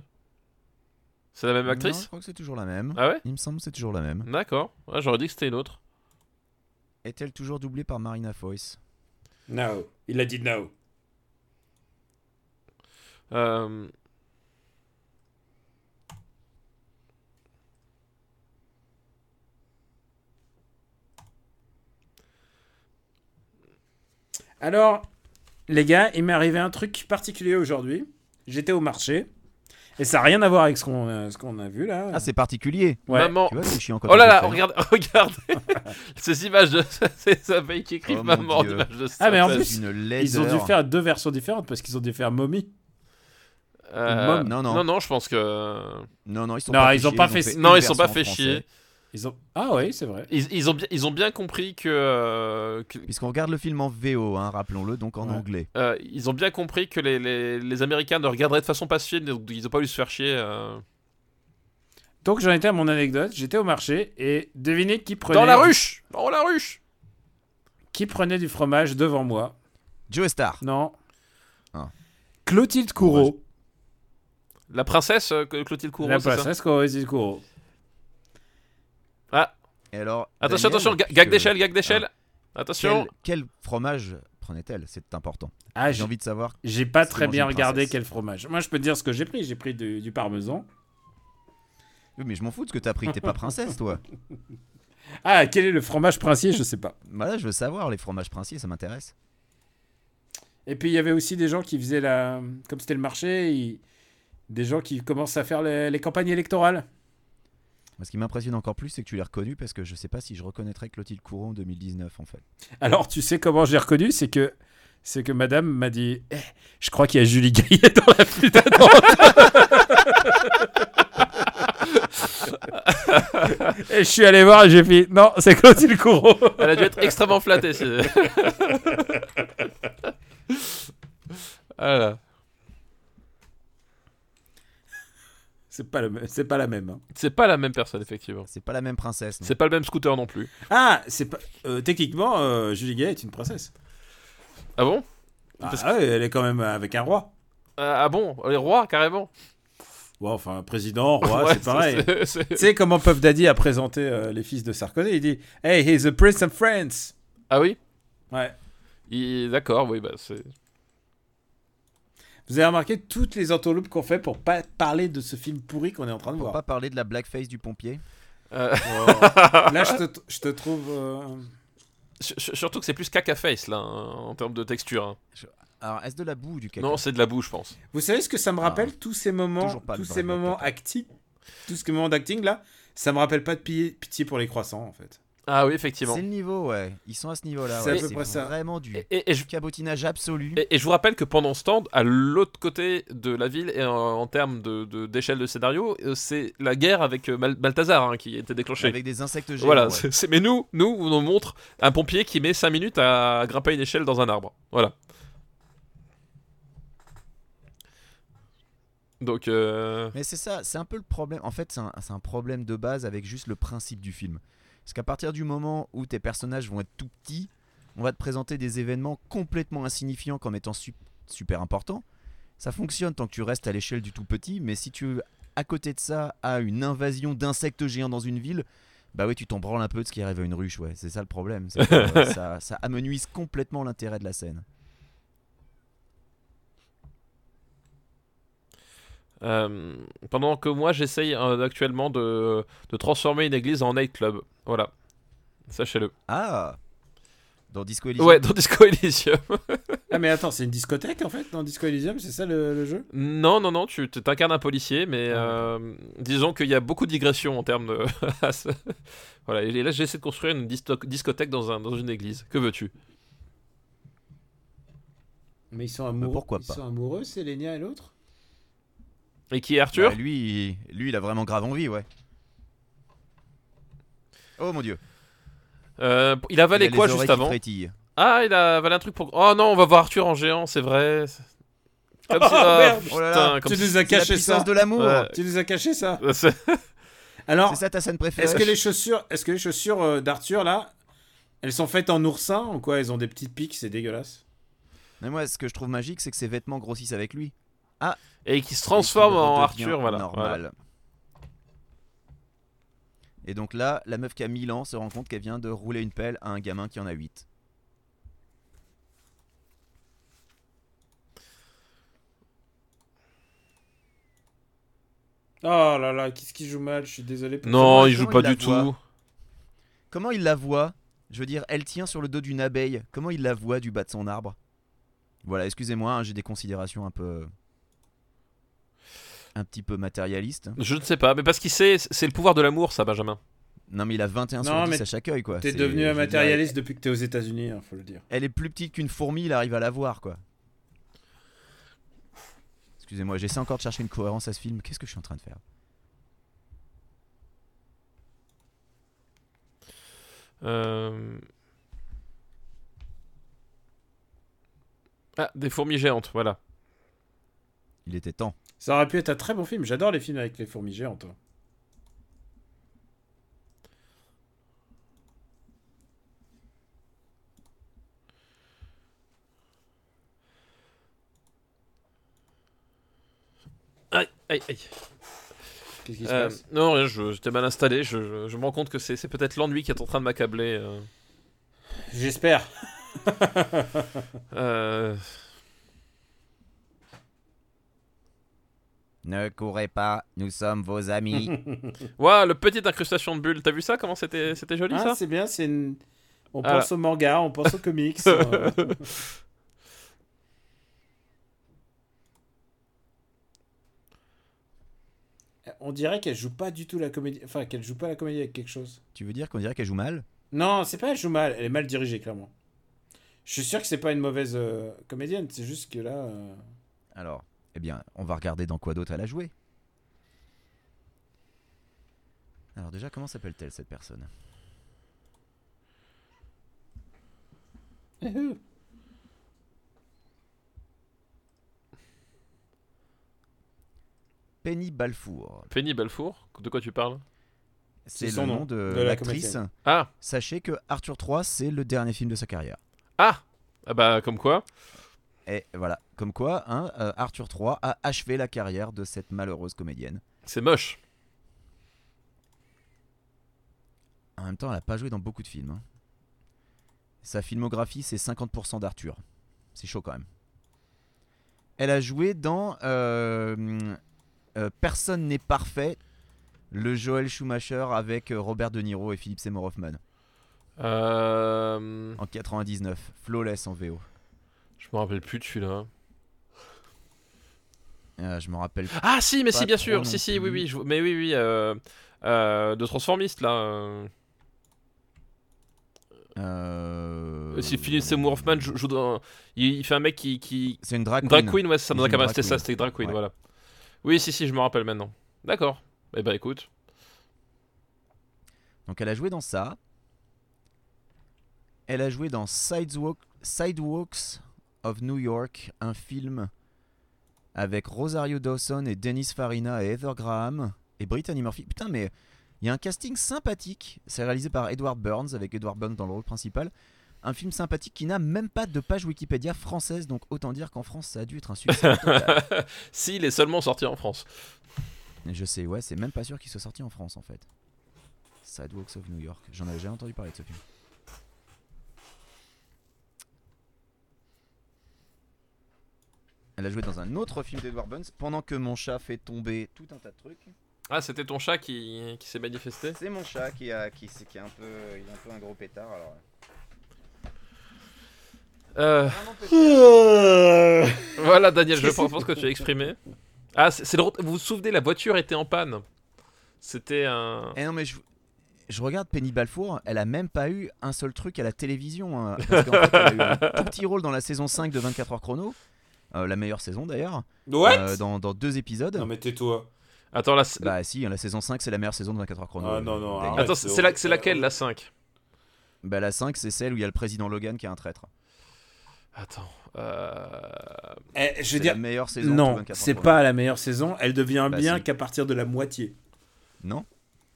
B: C'est la même
A: Non, Je
B: actrice
A: crois que c'est toujours la même.
B: Ah ouais
A: Il me semble que c'est toujours la même.
B: D'accord. Ouais, J'aurais dit que c'était une autre.
A: Est-elle toujours doublée par Marina Foïs
C: No. Il a dit no.
B: Euh,
C: Alors, les gars, il m'est arrivé un truc particulier aujourd'hui. J'étais au marché. Et ça n'a rien à voir avec ce qu'on euh, ce qu'on a vu là.
A: Ah, c'est particulier.
C: Ouais.
B: Maman.
A: Tu vois, c'est chiant quand
B: Oh
A: on
B: là
A: le
B: là,
A: fait.
B: regarde, *laughs* regarde ces images de *laughs* ces abeilles qui écrivent
A: Oh mon
B: maman en
A: Dieu.
B: image de
C: Ah, mais en
B: synthèse.
C: plus,
A: C'est une
C: Ils ont dû
A: laideur.
C: faire deux versions différentes parce qu'ils ont dû faire Mommy.
B: Euh,
A: Mom, non, non.
B: Non, non, je pense que. euh,
A: Non, non, ils sont
C: Non,
A: pas
C: ils
A: fait
C: ont
A: chier,
C: pas fait-
A: une
B: Non, ils sont
A: version
B: pas
A: en
B: fait
A: français.
B: chier.
C: Ils ont... Ah oui, c'est vrai.
B: Ils, ils ont bien, ils ont bien compris que. euh, que-
A: Puisqu'on regarde le film en VO, hein, rappelons-le, donc en
C: Ouais.
A: anglais.
B: euh, ils ont bien compris que les, les, les Américains ne regarderaient de façon passive, donc ils ont pas voulu se faire chier. euh.
C: Donc j'en étais à mon anecdote. J'étais au marché et devinez qui prenait,
B: Dans la ruche Dans la ruche
C: qui prenait du fromage devant moi.
A: Joe Star.
C: Non.
A: Ah.
C: Clotilde Courreau.
B: La princesse euh, que Clotilde Couron,
C: La
B: c'est ça
C: princesse Clotilde Courreau.
B: Ah,
A: Et alors,
B: Attention,
A: Daniel,
B: attention, ga-
A: puisque-
B: gag d'échelle, gag d'échelle.
A: Ah.
B: Attention.
A: Quel, quel fromage prenait-elle C'est important.
C: Ah,
A: J'ai
C: j'ai-
A: envie de savoir.
C: j'ai pas
A: c'est
C: très
A: manger
C: bien
A: une
C: regardé
A: princesse.
C: quel fromage. Moi, je peux te dire ce que j'ai pris. J'ai pris du, du parmesan.
A: Oui, mais je m'en fous de ce que t'as pris. T'es pas princesse, toi.
C: Ah, quel est le fromage princier Je sais pas.
A: Bah là, je veux savoir les fromages princiers, ça m'intéresse.
C: Et puis il y avait aussi des gens qui faisaient la. Comme c'était le marché, ils- des gens qui commencent à faire les, les campagnes électorales.
A: Moi, ce qui m'impressionne encore plus, c'est que tu l'as reconnu parce que je sais pas si je reconnaîtrais Clotilde Couron en 2019, en fait.
C: Alors tu sais comment j'ai reconnu C'est que. C'est que madame m'a dit Eh, Je crois qu'il y a Julie Gaillet dans la file *laughs* d'attente. et je suis allé voir et j'ai fait Non, c'est Clotilde Courreau.
B: *laughs* Elle a dû être extrêmement
A: *laughs*
B: flattée. c'est- *laughs* Ah là,
C: C'est pas, le me- c'est pas la même. hein.
B: C'est pas la même personne, effectivement.
A: C'est pas la même princesse. non.
B: C'est pas le même scooter non plus.
C: Ah, c'est pas. euh, techniquement, euh, Julie Gaillet est une princesse.
B: Ah bon
C: Ah,
B: Parce
C: ouais, elle est quand même avec un roi.
B: Ah ah bon Les rois, carrément.
C: Ouais, enfin, président,
B: *laughs*
C: roi,
B: Ouais,
C: c'est pareil.
B: c'est- c'est-
C: Tu sais comment Puff Daddy a présenté euh, les fils de Sarkozy Il dit Hey, he's the prince of France.
B: Ah oui
C: Ouais.
B: Il- D'accord, oui, bah c'est.
C: Vous avez remarqué toutes les entourloupes qu'on fait pour pas parler de ce film pourri qu'on est en train de
A: Faut
C: voir.
A: pas parler de la blackface du pompier.
B: Euh, *laughs*
C: *laughs* Là, je te, je te trouve. euh,
B: su- su- surtout que c'est plus caca face là, hein, en termes de texture. hein.
A: Alors, est-ce de la boue ou du caca
B: Non, c'est de la boue, je pense.
C: Vous savez ce que ça me rappelle Tous ces moments,
A: Ah, Toujours pas
C: tous
A: de
C: ces
A: Brad
C: moments
A: Pitt.
C: acting, tous ces moments d'acting là, ça me rappelle pas de pi- pitié pour les croissants en fait.
B: Ah oui, effectivement.
A: C'est le niveau, ouais. Ils sont à ce niveau-là.
C: C'est à
A: ouais.
C: peu près ça.
A: Vraiment du
B: Et- et- et je
A: cabotinage absolu.
B: Et, et je vous rappelle que pendant ce temps, à l'autre côté de la ville, et en, en termes d'échelle de, d'échelle de scénario, euh, c'est la guerre avec euh, Mal- Balthazar hein, qui était déclenchée.
A: Avec des insectes géants.
B: voilà,
A: ouais.
B: c'est- c'est- mais nous, nous, on nous montre un pompier qui met 5 minutes à grimper une échelle dans un arbre. Voilà. Donc, euh,
A: Mais c'est ça, c'est un peu le problème. En fait, c'est un, c'est un problème de base avec juste le principe du film. Parce qu'à partir du moment où tes personnages vont être tout petits, on va te présenter des événements complètement insignifiants comme étant sup- super importants. Ça fonctionne tant que tu restes à l'échelle du tout petit, mais si tu, à côté de ça, as une invasion d'insectes géants dans une ville, Bah oui, tu t'en branles un peu de ce qui arrive à une ruche, ouais. C'est ça le problème. c'est que, euh, ça, ça amenuise complètement l'intérêt de la scène.
B: Euh, pendant que moi j'essaye euh, actuellement de, de transformer une église en nightclub. Voilà. Sachez-le.
A: Ah Dans Disco Elysium
B: Ouais, dans Disco Elysium. *laughs*
C: Ah, mais attends, c'est une discothèque en fait dans Disco Elysium, c'est ça le, le jeu
B: Non, non, non, tu tu t'incarnes un policier, mais
C: Ah,
B: euh, disons qu'il y a beaucoup de digressions en termes de. *laughs* à ce- voilà, et là j'essaie de construire une disto- discothèque dans, un, dans une église. Que veux-tu
C: Mais ils sont amoureux.
A: pourquoi
C: ils
A: pas
C: sont amoureux, Sélénia et l'autre
B: Et qui est Arthur
A: Bah, lui, il- lui, il a vraiment grave envie, ouais. Oh mon dieu.
B: Euh, Il a avalé
A: Il a
B: quoi
A: les oreilles
B: juste
A: qui
B: avant
A: frétillent.
B: Ah, il a avalé un truc pour. Oh non, on va voir Arthur en géant, c'est vrai. C'est- Comme
D: Oh,
B: si- ah,
D: merde.
A: Oh là là,
B: putain, Euh, comme
D: Tu
B: si-
D: nous as
A: C'est la
D: caché
A: puissance
D: ça.
A: de l'amour.
B: Ouais.
C: Tu nous as caché ça
B: C'est-
C: Alors,
A: C'est ça ta scène préférée
C: est-ce que les chaussures, est-ce que les chaussures euh, d'Arthur là, elles sont faites en oursin ou quoi Elles ont des petites piques, c'est dégueulasse.
A: Mais moi, ce que je trouve magique, c'est que ses vêtements grossissent avec lui.
B: *laughs* Et
A: Et
B: qui se
A: qu'il
B: transforme en
A: redevient
B: Arthur, voilà.
A: Normal. Et donc là, la meuf qui a 1000 ans se rend compte qu'elle vient de rouler une pelle à un gamin qui en a 8.
C: Oh là là, qu'est-ce qui joue mal Je suis désolé. Pour
B: Non,
A: Comment
B: il
A: les
B: joue
A: gens,
B: pas
A: ils la
B: du tout.
A: voient Comment il la voit Je veux dire, elle tient sur le dos d'une abeille. Comment il la voit du bas de son arbre Voilà, excusez-moi, hein, j'ai des considérations un peu. un petit peu matérialistes.
B: Je ne sais pas, mais parce qu'il sait, c'est le pouvoir de l'amour, ça, Benjamin.
A: Non, mais il a 21
C: Non,
A: sur 10
C: mais
A: à chaque œil, quoi.
C: T'es
A: C'est-
C: devenu
A: je
C: un
A: veux dire,
C: matérialiste depuis que t'es aux États-Unis, hein, faut le dire.
A: Elle est plus petite qu'une fourmi, il arrive à la voir, quoi. Excusez-moi, j'essaie encore de chercher une cohérence à ce film. Qu'est-ce que je suis en train de faire
B: Euh. Ah, des fourmis géantes, voilà.
A: Il était temps.
C: Ça aurait pu être un très bon film. J'adore les films avec les fourmis géantes. hein.
B: Aïe, aïe, aïe.
C: Qu'est-ce qui se
B: Euh,
C: passe
B: non, rien, je- j'étais mal installé, je, je- je me rends compte que c'est c'est peut-être l'ennui qui est en train de m'accabler. euh.
C: J'espère.
B: Euh,
A: Ne courez pas, nous sommes vos
C: *laughs*
A: amis.
B: Waouh, le petite incrustation de bulles, t'as vu ça Comment c'était c'était joli
C: Ah,
B: ça
C: c'est bien, c'est une- On
B: Ah.
C: pense au manga, on pense aux
B: *laughs*
C: comics. euh. *laughs* on dirait qu'elle joue pas du tout la comédie. Enfin, qu'elle joue pas la comédie avec quelque chose.
A: tu veux dire qu'on dirait qu'elle joue mal
C: Non, c'est pas elle joue mal, elle est mal dirigée, clairement. Je suis sûr que c'est pas une mauvaise euh, comédienne, c'est juste que là. euh,
A: Alors, eh bien, on va regarder dans quoi d'autre elle a joué. Alors déjà, comment s'appelle-t-elle cette personne
C: eh, euh.
A: Penny Balfour.
B: Penny Balfour De quoi tu parles
A: C'est
C: C'est
A: le
C: son
A: nom
C: nom,
A: de,
C: de la
A: l'actrice.
B: Ah,
A: Sachez que Arthur 3, c'est le dernier film de sa carrière.
B: ah Ah bah, comme quoi
A: Et voilà, comme quoi, hein, euh, Arthur 3 a achevé la carrière de cette malheureuse comédienne.
B: C'est moche.
A: En même temps, elle n'a pas joué dans beaucoup de films. hein. Sa filmographie, c'est 50% d'Arthur. C'est chaud quand même. Elle a joué dans euh, hum, euh, Personne n'est parfait, le Joel Schumacher avec euh, Robert De Niro et Philippe Seymour Hoffman
B: Euh,
A: en 99. Flawless en VO.
B: Je me rappelle plus de celui-là.
A: Euh, je me rappelle.
B: Ah si, mais
A: Pas
B: si, bien
A: trop
B: sûr.
A: non
B: Si, si, oui,
A: plus.
B: oui. je- Mais oui, oui. euh, euh, de transformiste là. euh.
A: euh,
B: Si Philippe Seymour Hoffman joue, joue dans- il, il fait un mec qui, qui...
A: C'est une drag queen.
B: Drag Queen, ouais, c'est ça,
A: Il
B: dans la
A: joue
B: caméra,
A: Drag
B: c'était ça,
A: Queen.
B: c'était Drag Queen,
A: Ouais.
B: voilà. Oui, si, si, je me rappelle maintenant. D'accord. Eh bah écoute.
A: Donc elle a joué dans ça. Elle a joué dans Sidewalk- Sidewalks of New York, un film avec Rosario Dawson et Dennis Farina et Heather Graham et Brittany Murphy. Putain, mais il y a un casting sympathique. C'est réalisé par Edward Burns, avec Edward Burns dans le rôle principal. Un film sympathique qui n'a même pas de page Wikipédia française, donc autant dire qu'en France ça a dû être un succès. total.
B: S'il est seulement sorti en France.
A: Je sais, ouais, c'est même pas sûr qu'il soit sorti en France en fait. Sidewalks of New York. J'en avais jamais entendu parler de ce film. Elle a joué dans un autre film d'Edward Burns pendant que mon chat fait tomber tout un tas de trucs.
B: Ah, c'était ton chat qui, qui s'est manifesté
A: C'est mon chat qui a qui, qui a un peu il a un peu un gros pétard alors.
B: Euh,
A: Ah non, peut-être.
D: Euh,
B: Voilà, Daniel, je pense que tu as exprimé. Ah, c'est c'est le... retour- Vous vous souvenez, la voiture était en panne. C'était un.
A: Eh non mais je je regarde Penny Balfour, elle a même pas eu un seul truc à la télévision. hein, parce qu'en fait, elle a eu un tout petit rôle dans la saison 5 de 24 heures chrono, euh, la meilleure saison d'ailleurs,
F: What
A: euh, dans, dans deux épisodes.
F: Non mais tais-toi.
B: Attends, la...
A: Bah si, hein, la saison 5 c'est la meilleure saison de 24 heures chrono.
F: Ah, non, non,
A: D'ailleurs.
F: arrête.
B: Attends, c'est c'est la... c'est laquelle, la 5
A: Bah la 5 c'est celle où il y a le président Logan qui est un traître.
B: Attends. euh,
C: Eh, je
A: C'est
C: veux dire,
A: la meilleure saison de
C: non,
A: 24 heures
C: c'est
A: chrono.
C: pas la meilleure saison. Elle devient
A: Bah,
C: bien
A: si.
C: qu'à partir de la moitié.
A: Non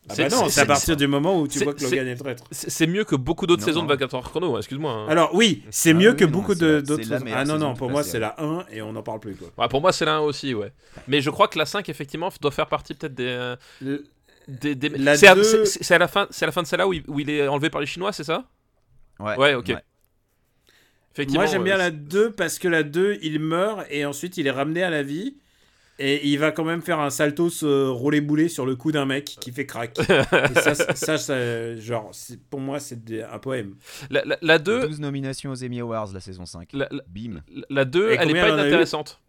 C: Ah
B: C'est-
C: bah non,
B: c'est-
C: c'est à
B: c'est-
C: partir du moment où tu
B: c'est-
C: vois que
B: c'est-
C: Logan est le traître.
B: C'est c'est mieux que beaucoup d'autres
A: Non,
B: saisons de
A: non.
B: 24 heures chrono, hein, excuse-moi. hein.
C: Alors oui, c'est
A: Ah
C: mieux
A: oui,
C: que
A: non,
C: beaucoup
A: c'est
C: de-
A: la-
C: d'autres
A: c'est la
C: saisons.
A: meilleure
C: Ah non,
A: saison
C: non,
A: de
C: pour
A: la
C: moi
A: série.
C: c'est la 1 et on n'en parle plus quoi.
B: Ouais, pour moi, c'est la 1 aussi, ouais. Mais je crois que la 5, effectivement, doit faire partie peut-être des. euh, des, des-
C: La
B: C'est à,
C: deux-
B: c'est- c'est- c'est à la fin, c'est à la fin de celle-là où il, où il est enlevé par les Chinois, c'est ça
A: Ouais,
B: Ouais, ok. Effectivement.
C: Moi j'aime bien
B: euh,
C: la 2 parce que la 2 il meurt et ensuite il est ramené à la vie et il va quand même faire un saltos euh, roulé boulé sur le cou d'un mec qui
B: *laughs*
C: fait crack. et ça, ça, ça, ça, genre c'est- pour moi c'est des- un poème.
B: La, la, la 2,
A: 12 nominations aux Emmy Awards la saison 5.
B: la, la-
A: Bim.
B: la 2,
C: Et
B: elle est
C: combien
B: pas
C: elle en a eu
B: inintéressante.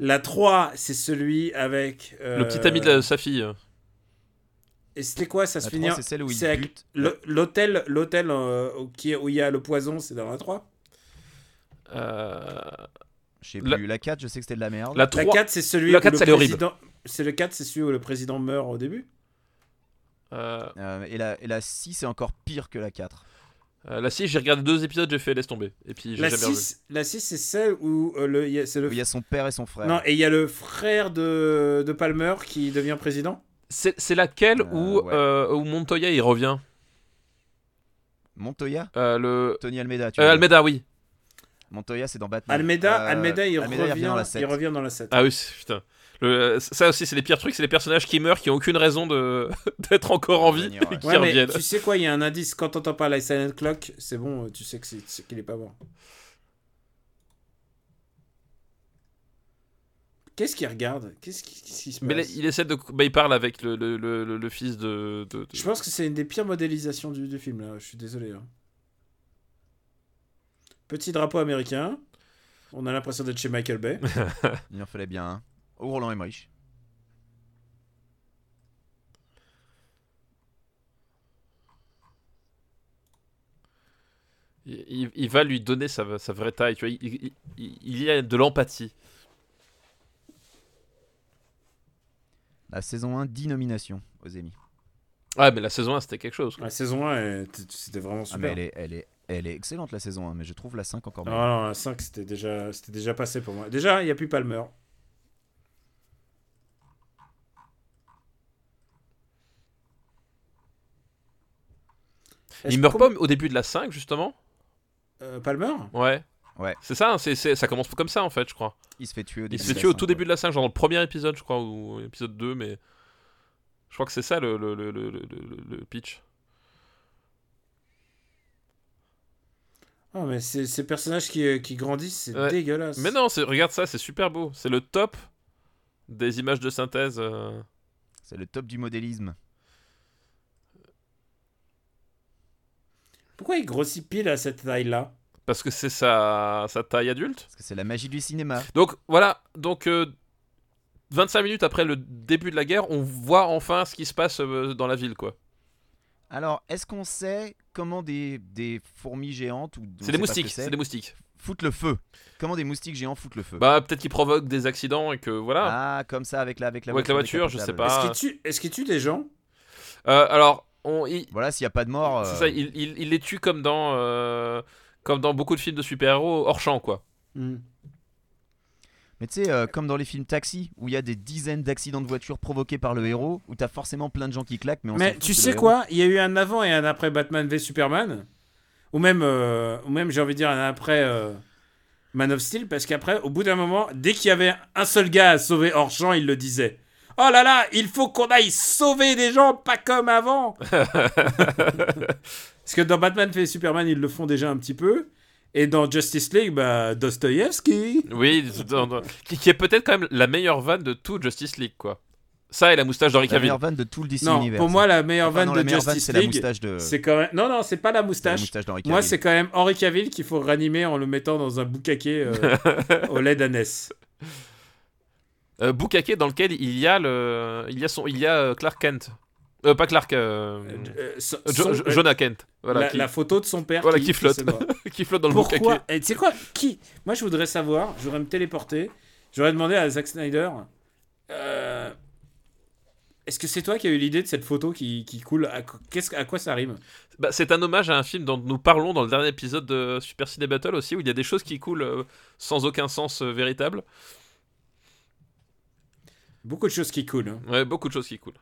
C: La 3 c'est celui avec euh,
B: Le petit ami de la- sa fille. euh.
C: Et c'était quoi ça se
A: La
C: finit
A: 3 c'est celle où il
C: c'est avec
A: bute.
C: le- l'hôtel l'hôtel euh, au- qui- où il y a le poison c'est dans la 3.
B: Euh,
A: Je sais
B: la-
A: plus. La 4 je sais que c'était de la merde.
B: la
C: La
B: 3.
C: 4, c'est celui
B: La
C: où
B: quatre,
C: le
B: ça, elle est horrible.
C: président... C'est le 4, c'est celui où le président meurt au début
B: euh,
A: Euh, et, la, et la 6 c'est encore pire que la 4.
B: euh, la 6, j'ai regardé deux épisodes, j'ai fait laisse tomber. Et puis j'ai
C: La
B: jamais revu.
C: 6, la 6 c'est celle où euh, le... il y a- c'est le...
A: Où il y a son père et son frère.
C: Non, et il y a le frère de, de Palmer qui devient président
B: C'est c'est laquelle
A: Euh,
B: où,
A: ouais.
B: euh, où Montoya il revient
A: Montoya
B: Euh, le...
A: Tony Almeida. Tu
B: euh,
A: veux dire.
B: Almeida, oui.
A: Montoya c'est dans Batman.
C: Almeida,
A: Euh,
C: Almeida, il,
A: revient dans la
C: revient, il
A: 7.
C: revient dans la 7.
B: Ah oui, c'est- putain. Le, euh, ça aussi, c'est les pires trucs, c'est les personnages qui meurent, qui ont aucune raison de *laughs* d'être encore en vie
A: Revenir, ouais.
B: et qui
C: Ouais, mais
B: reviennent.
C: tu sais quoi, il y a un indice, quand t'entends pas la Silent Clock, c'est bon, euh, tu sais que c'est- c'est qu'il est pas mort. Qu'est-ce qu'il regarde Qu'est-ce qui, qu'est-ce qui se passe
B: Mais là, il essaie de. Bah, il parle avec le, le, le, le- le fils de. de- de-
C: Je pense que c'est une des pires modélisations du, du film, là. Je suis désolé. hein. Petit drapeau américain. On a l'impression d'être chez
B: *laughs*
C: Michael Bay.
A: Il en fallait bien un. Au Roland Emmerich.
B: Il, il- il va lui donner sa, sa vraie taille, tu vois. Il, il- il- il y a de l'empathie.
A: La saison 1 10 nominations aux Emmy.
B: Ah, mais la saison 1, c'était quelque chose. quoi.
C: La saison 1, elle était- c'était vraiment
A: Ah, mais
C: super.
A: elle est, elle, est, elle est excellente la saison 1 mais je trouve la 5 encore
C: Non,
A: meilleure.
C: non, la 5, c'était déjà, c'était déjà passé pour moi. Déjà, il n'y a plus Palmer. Est-ce
B: Il meurt
C: qu'on-
B: pas au début de la 5, justement
C: Euh, Palmer
B: Ouais.
A: Ouais.
B: C'est ça, hein, c'est- c'est- ça commence comme ça, en fait, je crois.
A: Il se fait tuer au
B: Il
A: début.
B: se fait
A: de la
B: tuer au
A: cinq,
B: tout
A: ouais.
B: début de la 5, genre dans le premier épisode, je crois, ou épisode 2, mais. Je crois que c'est ça le, le, le, le, le- le- le pitch.
C: Ah, mais c'est- ces personnages qui, qui grandissent, c'est
B: Ouais.
C: dégueulasse.
B: Mais non, c'est- regarde ça, c'est super beau. C'est le top des images de synthèse. euh.
A: C'est le top du modélisme.
C: Pourquoi il grossit pile à cette taille-là
B: Parce que c'est sa, sa taille adulte.
A: Parce que c'est la magie du cinéma.
B: Donc voilà, donc euh, 25 minutes après le début de la guerre, on voit enfin ce qui se passe euh, dans la ville, quoi.
A: Alors, est-ce qu'on sait comment des, des fourmis géantes ou on
B: C'est
A: sait
B: des
A: pas ce
B: moustiques,
A: que
B: c'est des moustiques.
A: foutent le feu Comment des moustiques géants foutent le feu
B: Bah peut-être qu'ils provoquent des accidents et que voilà.
A: Ah, comme ça avec la avec la
B: Avec la voiture, je
A: décapotable.
B: sais pas.
C: Est-ce
B: Ah.
C: qu'il tue, est-ce qu'il tue des gens
B: Euh, alors, on, il-
A: Voilà, s'il n'y a pas de mort.
B: c'est
A: euh,
B: ça, il, il- il les tue comme dans, euh, comme dans beaucoup de films de super-héros hors champ, quoi.
C: Hmm.
A: Mais tu sais, euh, comme dans les films Taxi, où il y a des dizaines d'accidents de voiture provoqués par le héros, où t'as forcément plein de gens qui claquent, mais on s'en
C: Mais
A: fout,
C: tu
A: c'est
C: sais
A: le
C: quoi Il y a eu un avant et un après Batman v Superman. Ou même, euh, ou même j'ai envie de dire, un après euh, Man of Steel. Parce qu'après, au bout d'un moment, dès qu'il y avait un seul gars à sauver hors champ, il le disait. Oh là là, il faut qu'on aille sauver des gens, pas
A: *laughs*
C: comme avant. Parce que dans Batman fait Superman, ils le font déjà un petit peu. Et dans Justice League, bah, Dostoïevski.
B: Oui, dans- dans- qui, qui est peut-être quand même la meilleure vanne de tout Justice League, quoi. Ça et la moustache d'Henri
A: La
B: Cavill.
A: meilleure vanne de tout le DC
C: Non,
A: Universe.
C: pour moi, la meilleure
A: Enfin,
C: vanne
A: non,
C: de
A: la meilleure vanne,
C: Justice
A: c'est la
C: League,
A: moustache de.
C: c'est quand même. Non, non, c'est pas la
A: c'est la
C: moustache.
A: moustache d'Henri
C: Moi,
A: Cavill.
C: c'est quand même Henri Cavill qu'il faut ranimer en le mettant dans un boucaquet euh,
B: *laughs*
C: au lait d'ânesse.
B: Euh, Bukake dans lequel il y a le, il y a son, il y a euh, Clark Kent. Euh, pas Clark, euh,
C: Euh, euh, son-
B: Jo-
C: son-
B: Jo- Jonah Kent. Voilà,
C: la,
B: qui,
C: la photo de son père
B: Voilà, qui flotte.
C: se voit.
B: *laughs* qui flotte *laughs* dans le
C: Pourquoi
B: Bukake.
C: Et tu sais quoi Qui Moi, je voudrais savoir, j'aurais me téléporté, j'aurais demandé à Zack Snyder euh, Est-ce que c'est toi qui as eu l'idée de cette photo qui, qui coule à, qu- qu'est-ce- à quoi ça rime
B: Bah, c'est un hommage à un film dont nous parlons dans le dernier épisode de Super Ciné Battle aussi, où il y a des choses qui coulent euh, sans aucun sens euh, véritable.
C: Beaucoup de choses qui coulent. hein.
B: Ouais, beaucoup de choses qui coulent.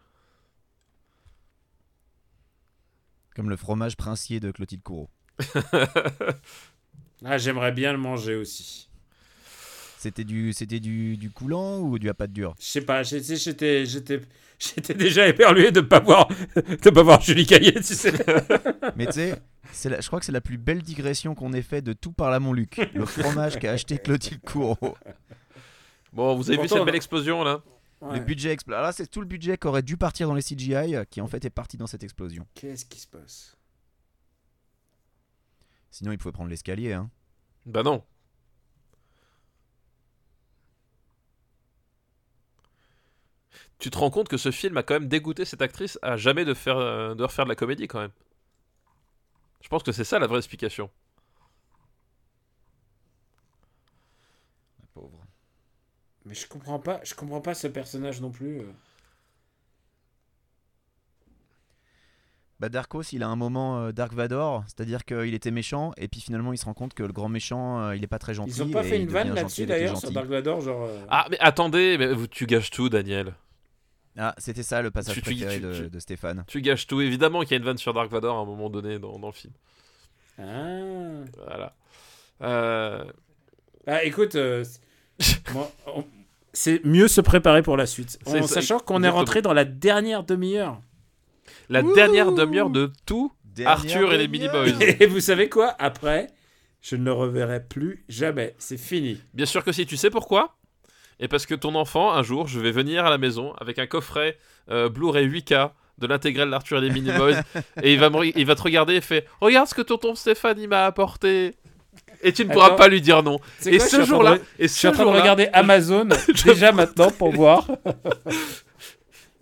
A: Comme le fromage princier de Clotilde Courau.
C: Ah, j'aimerais bien le manger aussi.
A: C'était du, c'était du, du coulant ou du à pâte
C: *laughs*
A: dure
C: Je sais pas, j'ai- tu sais, j'étais, j'étais, *laughs* j'étais déjà éperlué de pas voir, *laughs* de pas voir Julie Caillet, tu sais.
A: Mais tu sais, c'est la- je crois que c'est la plus belle digression qu'on ait fait de tout par la Montluc. Le fromage qu'a acheté Clotilde Courau.
B: Bon, vous avez vu
C: Pourtant,
B: cette
C: on a-
B: belle explosion là
C: Ouais.
A: Le budget expl- Alors là, c'est tout le budget qui aurait dû partir dans les CGI euh, qui en fait est parti dans cette explosion.
C: Qu'est-ce qui se passe
A: Sinon, il pouvait prendre l'escalier. Hein.
B: Bah non. Tu te rends compte que ce film a quand même dégoûté cette actrice à jamais de, faire, euh, de refaire de la comédie quand même. Je pense que c'est ça la vraie explication.
A: Ah, pauvre.
C: Mais je comprends pas, je comprends pas ce personnage non plus. euh.
A: Bah Darkos, il a un moment euh, Dark Vador, c'est-à-dire qu'il était méchant et puis finalement il se rend compte que le grand méchant, euh, il est pas très gentil.
C: Ils ont pas
A: et
C: fait
A: il
C: une vanne
A: devient
C: là-dessus
A: gentil avec les
C: d'ailleurs sur
A: gentils.
C: Dark Vador, genre. euh,
B: Ah mais attendez, mais vous- tu gâches tout Daniel.
A: Ah, c'était ça le passage
B: Tu- tu-
A: préféré
B: tu-
A: de,
B: tu-
A: de Stéphane.
B: Tu gâches tout. Évidemment qu'il y a une vanne sur Dark Vador à un moment donné dans, dans le film.
C: ah.
B: Voilà. Euh,
C: Ah, écoute, euh,
B: *laughs*
C: c'est- moi, on- c'est mieux se préparer pour la suite.
B: C'est
C: En
B: ça,
C: sachant qu'on est
B: exactement.
C: rentré dans la dernière demi-heure.
B: la
A: Wouhou
B: dernière demi-heure de tout. Arthur et les Billy
A: Mini
B: Boys.
C: Et vous savez quoi Après, je ne le reverrai plus jamais. C'est fini.
B: Bien sûr que si. Tu sais pourquoi Et parce que ton enfant, un jour, je vais venir à la maison avec un coffret euh, Blu-ray 8K de l'intégrale d'Arthur et les Mini Boys
C: *laughs*
B: et il va, me re- il va te regarder et fait Regarde ce que tonton Stéphane il m'a apporté Et tu ne pourras
C: Attends.
B: pas lui dire non.
C: C'est
B: Et
C: quoi, je
B: ce
C: suis en train
B: jour-là,
C: de-
B: et
C: Je suis
B: ce
C: en train de
B: jour-là,
C: regarder
B: *laughs*
C: Amazon déjà maintenant pour voir.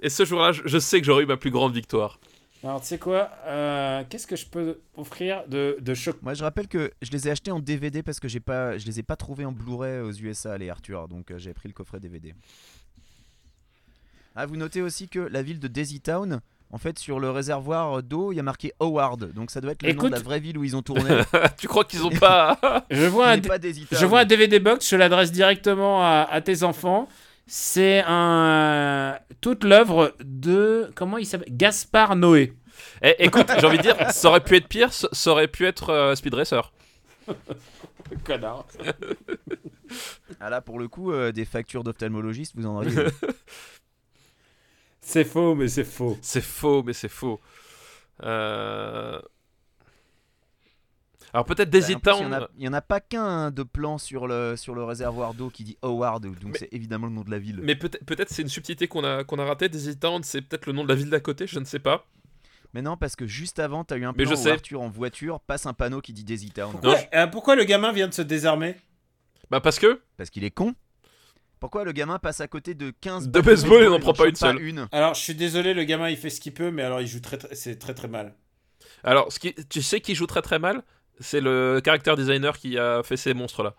B: et ce jour-là, je, je sais que j'aurai eu ma plus grande victoire. *laughs*
C: Alors, tu sais quoi euh, Qu'est-ce que je peux offrir de, de choc
A: *laughs* Moi, je rappelle que je les ai achetés en DVD parce que j'ai pas, je les ai pas trouvés en Blu-ray aux USA, les Arthur. Donc, euh, j'ai pris le coffret DVD. Ah, vous notez aussi que la ville de Daisy Town, en fait, sur le réservoir d'eau, il y a marqué Howard. Donc, ça doit être le nom
C: Écoute-
A: de la vraie ville où ils ont tourné.
B: *laughs* Ah, tu crois qu'ils ont pas.
C: Je vois
A: Ce
C: un,
A: n'est pas Daisy Town.
C: Je vois un DVD box, je l'adresse directement à, à tes enfants. C'est un toute l'œuvre de comment il s'appelle Gaspard Noé.
B: Eh, écoute, j'ai envie de dire, ça aurait pu être pire, ça ça aurait pu être euh, Speed Racer.
C: Connard.
A: Ah là, pour le coup, euh, des factures d'ophtalmologiste, vous en auriez. euh,
C: C'est faux, mais c'est faux.
B: C'est faux, mais c'est faux. Euh, Alors peut-être *laughs* Daisy
A: Bah, en plus,
B: Town.
A: Il y en a- il y en, a pas qu'un hein, de plan sur le, sur le réservoir d'eau qui dit Howard. Donc,
B: Mais-
A: c'est évidemment le nom de la ville.
B: Mais peut-être peut-être c'est une subtilité qu'on a, qu'on a ratée. Daisy Town, c'est peut-être le nom de la ville d'à côté, je ne sais pas.
A: Mais non, parce que juste avant, t'as eu un
B: Mais
A: plan
B: je
A: où
B: sais.
A: Arthur en voiture passe un panneau qui dit Daisy Town.
B: Non, je-
C: Euh, pourquoi le gamin vient de se désarmer
B: Bah parce que.
A: Parce qu'il est con. Pourquoi le gamin passe à côté de 15
B: De
A: balles
B: baseball et n'en prend pas une
A: chope
B: seule.
C: Alors je suis désolé, le gamin il fait ce qu'il peut, mais alors il joue très, très c'est très très mal.
B: Alors ce qui... tu sais qui joue très très mal C'est le caractère designer qui a fait ces
A: *laughs*
B: monstres là.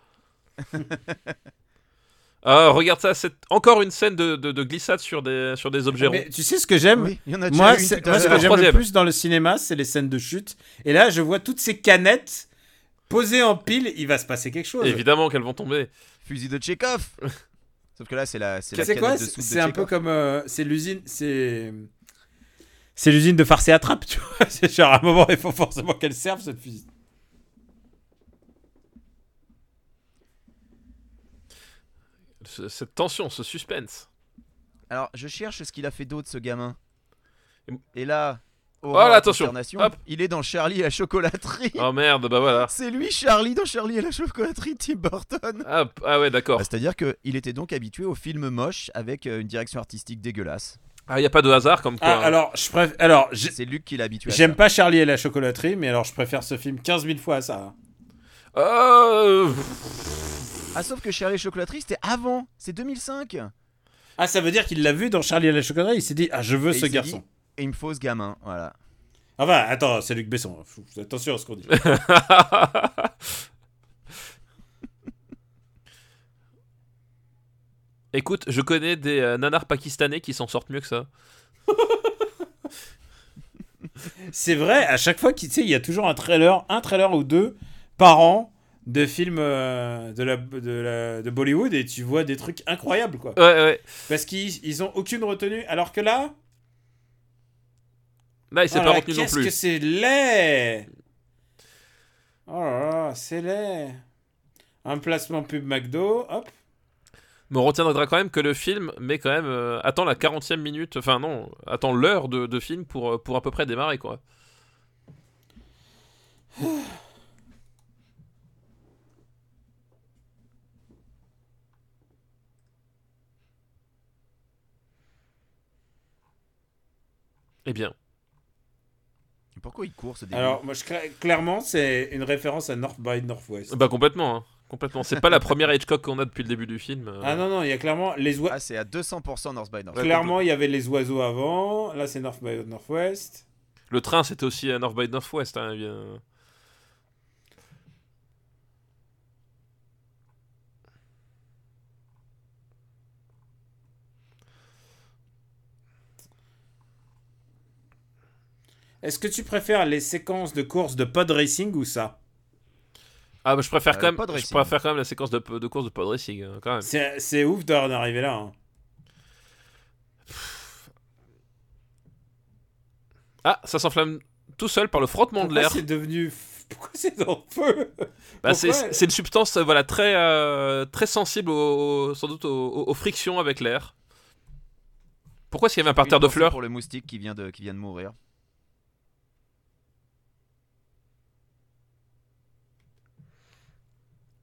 B: ah regarde ça, c'est encore une scène de, de- de glissade sur des, sur des
A: Ah,
B: objets ronds.
C: Mais tu sais ce que j'aime
A: Oui, il y en a déjà
C: Moi,
A: une
C: c'est-
A: tout à
C: moi, ce que
A: l'heure.
B: j'ai-
C: j'aime le
B: Troisième.
C: plus dans le cinéma, c'est les scènes de chute. Et là, je vois toutes ces canettes posées en pile. Il va se passer quelque chose.
B: Évidemment qu'elles vont tomber.
A: Fusil de
B: *laughs*
A: Tchekhov Sauf que là, c'est la. C'est la
C: C'est
A: canette
C: quoi
A: de soupe de
C: C'est un peu
A: Tchekhov.
C: comme. euh, c'est l'usine. C'est. C'est l'usine de farce et attrape, tu vois. *laughs* C'est genre à un moment, il faut forcément qu'elle serve cette fusil.
B: Ce- Cette tension, ce suspense.
A: Alors, je cherche ce qu'il a fait d'autre, ce gamin.
B: Et m-
A: Et là. Oh
B: là, attention. Hop.
A: Il est dans Charlie et la chocolaterie.
B: Oh merde,
A: *laughs*
B: bah voilà.
A: C'est lui, Charlie, dans Charlie et la chocolaterie, Tim Burton.
B: Ah, p- ah ouais, d'accord.
A: Bah, C'est-à-dire qu'il était donc habitué aux films moches avec euh, une direction artistique dégueulasse.
B: Ah, y a pas de hasard comme quoi.
C: Ah, alors, je préf... alors j'ai-
A: C'est Luc qui l'a habitué. à
C: j'aime
A: ça.
C: pas Charlie et la chocolaterie, mais alors je préfère ce film 15 000 fois à ça. hein.
B: Euh, *laughs*
A: Ah, sauf que Charlie et la chocolaterie, c'était avant. C'est 2005.
C: Ah, ça veut dire qu'il l'a vu dans Charlie et la chocolaterie, il s'est dit, ah, je veux
A: Et
C: ce
A: il s'est
C: garçon.
A: dit, Et il me faut ce gamin. Voilà.
C: Enfin, attends, c'est Luc Besson. hein. Fou, Attention à ce qu'on dit. *laughs*
B: Écoute, je connais des euh, nanars pakistanais qui s'en sortent mieux que ça.
C: c'est vrai, à chaque fois qu'il tu sais, il y a toujours un trailer, un trailer ou deux par an de films euh, de, la, de, la- de Bollywood et tu vois des trucs incroyables, quoi.
B: Ouais, ouais.
C: Parce qu'ils ils ont aucune retenue, alors que là,
B: Là, il s'est
C: oh
B: pas
C: là,
B: retenu non
C: qu'est-ce que
B: plus.
C: c'est laid Oh là là, c'est laid. Un placement pub McDo, hop.
B: Mais on retiendra quand même que le film met quand même. euh, attends la 40e minute. Enfin, non, attends l'heure de, de film pour, euh, pour à peu près démarrer, quoi. Eh bien,
A: Et Pourquoi il court ce début
C: Alors, moi, je, cla- clairement, c'est une référence à North by Northwest.
B: bah complètement, hein. complètement. C'est pas la première Hitchcock qu'on a depuis le début du film. euh.
C: Ah non, non, il y a clairement les oiseaux.
A: Ah, c'est à 200% North by North.
C: clairement, il y avait les oiseaux avant. Là, c'est North by Northwest.
B: Le train, c'était aussi à North by Northwest. Hein, eh bien.
C: Est-ce que tu préfères les séquences de course de pod racing ou ça
B: Ah, bah, je préfère
A: Euh,
B: quand même.
A: pod
B: Je
A: racing.
B: préfère quand même la séquence de, de course de pod racing, hein, quand même.
C: C'est c'est ouf d'en arriver là. hein.
B: Ah, ça s'enflamme tout seul par le frottement de
C: Pourquoi
B: l'air.
C: c'est devenu. Pourquoi c'est dans le feu
B: Bah, c'est
C: pourquoi-
B: c'est une substance euh, voilà, très, euh, très sensible au, au- sans doute au- au- aux, frictions avec l'air. Pourquoi s'il y avait un parterre de fleurs
A: Pour le moustique qui vient de, qui vient de mourir.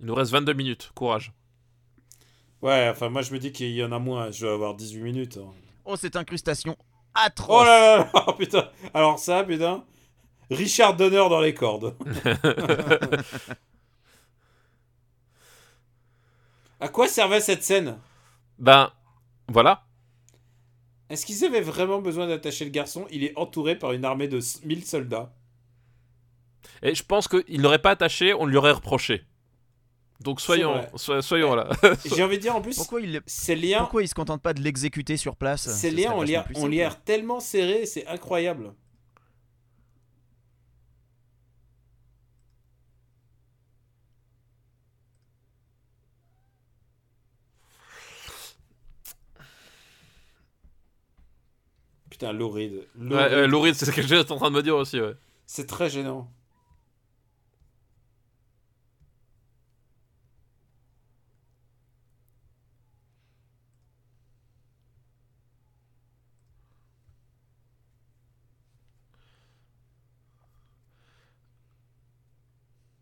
B: Il nous reste 22 minutes, courage.
C: Ouais, enfin, moi, je me dis qu'il y en a moins. Je vais avoir 18 minutes. hein.
A: Oh, cette incrustation
C: Oh
A: atroce
C: là là là, oh putain. Alors ça, putain. Richard Donner dans les cordes. à quoi servait cette scène
B: Ben, voilà.
C: Est-ce qu'ils avaient vraiment besoin d'attacher le garçon Il est entouré par une armée de s- 1000 soldats.
B: Et je pense qu'il n'aurait pas attaché, on lui aurait reproché. Donc soyons,
C: vrai.
B: so- soyons là.
C: J'ai envie de dire en plus,
A: Pourquoi il,
C: ces liens,
A: pourquoi il se contente pas de l'exécuter sur place
C: ces
A: Ce
C: liens
A: serait
C: ont
A: vachement
C: l'air
A: plus
C: ont
A: simple.
C: l'air tellement serrés, c'est incroyable. Putain, Lauride.
B: *laughs* Ouais, euh, ouais, Lou Reed, c'est ce que j'étais en train de me dire aussi. Ouais.
C: C'est très gênant.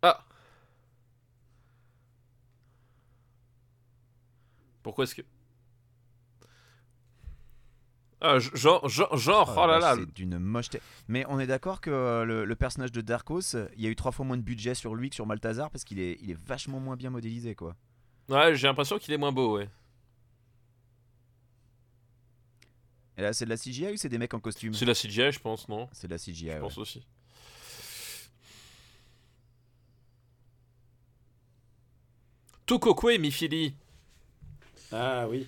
B: Ah Pourquoi est-ce que. Ah, je- genre, genre, genre,
A: Ah,
B: oh là là,
A: bah, C'est d'une mocheté. Mais on est d'accord que euh, le, le personnage de Darkos, euh, il y a eu trois fois moins de budget sur lui que sur Malthazar parce qu'il est, il est vachement moins bien modélisé, quoi.
B: Ouais, j'ai l'impression qu'il est moins beau, ouais.
A: Et là, c'est de la CGI ou c'est des mecs en costume
B: C'est la CGI, je pense, non
A: C'est de la CGI. Mm.
B: Je
A: Eh ouais.
B: pense aussi. Tukokwe Mifili.
C: Ah oui.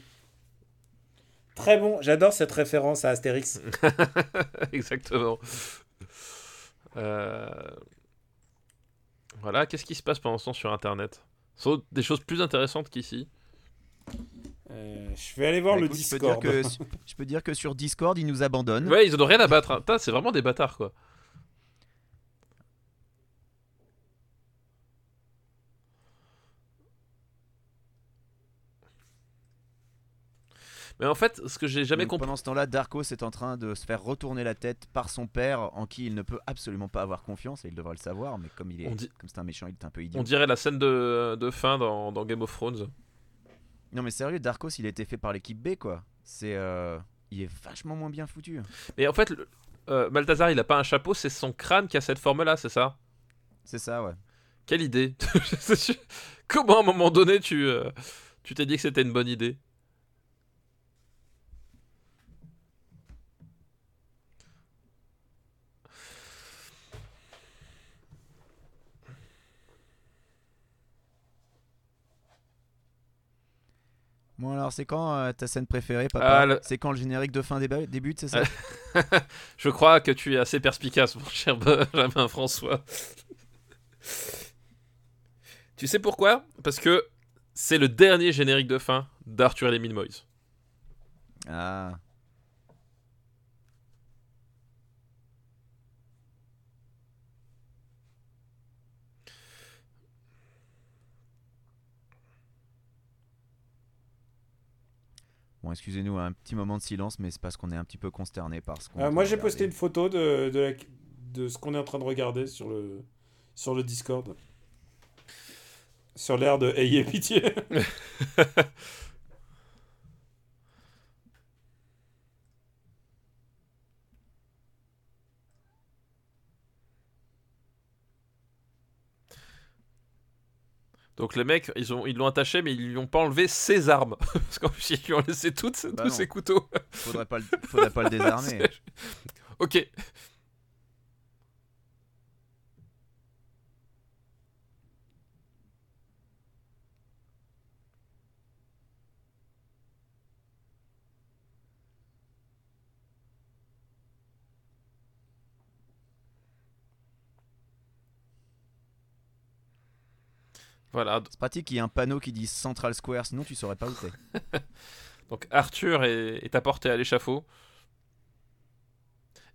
C: Très bon, j'adore cette référence à Astérix.
B: *laughs*
A: Mm.
B: Exactement. Euh, Voilà, qu'est-ce qui se passe pendant ce temps sur internet Sauf des choses plus intéressantes qu'ici.
C: Euh, je vais aller voir
A: Bah,
C: le
A: écoute, je peux dire
C: Discord. *laughs*
A: que su- je peux dire que sur Discord, ils nous abandonnent.
B: Ouais, ils en ont rien à battre. hein. Putain, C'est vraiment des bâtards, quoi. Mais en fait, ce que j'ai jamais
A: Donc,
B: compris.
A: Pendant ce temps-là, Darko est en train de se faire retourner la tête par son père, en qui il ne peut absolument pas avoir confiance, et il devrait le savoir, mais comme il est,
B: On dit-
A: comme c'est un méchant, il est un peu idiot.
B: On dirait la scène de, de fin dans, dans Game of Thrones.
A: Non mais sérieux, Darko, s'il a été fait par l'équipe B, quoi, c'est, euh, il est vachement moins bien foutu.
B: Et en fait, le- euh, Balthazar, il a pas un chapeau, c'est son crâne qui a cette forme-là, c'est ça
A: C'est ça, ouais.
B: Quelle idée *laughs* Comment à un moment donné tu euh, tu t'es dit que c'était une bonne idée
A: Bon alors, c'est quand euh, ta scène préférée, papa
B: Ah, le-
A: C'est quand le générique de fin déba- débute, c'est ça
B: Je crois que tu es assez perspicace, mon cher Benjamin François. tu sais pourquoi Parce que c'est le dernier générique de fin d'Arthur et les Mille Moïse.
A: Ah. Bon, excusez-nous, un petit moment de silence, mais c'est parce qu'on est un petit peu consterné par ce qu'on.
D: Euh, moi,
A: entend
D: j'ai posté une
A: regarder.
D: photo de, de, la- de ce qu'on est en train de regarder sur le, sur le Discord. Sur l'air de *laughs* Ayez pitié.
B: Donc les mecs, ils ont ils l'ont attaché, mais ils lui ont pas enlevé ses armes. *laughs* Parce qu'en plus, ils lui ont laissé toutes,
A: Bah
B: tous
A: non.
B: ses couteaux.
A: Faudrait pas le,
D: *laughs*
A: faudrait pas le désarmer.
B: C'est- ok. Voilà,
A: C'est pratique qu'il y ait un panneau qui dit Central Square, sinon tu saurais pas où t'es.
B: Donc Arthur est, est apporté à l'échafaud.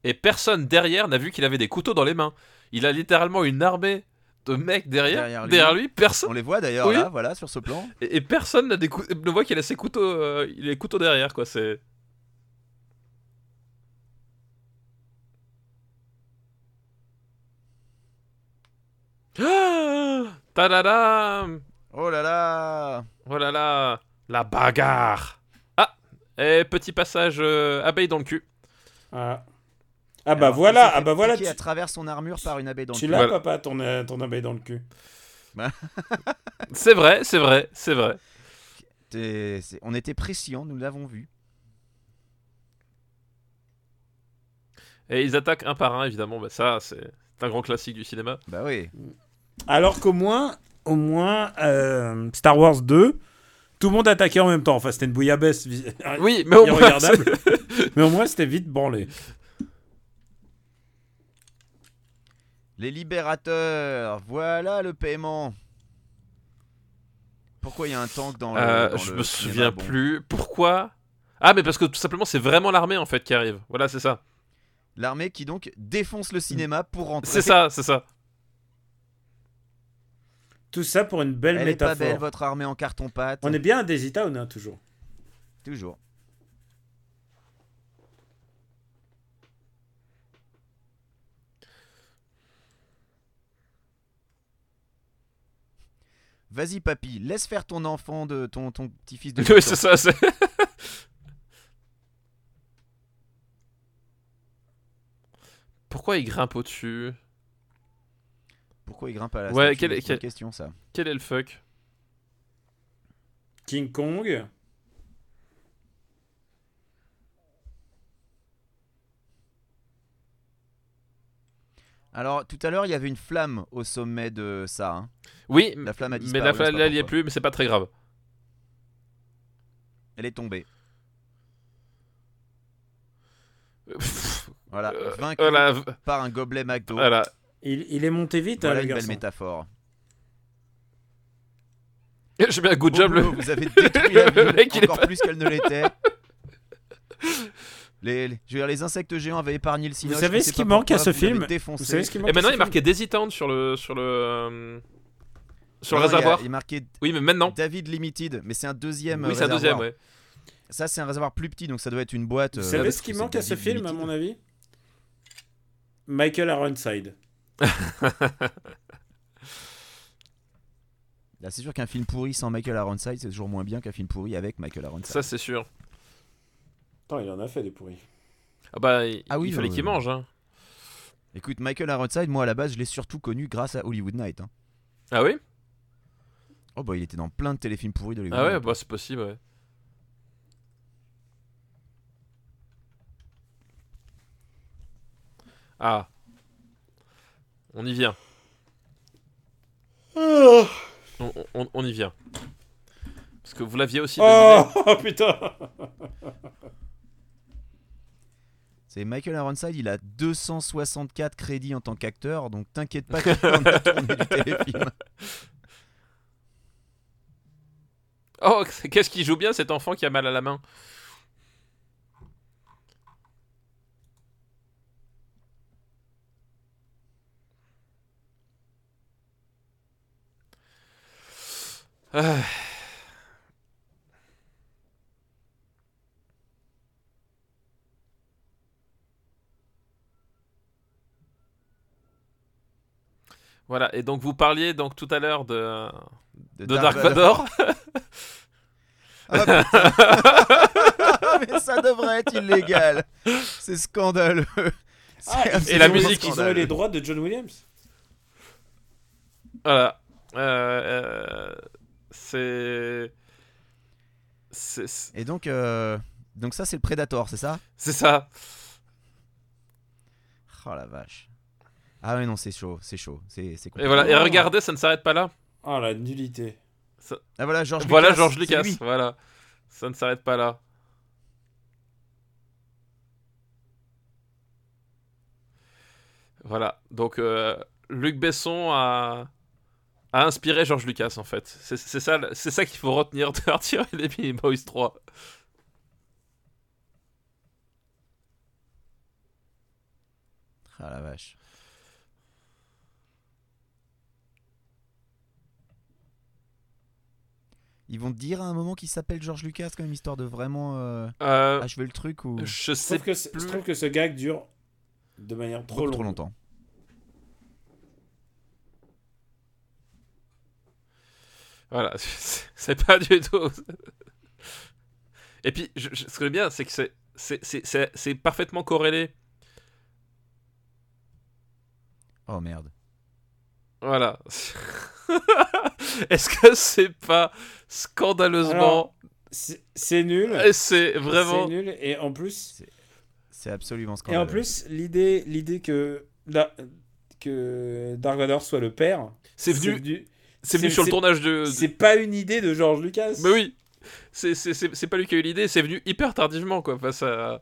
B: Et personne derrière n'a vu qu'il avait des couteaux dans les mains. Il a littéralement une armée de mecs derrière, derrière
A: Derrière
B: lui.
A: lui.
B: personne,
A: On les voit d'ailleurs
B: Oui.
A: là, voilà, sur ce plan.
B: et, et personne n'a des cou- ne voit qu'il a ses couteaux, euh, il a les couteaux derrière quoi. C'est ah Tadadam
A: Oh là là
B: Oh là là, la bagarre. Ah, et petit passage euh, abeille dans le cul.
D: Ah, Ah, bah
A: Alors, il
D: voilà,
A: s'est
D: ah
A: fait
D: bah voilà,
A: piquer
D: tu,
A: à travers son armure par une abeille dans le
D: tu
A: cul.
D: l'as,
B: Voilà.
D: papa, ton, euh, ton abeille dans le cul.
B: C'est vrai, c'est vrai, c'est vrai.
A: T'es- c'est- On était pression, nous l'avons vu.
B: Et ils attaquent un par un, évidemment. Bah, ça, c'est c'est un grand classique du cinéma.
A: Bah oui.
D: Alors qu'au moins, au moins euh, Star Wars 2, tout le monde attaquait en même temps. Enfin, c'était une bouillabaisse
A: *laughs*
D: vis-
A: Ah,
D: *laughs*
B: Oui, mais au moins, c'est-
D: irregardable. mais au moins, c'était vite branlé.
A: Les libérateurs, voilà le paiement. Pourquoi il y a un tank dans le.
B: Euh,
A: dans
B: je
A: le cinéma
B: me souviens
A: Bon.
B: plus. Pourquoi Ah, mais parce que tout simplement, c'est vraiment l'armée en fait qui arrive. Voilà, c'est ça.
A: L'armée qui donc défonce le cinéma pour rentrer.
B: C'est ça, c'est ça.
D: Tout ça pour une belle
A: Elle est pas
D: métaphore.
A: belle, votre armée en carton-pâte.
D: On est bien à Daisy Town, hein, toujours.
A: Toujours. Vas-y papy, laisse faire ton enfant de ton, ton petit-fils
B: *laughs*
A: de
B: Oui,
A: huit ans.
B: c'est ça. c'est- *laughs* Pourquoi il grimpe au-dessus
A: Pourquoi il grimpe à la
B: Ouais,
A: statue
B: quel-
A: C'est une
B: quel-
A: question ça.
B: Quel est le fuck
D: King Kong.
A: Alors tout à l'heure il y avait une flamme au sommet de ça. hein.
B: Oui,
A: La flamme a
B: mais
A: disparu.
B: la
A: on sait pas
B: flamme, elle n'y est
A: pourquoi.
B: plus, mais c'est pas très grave.
A: Elle est
B: *laughs*
A: tombée.
B: Pff,
A: Voilà,
B: euh,
A: vaincue
B: voilà,
A: par un gobelet McDo. Voilà,
B: voilà.
D: Il, il est monté vite, hein,
A: une
D: le
A: belle
D: garçon.
A: métaphore.
B: *laughs* J'ai bien un good
A: Beau
B: job. le-
A: boulot, Vous avez détruit la
B: *laughs* Le
A: ville
B: mec, il est
A: encore plus qu'elle ne
B: *laughs*
A: l'était. Les, les- je veux dire, les insectes géants avaient épargné le cinéma.
D: savez ce qui manque à ce film
A: Défoncé.
D: Vous savez ce qui
A: Eh ben
D: manque
B: Et maintenant,
D: à ce
B: Eh ben il marquait hésitante sur le sur le euh, sur le
A: Ah Non, il y a-
B: réservoir.
A: Il, marquait
B: Oui, mais maintenant.
A: David Limited, mais c'est un deuxième.
B: Oui, c'est un
A: réservoir.
B: deuxième. Ouais.
A: Ça, c'est un réservoir plus petit, donc ça doit être une boîte.
C: Vous
A: euh,
C: savez
A: parce
C: ce
A: que
C: qui
A: c'est
C: manque à ce
A: quasi du
C: film, à
A: liquide.
C: mon avis Michael Ironside.
A: Là, c'est sûr qu'un film pourri sans Michael Ironside, c'est toujours moins bien qu'un film pourri avec Michael Ironside.
B: Ça, c'est sûr.
C: Attends, il en a fait des pourris.
B: Ah bah, il,
A: Ah oui,
B: il fallait
A: euh,
B: qu'il mange. Hein.
A: Écoute, Michael Ironside, moi à la base, je l'ai surtout connu grâce à Hollywood Night. hein.
B: Ah oui
A: Oh bah, il était dans plein de téléfilms pourris de Hollywood
B: Ah ouais,
A: Night.
B: bah c'est possible, ouais. Ah. On y vient.
C: Ah.
B: On, on- on y vient. Parce que vous l'aviez aussi deviné.
C: Oh, oh, putain bah.
A: C'est Michael Ironside, il a 264 crédits en tant qu'acteur, donc t'inquiète
C: *laughs*
A: pas qu'il en a tourné du téléfilm.
B: Oh, *laughs* qu'est-ce qu'il joue bien cet enfant qui a mal à la main *sighs* Ah. Voilà, et donc vous parliez donc tout à l'heure de,
A: De,
B: de Dark Vador.
A: Ah bah, putain. Mais ça *laughs* devrait être illégal. C'est scandaleux. C'est
C: Ah, ils-
B: Et la
A: absolument
C: ils ont-
B: musique,
C: Ils ont eu
A: scandaleux.
C: les droits de John Williams.
B: Voilà. Euh, euh, c'est. C'est c'est-
A: Et donc, euh, donc ça, c'est le Predator, c'est ça
B: c'est ça.
A: Oh la vache. Ah ouais, non, c'est chaud, c'est chaud. C'est c'est
B: Et
A: compliqué.
B: voilà. Et regardez, ça ne s'arrête pas là.
C: Ah, la nullité.
A: Ah voilà, George
B: voilà
A: Lucas.
B: Georges
A: c'est
B: Lucas.
A: lui.
B: Voilà. Ça ne s'arrête pas là. Voilà. Donc, euh, Luc Besson a, a inspiré Georges Lucas, en fait. C'est c'est ça, le- c'est ça qu'il faut retenir de *laughs* Arthur et les Beastie Boys 3.
A: Ah la vache. Ils vont te dire à un moment qu'il s'appelle George Lucas quand même, histoire de vraiment euh,
B: Euh,
A: achever le truc ou
B: je
C: Je
B: sais
C: trouve, que ce- je
B: plus.
C: trouve que ce gag dure de manière trop
A: Beaucoup
C: longue.
A: trop longtemps.
B: Voilà, *laughs* c'est c'est pas du tout. Et puis, je- je- ce que j'aime bien, c'est que c'est- c'est- c'est c'est- c'est parfaitement corrélé.
A: Oh merde.
B: Voilà. *laughs* Est-ce que c'est pas scandaleusement.
C: C'est c'est nul.
B: Et C'est vraiment.
C: C'est nul. Et en plus,
A: C'est absolument
C: Et
A: scandaleux.
C: en plus, l'idée, l'idée que, Da- que Dark Vador soit le père,
B: C'est venu, c'est venu
C: c'est-
B: sur le
C: c'est-
B: tournage de.
C: C'est pas une idée de George Lucas.
A: Bah
B: Mais oui! C'est- C'est c'est- c'est pas lui qui a eu l'idée, c'est venu hyper tardivement quoi. Face à.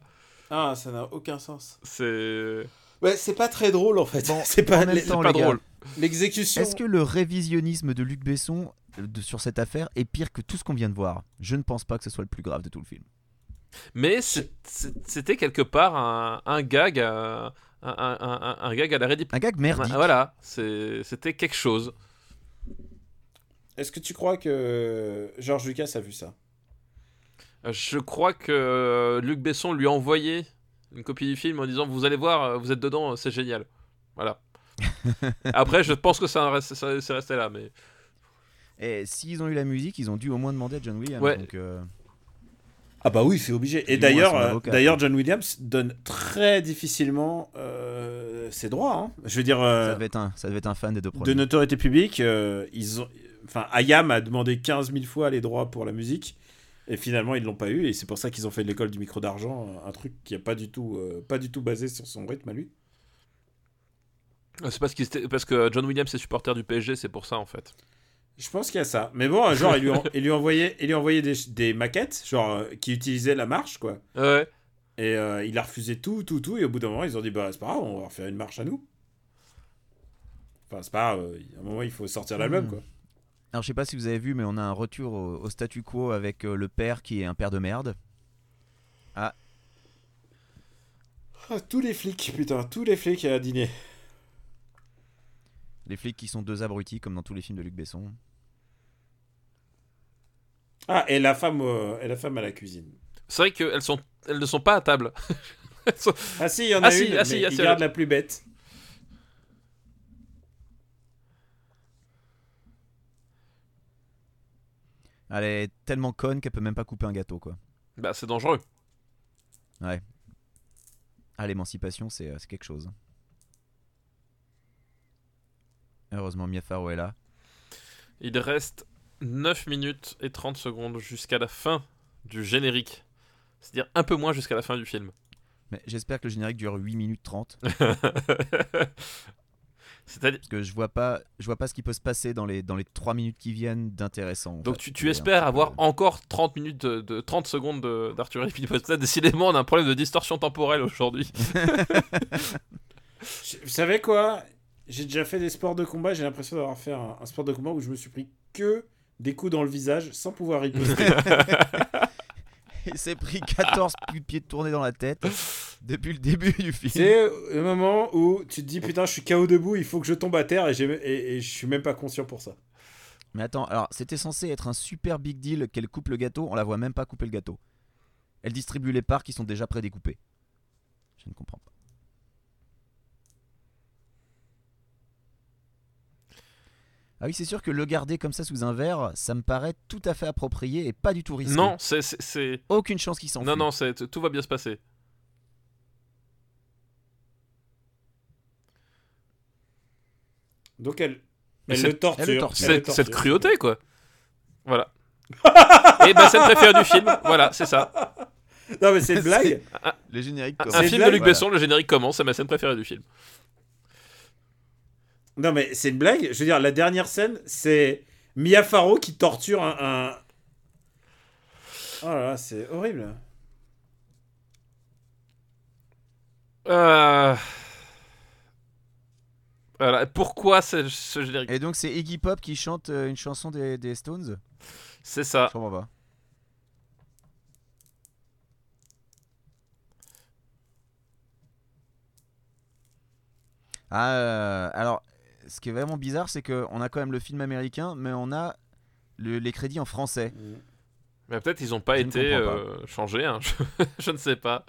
C: Ah, ça n'a aucun sens.
B: C'est.
C: Ouais, c'est pas très drôle en fait.
A: Bon,
C: *laughs* c'est pas
A: en même
C: l'e-
A: temps,
B: pas
A: les gars,
B: drôle.
C: l'exécution.
A: Est-ce que le révisionnisme de Luc Besson euh, de- sur cette affaire est pire que tout ce qu'on vient de voir Je ne pense pas que ce soit le plus grave de tout le film.
B: Mais c'est- c'est- c'était quelque part un, un gag à. Un, un- un- un gag à la Ready
A: Un gag merdique.
B: Ah, Voilà, c'est- c'était quelque chose.
C: Est-ce que tu crois que George Lucas a vu ça
B: Euh, Je crois que euh, Luc Besson lui a envoyé une copie du film en disant Vous allez voir, euh, vous êtes dedans, euh, c'est génial. Voilà. Après, je pense que ça, reste- ça- c'est resté là, mais
A: Et eh, s'ils ont eu la musique, ils ont dû au moins demander à John Williams.
B: Ouais.
A: donc, euh,
C: Ah bah oui, c'est obligé. Et
A: Du moins,
C: d'ailleurs,
A: son
C: euh,
A: avocat.
C: d'ailleurs, John Williams donne très difficilement euh, ses droits. hein. Je veux dire, euh,
A: ça, devait être un, ça devait être un fan des deux
C: de
A: premiers.
C: notoriété publique, euh, ils ont, enfin, Ayam a demandé 15 000 fois les droits pour la musique, et finalement ils l'ont pas eu, et c'est pour ça qu'ils ont fait de l'école du micro d'argent euh, un truc qui a pas du tout, euh, pas du tout basé sur son rythme à lui.
B: Euh, c'est parce, qu'il était- parce que John Williams est supporter du PSG, c'est pour ça en fait.
C: Je pense qu'il y a ça. Mais bon, genre, il lui, en- il lui envoyait, il lui envoyait des, des maquettes, genre, euh, qui utilisaient la marche, quoi.
B: Ouais.
C: Et euh, il a refusé tout, tout, tout, et au bout d'un moment, ils ont dit, bah, c'est pas grave, on va refaire une marche à nous. Enfin, c'est pas grave, euh, à un moment, il faut sortir l'album,
A: Hmm.
C: quoi.
A: Alors, je sais pas si vous avez vu, mais on a un retour au, au statu quo avec euh, le père qui est un père de merde.
C: Ah, tous les flics, putain, tous les flics à dîner.
A: Les flics qui sont deux abrutis, comme dans tous les films de Luc Besson.
C: Ah, et la femme, euh, et la femme à la cuisine.
B: C'est vrai qu'elles sont... elles ne sont pas à table. Elles sont-
C: Ah si, il y en
B: Ah
C: a
B: si,
C: une,
B: ah si,
C: mais
B: ah
C: il
B: si,
C: garde la plus bête.
A: Elle est tellement conne qu'elle peut même pas couper un gâteau, quoi.
B: Bah, c'est dangereux.
A: Ah, l'émancipation, c'est euh, c'est quelque chose. Heureusement, Mia Farrow est là.
B: Il reste 9 minutes et 30 secondes jusqu'à la fin du générique. C'est-à-dire un peu moins jusqu'à la fin du film. *laughs*
A: Mais j'espère que le générique dure 8 minutes 30, parce
B: C'est-à-dire.
A: que je vois pas, je vois pas ce qui peut se passer dans les, dans les 3 minutes qui viennent d'intéressant. en
B: Donc
A: fait.
B: tu,
A: C'est
B: tu
A: un
B: espères
A: petit
B: avoir
A: peu-
B: encore 30 minutes de, de- 30 secondes de- d'Arthur et Philippe. Ça, Décidément, on a un problème de distorsion temporelle aujourd'hui.
G: Je-
C: Vous savez quoi J'ai déjà fait des sports de combat, j'ai l'impression d'avoir fait un, un sport de combat où je me suis pris que des coups dans le visage sans pouvoir riposter.
A: *laughs* Il s'est pris *laughs* 14 coups de pied de tournée dans la tête depuis le début du film.
C: C'est le moment où tu te dis putain, je suis KO debout, il faut que je tombe à terre et, j'ai- et- et je suis même pas conscient pour ça.
A: Mais attends, alors c'était censé être un super big deal qu'elle coupe le gâteau, on la voit même pas couper le gâteau. Elle distribue les parts qui sont déjà prédécoupées. Je ne comprends pas. Ah oui, c'est sûr que le garder comme ça sous un verre, ça me paraît tout à fait approprié et pas du tout risqué.
B: non, c'est. c'est- c'est-
A: Aucune chance qu'il s'enfuit.
B: Non, non, c'est- tout va bien se passer.
C: Donc elle,
B: Mais
C: elle
B: c'est-
C: le torture.
A: elle le torture.
C: elle le
B: Cette, cette
C: torture.
B: cruauté, quoi. Voilà. *laughs* et ma scène préférée du film, voilà, c'est ça.
C: Non mais c'est une blague.
A: Les génériques.
B: Un, un
A: commencent.
B: film de
C: blague,
B: Luc
A: Voilà.
B: Besson, le générique commence, c'est ma scène préférée du film.
C: Non mais c'est une blague. Je veux dire, la dernière scène, c'est Mia Farrow qui torture un. un- Oh là là, c'est horrible.
B: Euh, Voilà. Pourquoi ce, ce générique
A: Et donc c'est Iggy Pop qui chante euh, une chanson des, des Stones
B: C'est ça.
A: Je comprends pas. Ah, euh, alors, ce qui est vraiment bizarre, c'est qu'on a quand même le film américain, mais on a le- les crédits en français.
B: Mais peut-être ils n'ont pas
A: Je ne
B: été
A: comprends pas.
B: euh, changés. hein, *laughs* Je, je ne sais pas.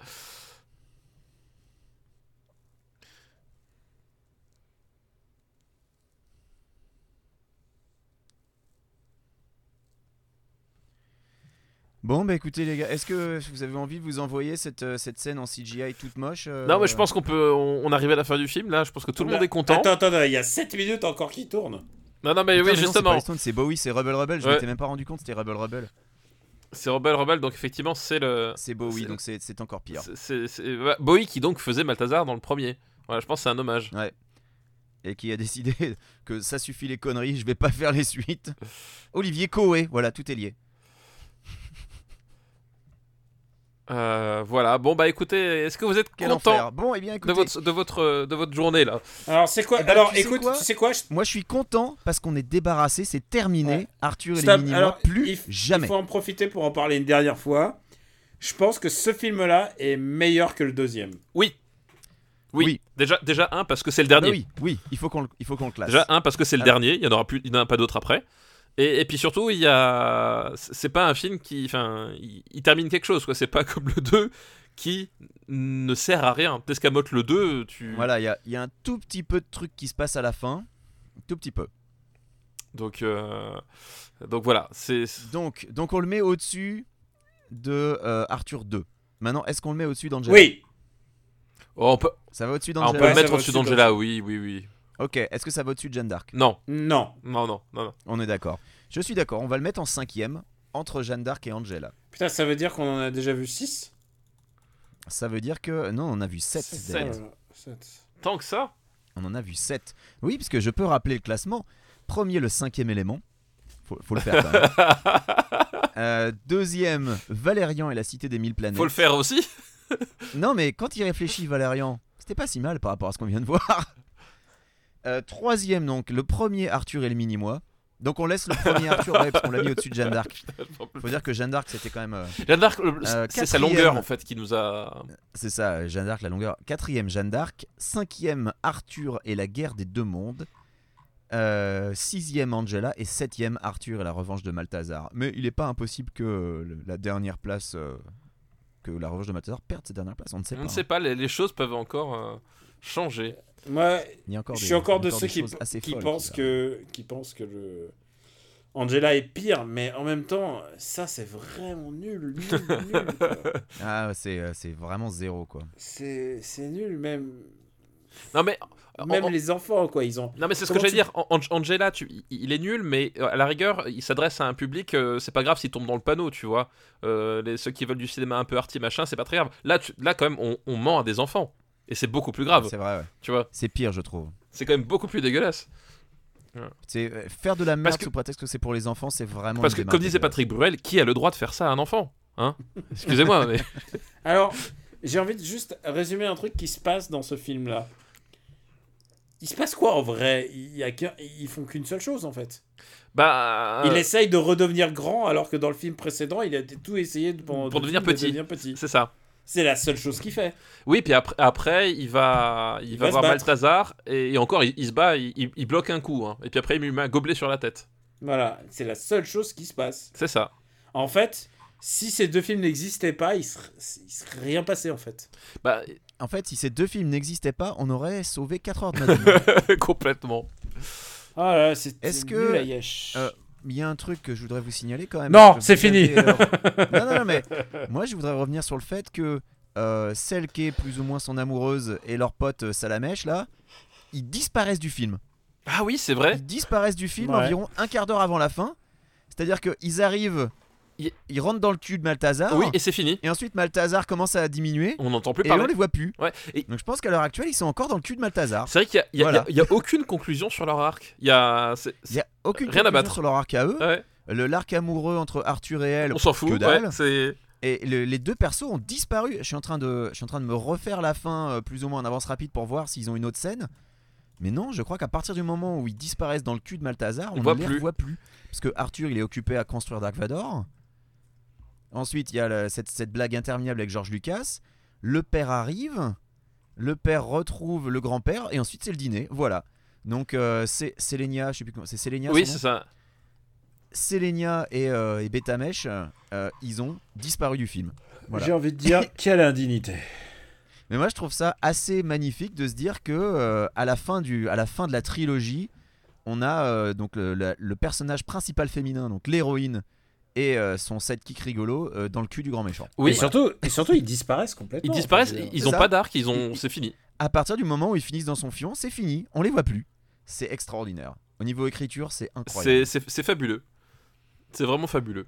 A: Bon, bah écoutez, les gars, est-ce que vous avez envie de vous envoyer cette, euh, cette scène en CGI toute moche euh,
B: Non, mais je pense qu'on peut. On, on arrive à la fin du film là. Je pense que tout le
C: Bah,
B: monde est content.
C: Attends, attends, attends, il y a 7 minutes encore qui tournent.
B: Non, non, mais
A: Putain, non, c'est
B: oui,
A: pas
B: justement.
A: les Stones, c'est Bowie, c'est Rebel Rebel. Je
B: Ouais.
A: m'étais même pas rendu compte, c'était Rebel Rebel.
B: C'est Rebel Rebel, donc effectivement, c'est le.
A: C'est Bowie,
B: Ah. C'est-
A: donc c'est c'est encore pire.
B: c'est- c'est- c'est- ouais, Bowie qui donc faisait Malthazar dans le premier. Voilà, je pense que c'est un hommage.
A: et qui a décidé *laughs* que ça suffit les conneries, je vais pas faire les suites. Olivier Coé, voilà, tout est lié.
B: Euh, voilà. Bon, bah écoutez, est-ce que vous êtes
A: Quel
B: content
A: enfer. Bon, et bien
B: de
A: écoutez,
B: votre, de, votre, euh, de votre journée là
C: Alors c'est quoi
A: Eh ben,
C: Alors
A: tu sais
C: écoute,
A: quoi
C: tu sais quoi Je-
A: moi je suis content parce qu'on est débarrassé, c'est terminé.
C: Ouais.
A: Arthur et
C: Stop.
A: les Minimoys,
C: Alors,
A: plus
C: il f-
A: jamais.
C: Il faut en profiter pour en parler une dernière fois. Je pense que ce film-là est meilleur que le deuxième.
B: Oui.
A: Oui.
B: Déjà, déjà un parce que c'est le
A: Ah
B: dernier.
A: oui, oui, il faut qu'on le, il faut qu'on le classe.
B: Déjà, un, parce que c'est le
A: Alors-
B: dernier, il n'y en aura plus, il n'y en a pas d'autres après. Et, et puis surtout, il y a. C'est pas un film qui. Enfin, il, il termine quelque chose, quoi. C'est pas *laughs* comme le 2 qui ne sert à rien. T'escamotes le 2, tu.
A: Voilà, il y a, il y a un tout petit peu de truc qui se passe à la fin. Un Tout petit peu.
B: Donc, euh, Donc voilà. C'est.
A: Donc, donc on le met au-dessus de euh, Arthur 2. Maintenant, est-ce qu'on le met au-dessus d'Angela
C: Oui.
B: Oh, on peut,
A: Ça va au-dessus
B: ah, on peut
A: d'Angela
C: Ouais,
B: le
C: ça
B: mettre
C: va
B: au-dessus
C: au-dessus
B: d'Angela, oui, oui, oui.
A: Ok, est-ce que ça va au-dessus de Jeanne d'Arc
B: Non,
C: Non.
B: non, non, non, non.
A: On est d'accord. Je suis d'accord, on va le mettre en cinquième, entre Jeanne d'Arc et Angela.
C: Putain, ça veut dire qu'on en a déjà vu 6
A: Ça veut dire que. Non, on en a vu 7.
B: Sept.
F: Euh,
B: Tant que ça
A: On en a vu 7. Oui, parce que je peux rappeler le classement. Premier, le cinquième élément. Faut, faut le faire quand même.
B: *laughs*
A: Euh, deuxième, Valérian et la cité des mille planètes.
B: Faut le faire aussi *laughs*
A: Non, mais quand il réfléchit, Valérian, c'était pas si mal par rapport à ce qu'on vient de voir. Euh, troisième, donc, le premier Arthur et le mini-moi. Donc on laisse le premier Arthur, ouais, parce qu'on l'a mis au-dessus de Jeanne d'Arc. Faut dire que Jeanne d'Arc, c'était quand même. euh,
B: Jeanne d'Arc, le-
A: Euh,
B: c'est sa
A: quatrième.
B: longueur en fait qui nous a.
A: C'est ça, euh, Jeanne d'Arc, la longueur. Quatrième, Jeanne d'Arc. Cinquième, Arthur et la guerre des deux mondes. Euh, sixième, Angela. Et septième, Arthur et la revanche de Malthazar. Mais il n'est pas impossible que euh, le- la dernière place euh, que La Revanche de Balthazar perde ses dernières places. On ne sait
B: On
A: pas.
B: ne
A: hein.
B: sait pas, les, les choses peuvent encore euh, changer.
F: Moi,
A: Il y a encore
F: je
A: des-
F: suis encore
A: il y
F: de
A: a
F: ceux
A: des
F: qui,
A: choses assez
F: qui
A: folles
F: pensent
A: là.
F: que, qui pensent que le Angela est pire, mais en même temps, ça c'est vraiment nul, nul, nul.
A: *laughs*
F: quoi.
A: Ah, ouais, c'est euh, c'est vraiment zéro quoi.
F: C'est c'est nul, même,
B: Non mais,
F: même
B: en-
F: les enfants, quoi, ils ont...
B: non mais c'est ce que
F: Comment
B: j'allais
F: tu-
B: dire. An- An- Angela, tu- il- il est nul, mais euh, à la rigueur, il s'adresse à un public. euh, c'est pas grave s'il tombe dans le panneau, tu vois. Euh, les, ceux qui veulent du cinéma un peu arty machin, c'est pas très grave. Là, tu- là quand même, on, on ment à des enfants. Et c'est beaucoup plus grave,
A: C'est vrai, ouais.
B: tu vois.
A: C'est pire, je trouve.
B: C'est quand même beaucoup plus dégueulasse.
A: C'est euh, faire de la merde
B: que-
A: sous prétexte que c'est pour les enfants, c'est vraiment.
B: Parce
A: une
B: que,
A: démarche
B: comme disait
A: dégueulasse.
B: Patrick Bruel, qui a le droit de faire ça à un enfant
F: *laughs*
B: Hein Excusez-moi, mais.
F: Alors, j'ai envie de juste résumer un truc qui se passe dans ce film-là. Il se passe quoi en vrai Il y a qu'un- Ils font qu'une seule chose en fait.
B: Bah.
F: Il essaye de redevenir grand alors que dans le film précédent, il a tout essayé de- pendant
B: Pour
F: tout le
B: devenir
F: film de
B: petit.
F: devenir petit.
B: euh, C'est ça.
F: C'est la seule chose qu'il fait.
B: Oui, puis après, après il va, il
F: Il va
B: va,
F: se
B: voir
F: battre.
B: Balthazar et, et encore, il, il se bat, il, il- il bloque un coup, hein. et puis après, il lui met un gobelet sur la tête.
F: Voilà, c'est la seule chose qui se passe.
B: C'est ça.
F: En fait, si ces deux films n'existaient pas, il serait, il serait rien passé en fait. *laughs*
B: Bah,
A: En fait, si ces deux films n'existaient pas, on aurait sauvé 4 heures de notre vie.
B: complètement.
F: Ah là, là, c'est
A: Est-ce
F: c'est
A: que-
F: nul à Yesh.
A: Euh, Il y a un truc que je voudrais vous signaler quand même.
D: Non,
A: parce que
D: c'est
A: vous
D: fini. *laughs*
A: avez, euh, non, non, non, mais moi je voudrais revenir sur le fait que euh, celle qui est plus ou moins son amoureuse et leur pote euh, Salamèche là, ils disparaissent du film.
B: Ah oui, c'est vrai.
A: Ils disparaissent du film
D: Ouais.
A: environ un quart d'heure avant la fin. C'est-à-dire qu'ils arrivent, ils, ils rentrent dans le cul de Malthazar.
B: Oui, et c'est fini.
A: Et ensuite, Malthazar commence à diminuer.
B: On n'entend plus
A: Ah. Et on
B: parler.
A: les voit plus.
B: Ouais, et-
A: Donc je pense qu'à l'heure actuelle, ils sont encore dans le cul de Malthazar.
B: C'est vrai qu'il y a- il y a,
A: Voilà.
B: il y a- il y a aucune conclusion sur leur arc. Il y a. c'est-
A: Il n'y a aucune
B: Rien à
A: conclusion
B: battre.
A: sur leur arc à eux.
B: ouais,
A: Le l'arc amoureux entre Arthur et elle.
B: on s'en fout.
A: que dalle.
B: ouais, c'est-
A: Et le- les deux persos ont disparu. Je suis en train de, je suis en train de me refaire la fin euh, plus ou moins en avance rapide pour voir s'ils ont une autre scène. Mais non, je crois qu'à partir du moment où ils disparaissent dans le cul de Malthazar,
B: On
A: on
B: voit
A: ne les
B: plus.
A: revoit plus. Parce que Arthur, il est occupé à construire Dark Vador. Ensuite, il y a la- cette, cette blague interminable avec George Lucas. Le père arrive. Le père retrouve le grand-père. Et ensuite, c'est le dîner. Voilà. Donc, euh, c'est Selenia, je sais plus comment. C'est Selenia
B: Oui,
A: son nom
B: c'est ça.
A: Selenia et, euh, et Betamesh, euh, ils ont disparu du film. Voilà.
D: J'ai envie de dire,
F: *laughs*
D: quelle indignité.
A: Mais moi, je trouve ça assez magnifique de se dire que euh, à la fin du, à la fin de la trilogie, on a euh, donc le, la- le personnage principal féminin, donc l'héroïne, et euh, son sidekick rigolo euh, dans le cul du grand méchant.
B: Oui.
F: et, surtout, et surtout, ils disparaissent complètement.
B: Ils disparaissent.
F: Enfin, je veux dire.
B: Ils ont
A: ça.
B: pas d'arc. Ils ont.
A: Ils-
B: C'est fini.
A: À partir du moment où ils finissent dans son fion, c'est fini, on les voit plus. C'est extraordinaire. Au niveau écriture, c'est
B: C'est
A: incroyable.
B: c'est- c'est fabuleux. C'est vraiment fabuleux.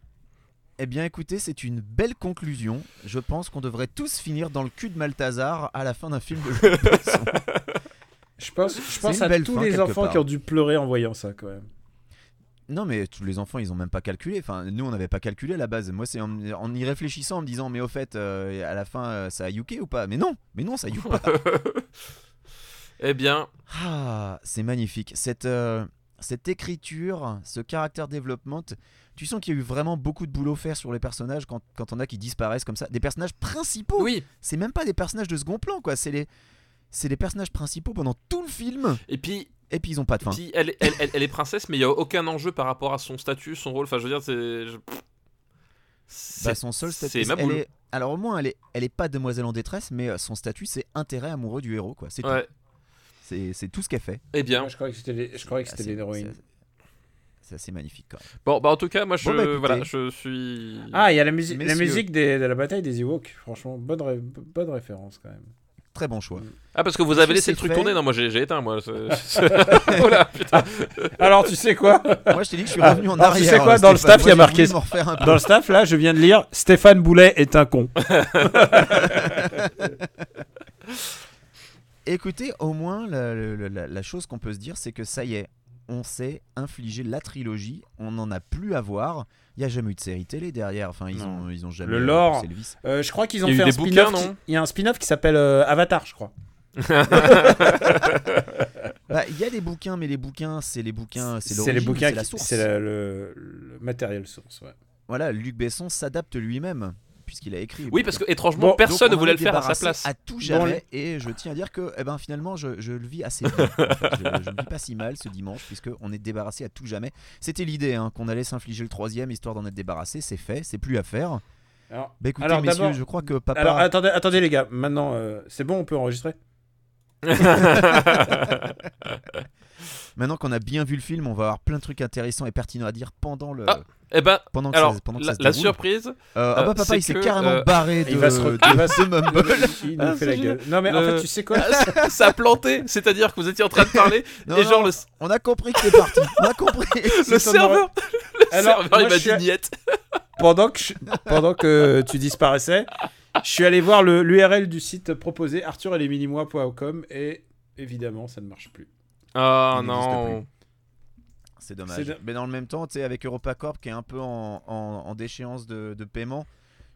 A: Eh bien, écoutez, c'est une belle conclusion. Je pense qu'on devrait tous finir dans le cul de Malthazar à la fin d'un film de Luc Besson.
D: Je pense, je
A: C'est
D: pense
A: une
D: à
A: belle
D: tous
A: fin,
D: les
A: quelque
D: enfants
A: part.
D: qui ont dû pleurer en voyant ça, quand même.
A: Non, mais tous les enfants, ils ont même pas calculé. Enfin, nous, on n'avait pas calculé à la base. Moi, c'est en, en y réfléchissant, en me disant, mais au fait, euh, à la fin, euh, ça a yuké ou pas Mais non, mais non, ça a yuké pas.
B: eh bien,
A: *laughs* Ah, c'est magnifique. Cette, euh, cette écriture, ce caractère développement, t- tu sens qu'il y a eu vraiment beaucoup de boulot faire sur les personnages quand, quand on a qui disparaissent comme ça. Des personnages principaux.
B: oui.
A: C'est même pas des personnages de second plan, quoi. C'est les, c'est les personnages principaux pendant tout le film.
B: Et puis,
A: Et puis, ils ont pas de fin.
B: Puis elle, elle, elle- elle est princesse, mais il n'y a aucun enjeu par rapport à son statut, son rôle. Enfin, je veux dire, c'est. je-
A: Bah,
B: C'est-
A: son seul statut.
B: C'est ma
A: elle
B: boule.
A: est- Alors au moins, elle est, elle est pas demoiselle en détresse, mais euh, son statut, c'est intérêt amoureux du héros, quoi. C'est tout.
B: Ouais.
A: C'est- c'est tout ce qu'elle fait.
B: Eh bien.
D: je croyais que c'était les, je croyais que
A: Ah,
D: c'était
A: c'est-
D: les héroïnes.
A: c'est- C'est assez magnifique, quand même.
B: Bon, bah en tout cas, moi, je,
A: Bon, bah, écoutez.
B: voilà, je suis.
D: Ah, il y a la, musique la
A: Messieurs.
D: musique des- de la bataille des Ewoks. Franchement, bonne, ré- bonne référence, quand
B: *laughs*
D: même.
A: Très
D: *laughs*
A: bon choix.
B: Ah, parce que vous avez
A: je
B: laissé
A: sais
B: le truc
A: faire.
B: tourner. Non, moi, j'ai j'ai éteint, moi. C'est- *laughs* oh là, putain.
D: Alors, tu sais quoi
A: Moi, je t'ai dit que je suis
D: Ah,
A: revenu en
D: alors, tu
A: arrière.
D: sais quoi,
A: euh,
D: dans le
A: Stéphane.
D: staff, il y a
A: Moi, j'ai
D: marqué
A: voulu m'en
D: *laughs*
A: refaire un peu.
D: Dans le staff, là, je viens de lire Stéphane Boulet est un con.
A: Écoutez, au moins, la, la- la- la chose qu'on peut se dire, c'est que ça y est, on s'est infligé la trilogie, on n'en a plus à voir. Il n'y a jamais eu de série télé derrière. Enfin, ils
D: Non.
A: ont, ils ont jamais.
D: Le
A: euh,
D: lore.
A: poussé le vice.
D: Euh, je crois qu'ils ont
B: Il y a
D: fait
B: eu
D: un
B: des bouquins,
D: spin-off.
B: non
D: qui- Il y a un spin-off qui s'appelle euh, Avatar, je crois.
A: Bah, Il y a des bouquins, mais les bouquins, c'est les bouquins, c'est
D: les
A: l'origine,
D: bouquins,
A: c'est la
D: qui-
A: source.
D: c'est la- le, le matériel source. ouais.
A: voilà, Luc Besson s'adapte lui-même puisqu'il a écrit. les
B: Oui,
A: bouquins.
B: parce que étrangement,
D: Bon,
A: Donc, on
B: personne ne
A: en
B: voulait
A: est
B: le faire à sa
A: débarrassé
B: place.
A: À tout
D: Bon,
A: jamais. Et je tiens à dire que, eh ben, finalement, je, je le vis assez bien. en fait. je, je ne vis pas si mal ce dimanche, puisque on est débarrassé à tout jamais. C'était l'idée hein, qu'on allait s'infliger le troisième histoire d'en être débarrassé. C'est fait, c'est plus à faire.
C: Alors,
A: Bah écoutez,
C: Alors,
A: messieurs,
C: d'abord-
A: je crois que papa.
C: alors, attendez, attendez les gars, maintenant euh, c'est bon, on peut
B: *laughs*
C: enregistrer
A: *laughs* Maintenant qu'on a bien vu le film, on va avoir plein de trucs intéressants et pertinents à dire pendant le.
B: Ah, Eh ben,
A: Pendant que
B: alors,
A: ça, pendant que
B: la,
A: ça se
B: la
A: déroule.
B: surprise,
A: Euh,
B: *laughs*
A: ah
B: euh,
A: bah papa,
B: c'est
A: il s'est
B: que,
A: carrément
B: euh,
A: barré de.
C: il va se re-
A: de-
C: il va se-
A: de Mumble.
C: Il nous
B: Ah,
C: fait
B: c'est
C: la
B: génial.
C: gueule. Non mais en
B: Le-
C: fait, tu sais quoi
B: ça a planté, c'est-à-dire que vous étiez en train de parler,
A: Non,
B: et
A: non,
B: genre, le,
A: On a compris que c'est parti. On a *laughs* compris.
B: le
C: ton
B: serveur, *laughs* le
C: Alors,
B: serveur, il
C: moi,
B: m'a
C: je
B: dit
C: suis-
B: niette.
C: pendant que, je- pendant que tu disparaissais, je suis allé voir le- l'URL du site proposé arthurelesminimois.com et évidemment, ça ne marche plus.
B: Ah
A: Il n'existe
B: non.
A: C'est
C: C'est
A: dommage.
C: de-
A: Mais dans le même temps, tu sais, avec EuropaCorp qui est un peu en, en- en déchéance de, de paiement,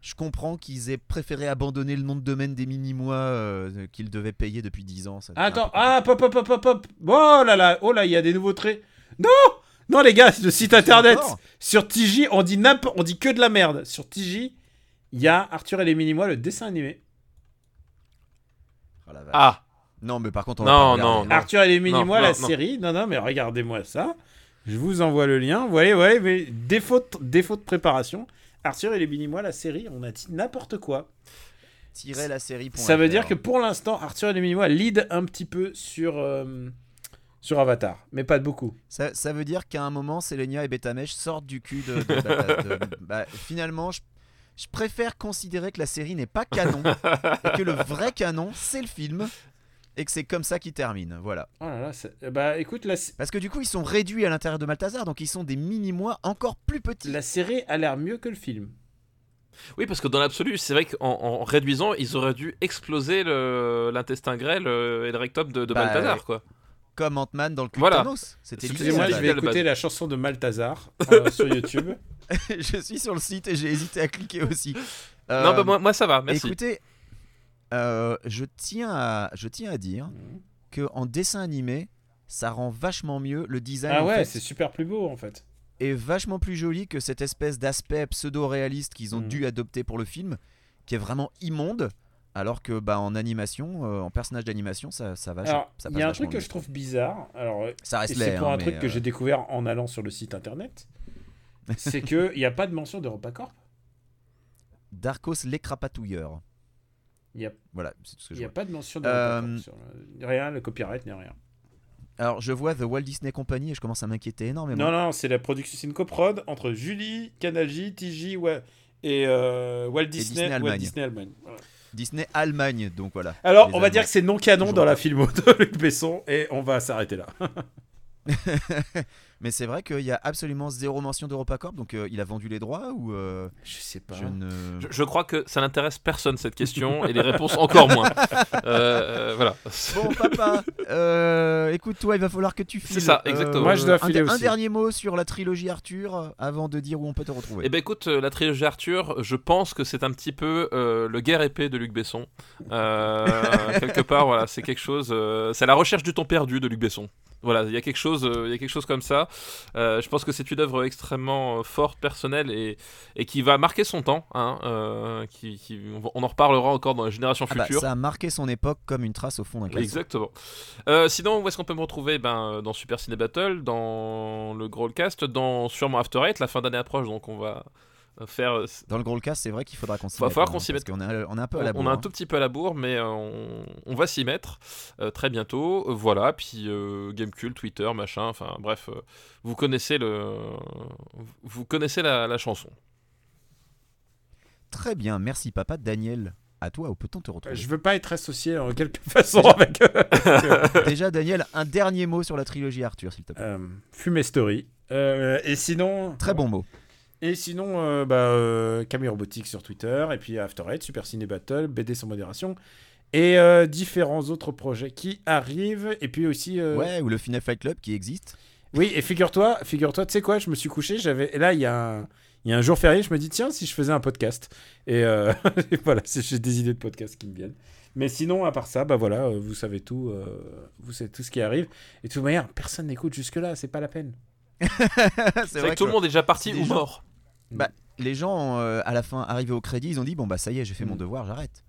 A: je comprends qu'ils aient préféré abandonner le nom de domaine des mini-mois euh, qu'ils devaient payer depuis 10 ans. ça devient un
C: Attends,
A: peu-
C: ah, pop, pop, pop, pop, pop. Oh là là, oh là, il y a des nouveaux traits. Non Non, les gars, le site internet.
A: Encore
C: Sur TJ, on dit nappe, on dit que de la merde. Sur TJ, il y a Arthur et les Minimois, le dessin animé.
A: Ah, la vache.
B: Ah,
A: Non, mais par contre, on
B: Non,
A: va pas regarder.
B: non,
C: Arthur et les
B: non,
C: Minimois, la
B: non.
C: série. Non, non, mais regardez-moi ça. Je vous envoie le lien. Vous voyez, vous voyez, mais défaut de, défaut de préparation. Arthur et les Minimois, la série, on a dit n'importe quoi.
A: Tirer la série. point
C: Ça veut
A: fr.
C: dire que pour l'instant, Arthur et les Minimois lead un petit peu sur, euh, sur Avatar, mais pas de beaucoup.
A: Ça, ça veut dire qu'à un moment, Selenia et Betamesh sortent du cul de. de- de-
B: *laughs*
A: de- de- bah, finalement, je, je préfère considérer que la série n'est pas canon et que le vrai canon, c'est le film et que c'est comme ça qu'il termine. Voilà.
C: Oh là là, c'est- bah écoute, la,
A: Parce que du coup, ils sont réduits à l'intérieur de Malthazar, donc ils sont des mini-mois encore plus petits.
C: la série a l'air mieux que le film.
B: oui, parce que dans l'absolu, c'est vrai qu'en en réduisant, ils auraient dû exploser le- l'intestin grêle euh, et le rectum de, de
A: Bah,
B: Balthazar, quoi.
A: Comme Ant-Man dans le cul
B: Voilà.
A: de Thanos. C'était l'idée,
C: Excusez-moi,
A: à la
C: je vais
B: Excusez-moi,
C: écouter
B: base.
C: la chanson de Malthazar *laughs* euh, sur YouTube.
A: base. *laughs* je suis sur le site et j'ai hésité à cliquer aussi. Euh,
B: Non, bah, moi, moi, ça va, merci.
A: Écoutez, euh, je, tiens à, je tiens à dire que en dessin animé, ça rend vachement mieux le design
C: Ah
A: en
C: ouais,
A: fait,
C: c'est super plus beau en fait.
A: est vachement plus joli que cette espèce d'aspect pseudo-réaliste qu'ils ont
C: Mm.
A: dû adopter pour le film, qui est vraiment immonde. Alors que bah, en animation, euh, en personnage d'animation, ça, ça va.
C: Alors,
A: ça
C: il
A: passe
C: y a un
A: vachement
C: truc que
A: mieux.
C: je trouve bizarre. Alors, euh,
A: Ça
C: et
A: reste
C: c'est
A: laid,
C: pour
A: hein,
C: un truc
A: mais,
C: que
A: euh,
C: j'ai découvert en allant sur le
A: *laughs*
C: site internet. c'est que il n'y a pas de mention d'EuropaCorp.
A: Darkos l'écrapatouilleur.
C: Y a-
A: Voilà, c'est tout ce que
C: Il
A: je
C: n'y a
A: vois.
C: pas de mention
A: Euh,
C: d'EuropaCorp. sur le- Rien, le copyright, n'est rien.
A: Alors, je vois The Walt Disney Company et je commence à m'inquiéter énormément.
C: Non, non, c'est la production, c'est une coprode entre Julie, Canal J, TJ ouais, et euh, Walt Disney,
A: Disney
C: Walt
A: Allemagne.
C: Disney Allemagne. Voilà.
A: Disney Allemagne, donc voilà.
C: Alors,
A: Les
C: on va
A: Allemands.
C: dire que c'est non canon
A: Toujours
C: dans la
A: pas.
C: filmo de *laughs* Luc Besson et on va s'arrêter là.
A: Mais c'est vrai qu'il y a absolument zéro mention d'EuropaCorp, donc euh, il a vendu les droits ou. euh,
C: Je sais pas.
A: je ne.
B: Je, je crois que ça n'intéresse personne cette question et les réponses
A: *laughs*
B: encore moins. Euh, euh, voilà.
A: *laughs* Bon, papa, euh, écoute-toi, il va falloir que tu files. euh,
B: C'est ça, exactement.
C: Moi, je dois
A: un,
C: filer
A: un
C: aussi.
A: dernier mot sur la trilogie Arthur euh, avant de dire où on peut te retrouver.
B: Eh ben écoute, euh, la trilogie Arthur, je pense que c'est un petit peu euh, le guerre épée de Luc Besson.
A: *laughs*
B: Euh, quelque part, voilà, c'est quelque chose. euh, c'est la recherche du temps perdu de Luc Besson. Voilà, il y a quelque chose, euh, il y a quelque chose comme ça. Euh, je pense que c'est une œuvre extrêmement euh, forte, personnelle et, et qui va marquer son temps. hein, euh, qui, qui- on va- on en reparlera encore dans la génération
A: Ah bah,
B: future.
A: ça a marqué son époque comme une trace au fond d'un classique.
B: Exactement. Euh, sinon, où est-ce qu'on peut me retrouver ben, euh, Dans Super Ciné Battle, dans le Growlcast, dans sûrement After Eight, la fin d'année approche, donc on va euh, faire... euh,
A: Dans le gros cas, c'est vrai qu'il faudra qu'on s'y
B: Va
A: mette.
B: falloir
A: hein,
B: qu'on s'y
A: parce
B: mette.
A: qu'on est- on est un peu à
B: on,
A: la
B: on
A: bourre,
B: a un
A: hein.
B: tout petit peu à la bourre, mais euh, on, on va s'y mettre euh, très bientôt. Euh, voilà, puis euh, Gamecube, Twitter, machin, enfin bref, euh, vous connaissez le, vous connaissez la, la chanson.
A: Très bien, merci papa. Daniel, à toi, où peut-on te retrouver
C: Je veux pas être associé en quelque *laughs* façon avec euh,
A: *laughs* Déjà, Daniel, un dernier mot sur la trilogie Arthur, s'il te plaît.
C: euh, Fumestory. Euh, et sinon,
A: Très bon mot.
C: Et sinon, euh, bah, euh, Camille Robotique sur Twitter, et puis After Eight, Super Ciné Battle, BD sans modération, et euh, différents autres projets qui arrivent. Et puis aussi, euh,
A: Ouais, ou le Final Fight Club qui existe. *laughs*
C: oui, et figure-toi, figure-toi, tu sais quoi, je me suis couché, j'avais, et là il y a un, il y a un jour férié, je me dis tiens si je faisais un podcast. Et, euh, *laughs* et voilà, c'est- j'ai des idées de podcasts qui me viennent. Mais sinon, à part ça, bah voilà, euh, vous savez tout, euh, vous savez tout ce qui arrive. Et de toute manière, personne n'écoute jusque là, c'est pas la peine.
B: C'est vrai que tout le monde est déjà parti
A: c'est
B: ou
A: déjà-
B: mort.
A: les gens, euh, à la fin, arrivés au crédit, ils ont dit Bon, bah ça y est, j'ai fait mon
C: Mm.
A: devoir, j'arrête.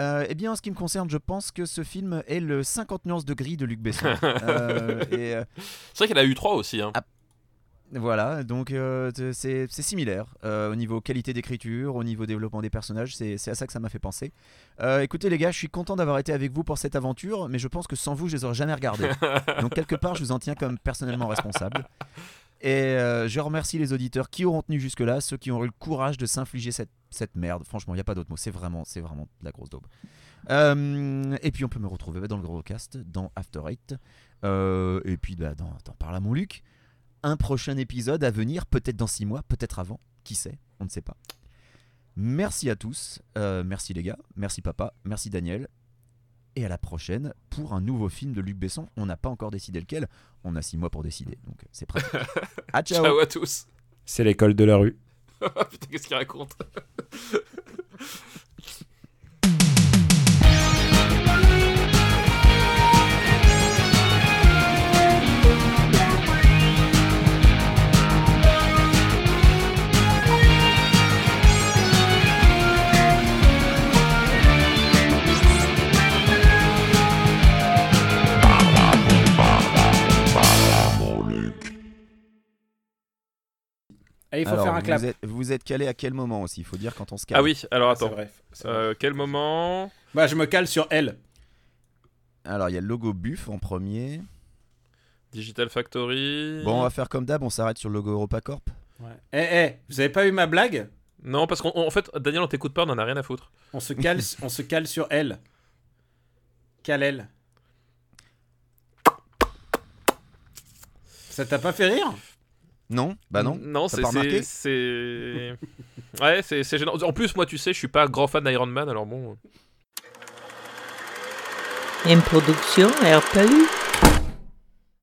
A: Euh, eh bien, en ce qui me concerne, je pense que ce film est le 50 nuances de gris de Luc Besson. Euh, et, euh,
B: C'est vrai qu'il a eu trois aussi. hein.
A: Voilà, donc euh, t- c'est c'est similaire euh, au niveau qualité d'écriture, au niveau développement des personnages, c'est c'est à ça que ça m'a fait penser. Euh, écoutez les gars, je suis content d'avoir été avec vous pour cette aventure, mais je pense que sans vous, je les aurais jamais regardés. donc quelque part, je vous en tiens comme personnellement responsable. Et euh, je remercie les auditeurs qui auront tenu jusque-là, ceux qui ont eu le courage de s'infliger cette, cette merde. Franchement, il n'y a pas d'autre mot, c'est vraiment, c'est vraiment de la grosse daube. Euh, et puis on peut me retrouver dans le gros cast, dans After Eight, euh, et puis bah, dans, dans Parle à mon Luc un prochain épisode à venir, peut-être dans six mois, peut-être avant, qui sait, on ne sait pas. Merci à tous, euh, merci les gars, merci papa, merci Daniel, et à la prochaine pour un nouveau film de Luc Besson. On n'a pas encore décidé lequel, on a six mois pour décider, donc c'est prêt. à ciao.
B: Ciao à tous. *laughs*
D: C'est l'école de la rue.
B: Putain, qu'est-ce qu'il raconte
D: Et il faut
A: Alors,
D: faire un clap.
A: Vous êtes, vous êtes calé à quel moment aussi Il faut dire quand on se calme.
B: Ah oui, alors
C: C'est
B: attends.
C: vrai. c'est vrai.
B: Euh, quel moment
C: Bah, je me cale sur L.
A: Alors il y a le logo Buff en premier.
B: Digital Factory
A: Bon, on va faire comme d'hab, on s'arrête sur le logo EuropaCorp.
C: Eh, eh, vous avez pas eu ma blague
B: Non, parce qu'en en fait, Daniel, on t'écoute pas, on en a rien à foutre.
C: On se cale, on se cale sur L. Cale L. Ça t'a pas fait rire
A: Non Bah non.
B: Non,
A: T'as
B: c'est.
A: pas remarqué
B: c'est- C'est. ouais, c'est *laughs* c'est gênant. En plus, moi, tu sais, je suis pas grand fan d'Iron Man, alors bon.
H: Une production RPU.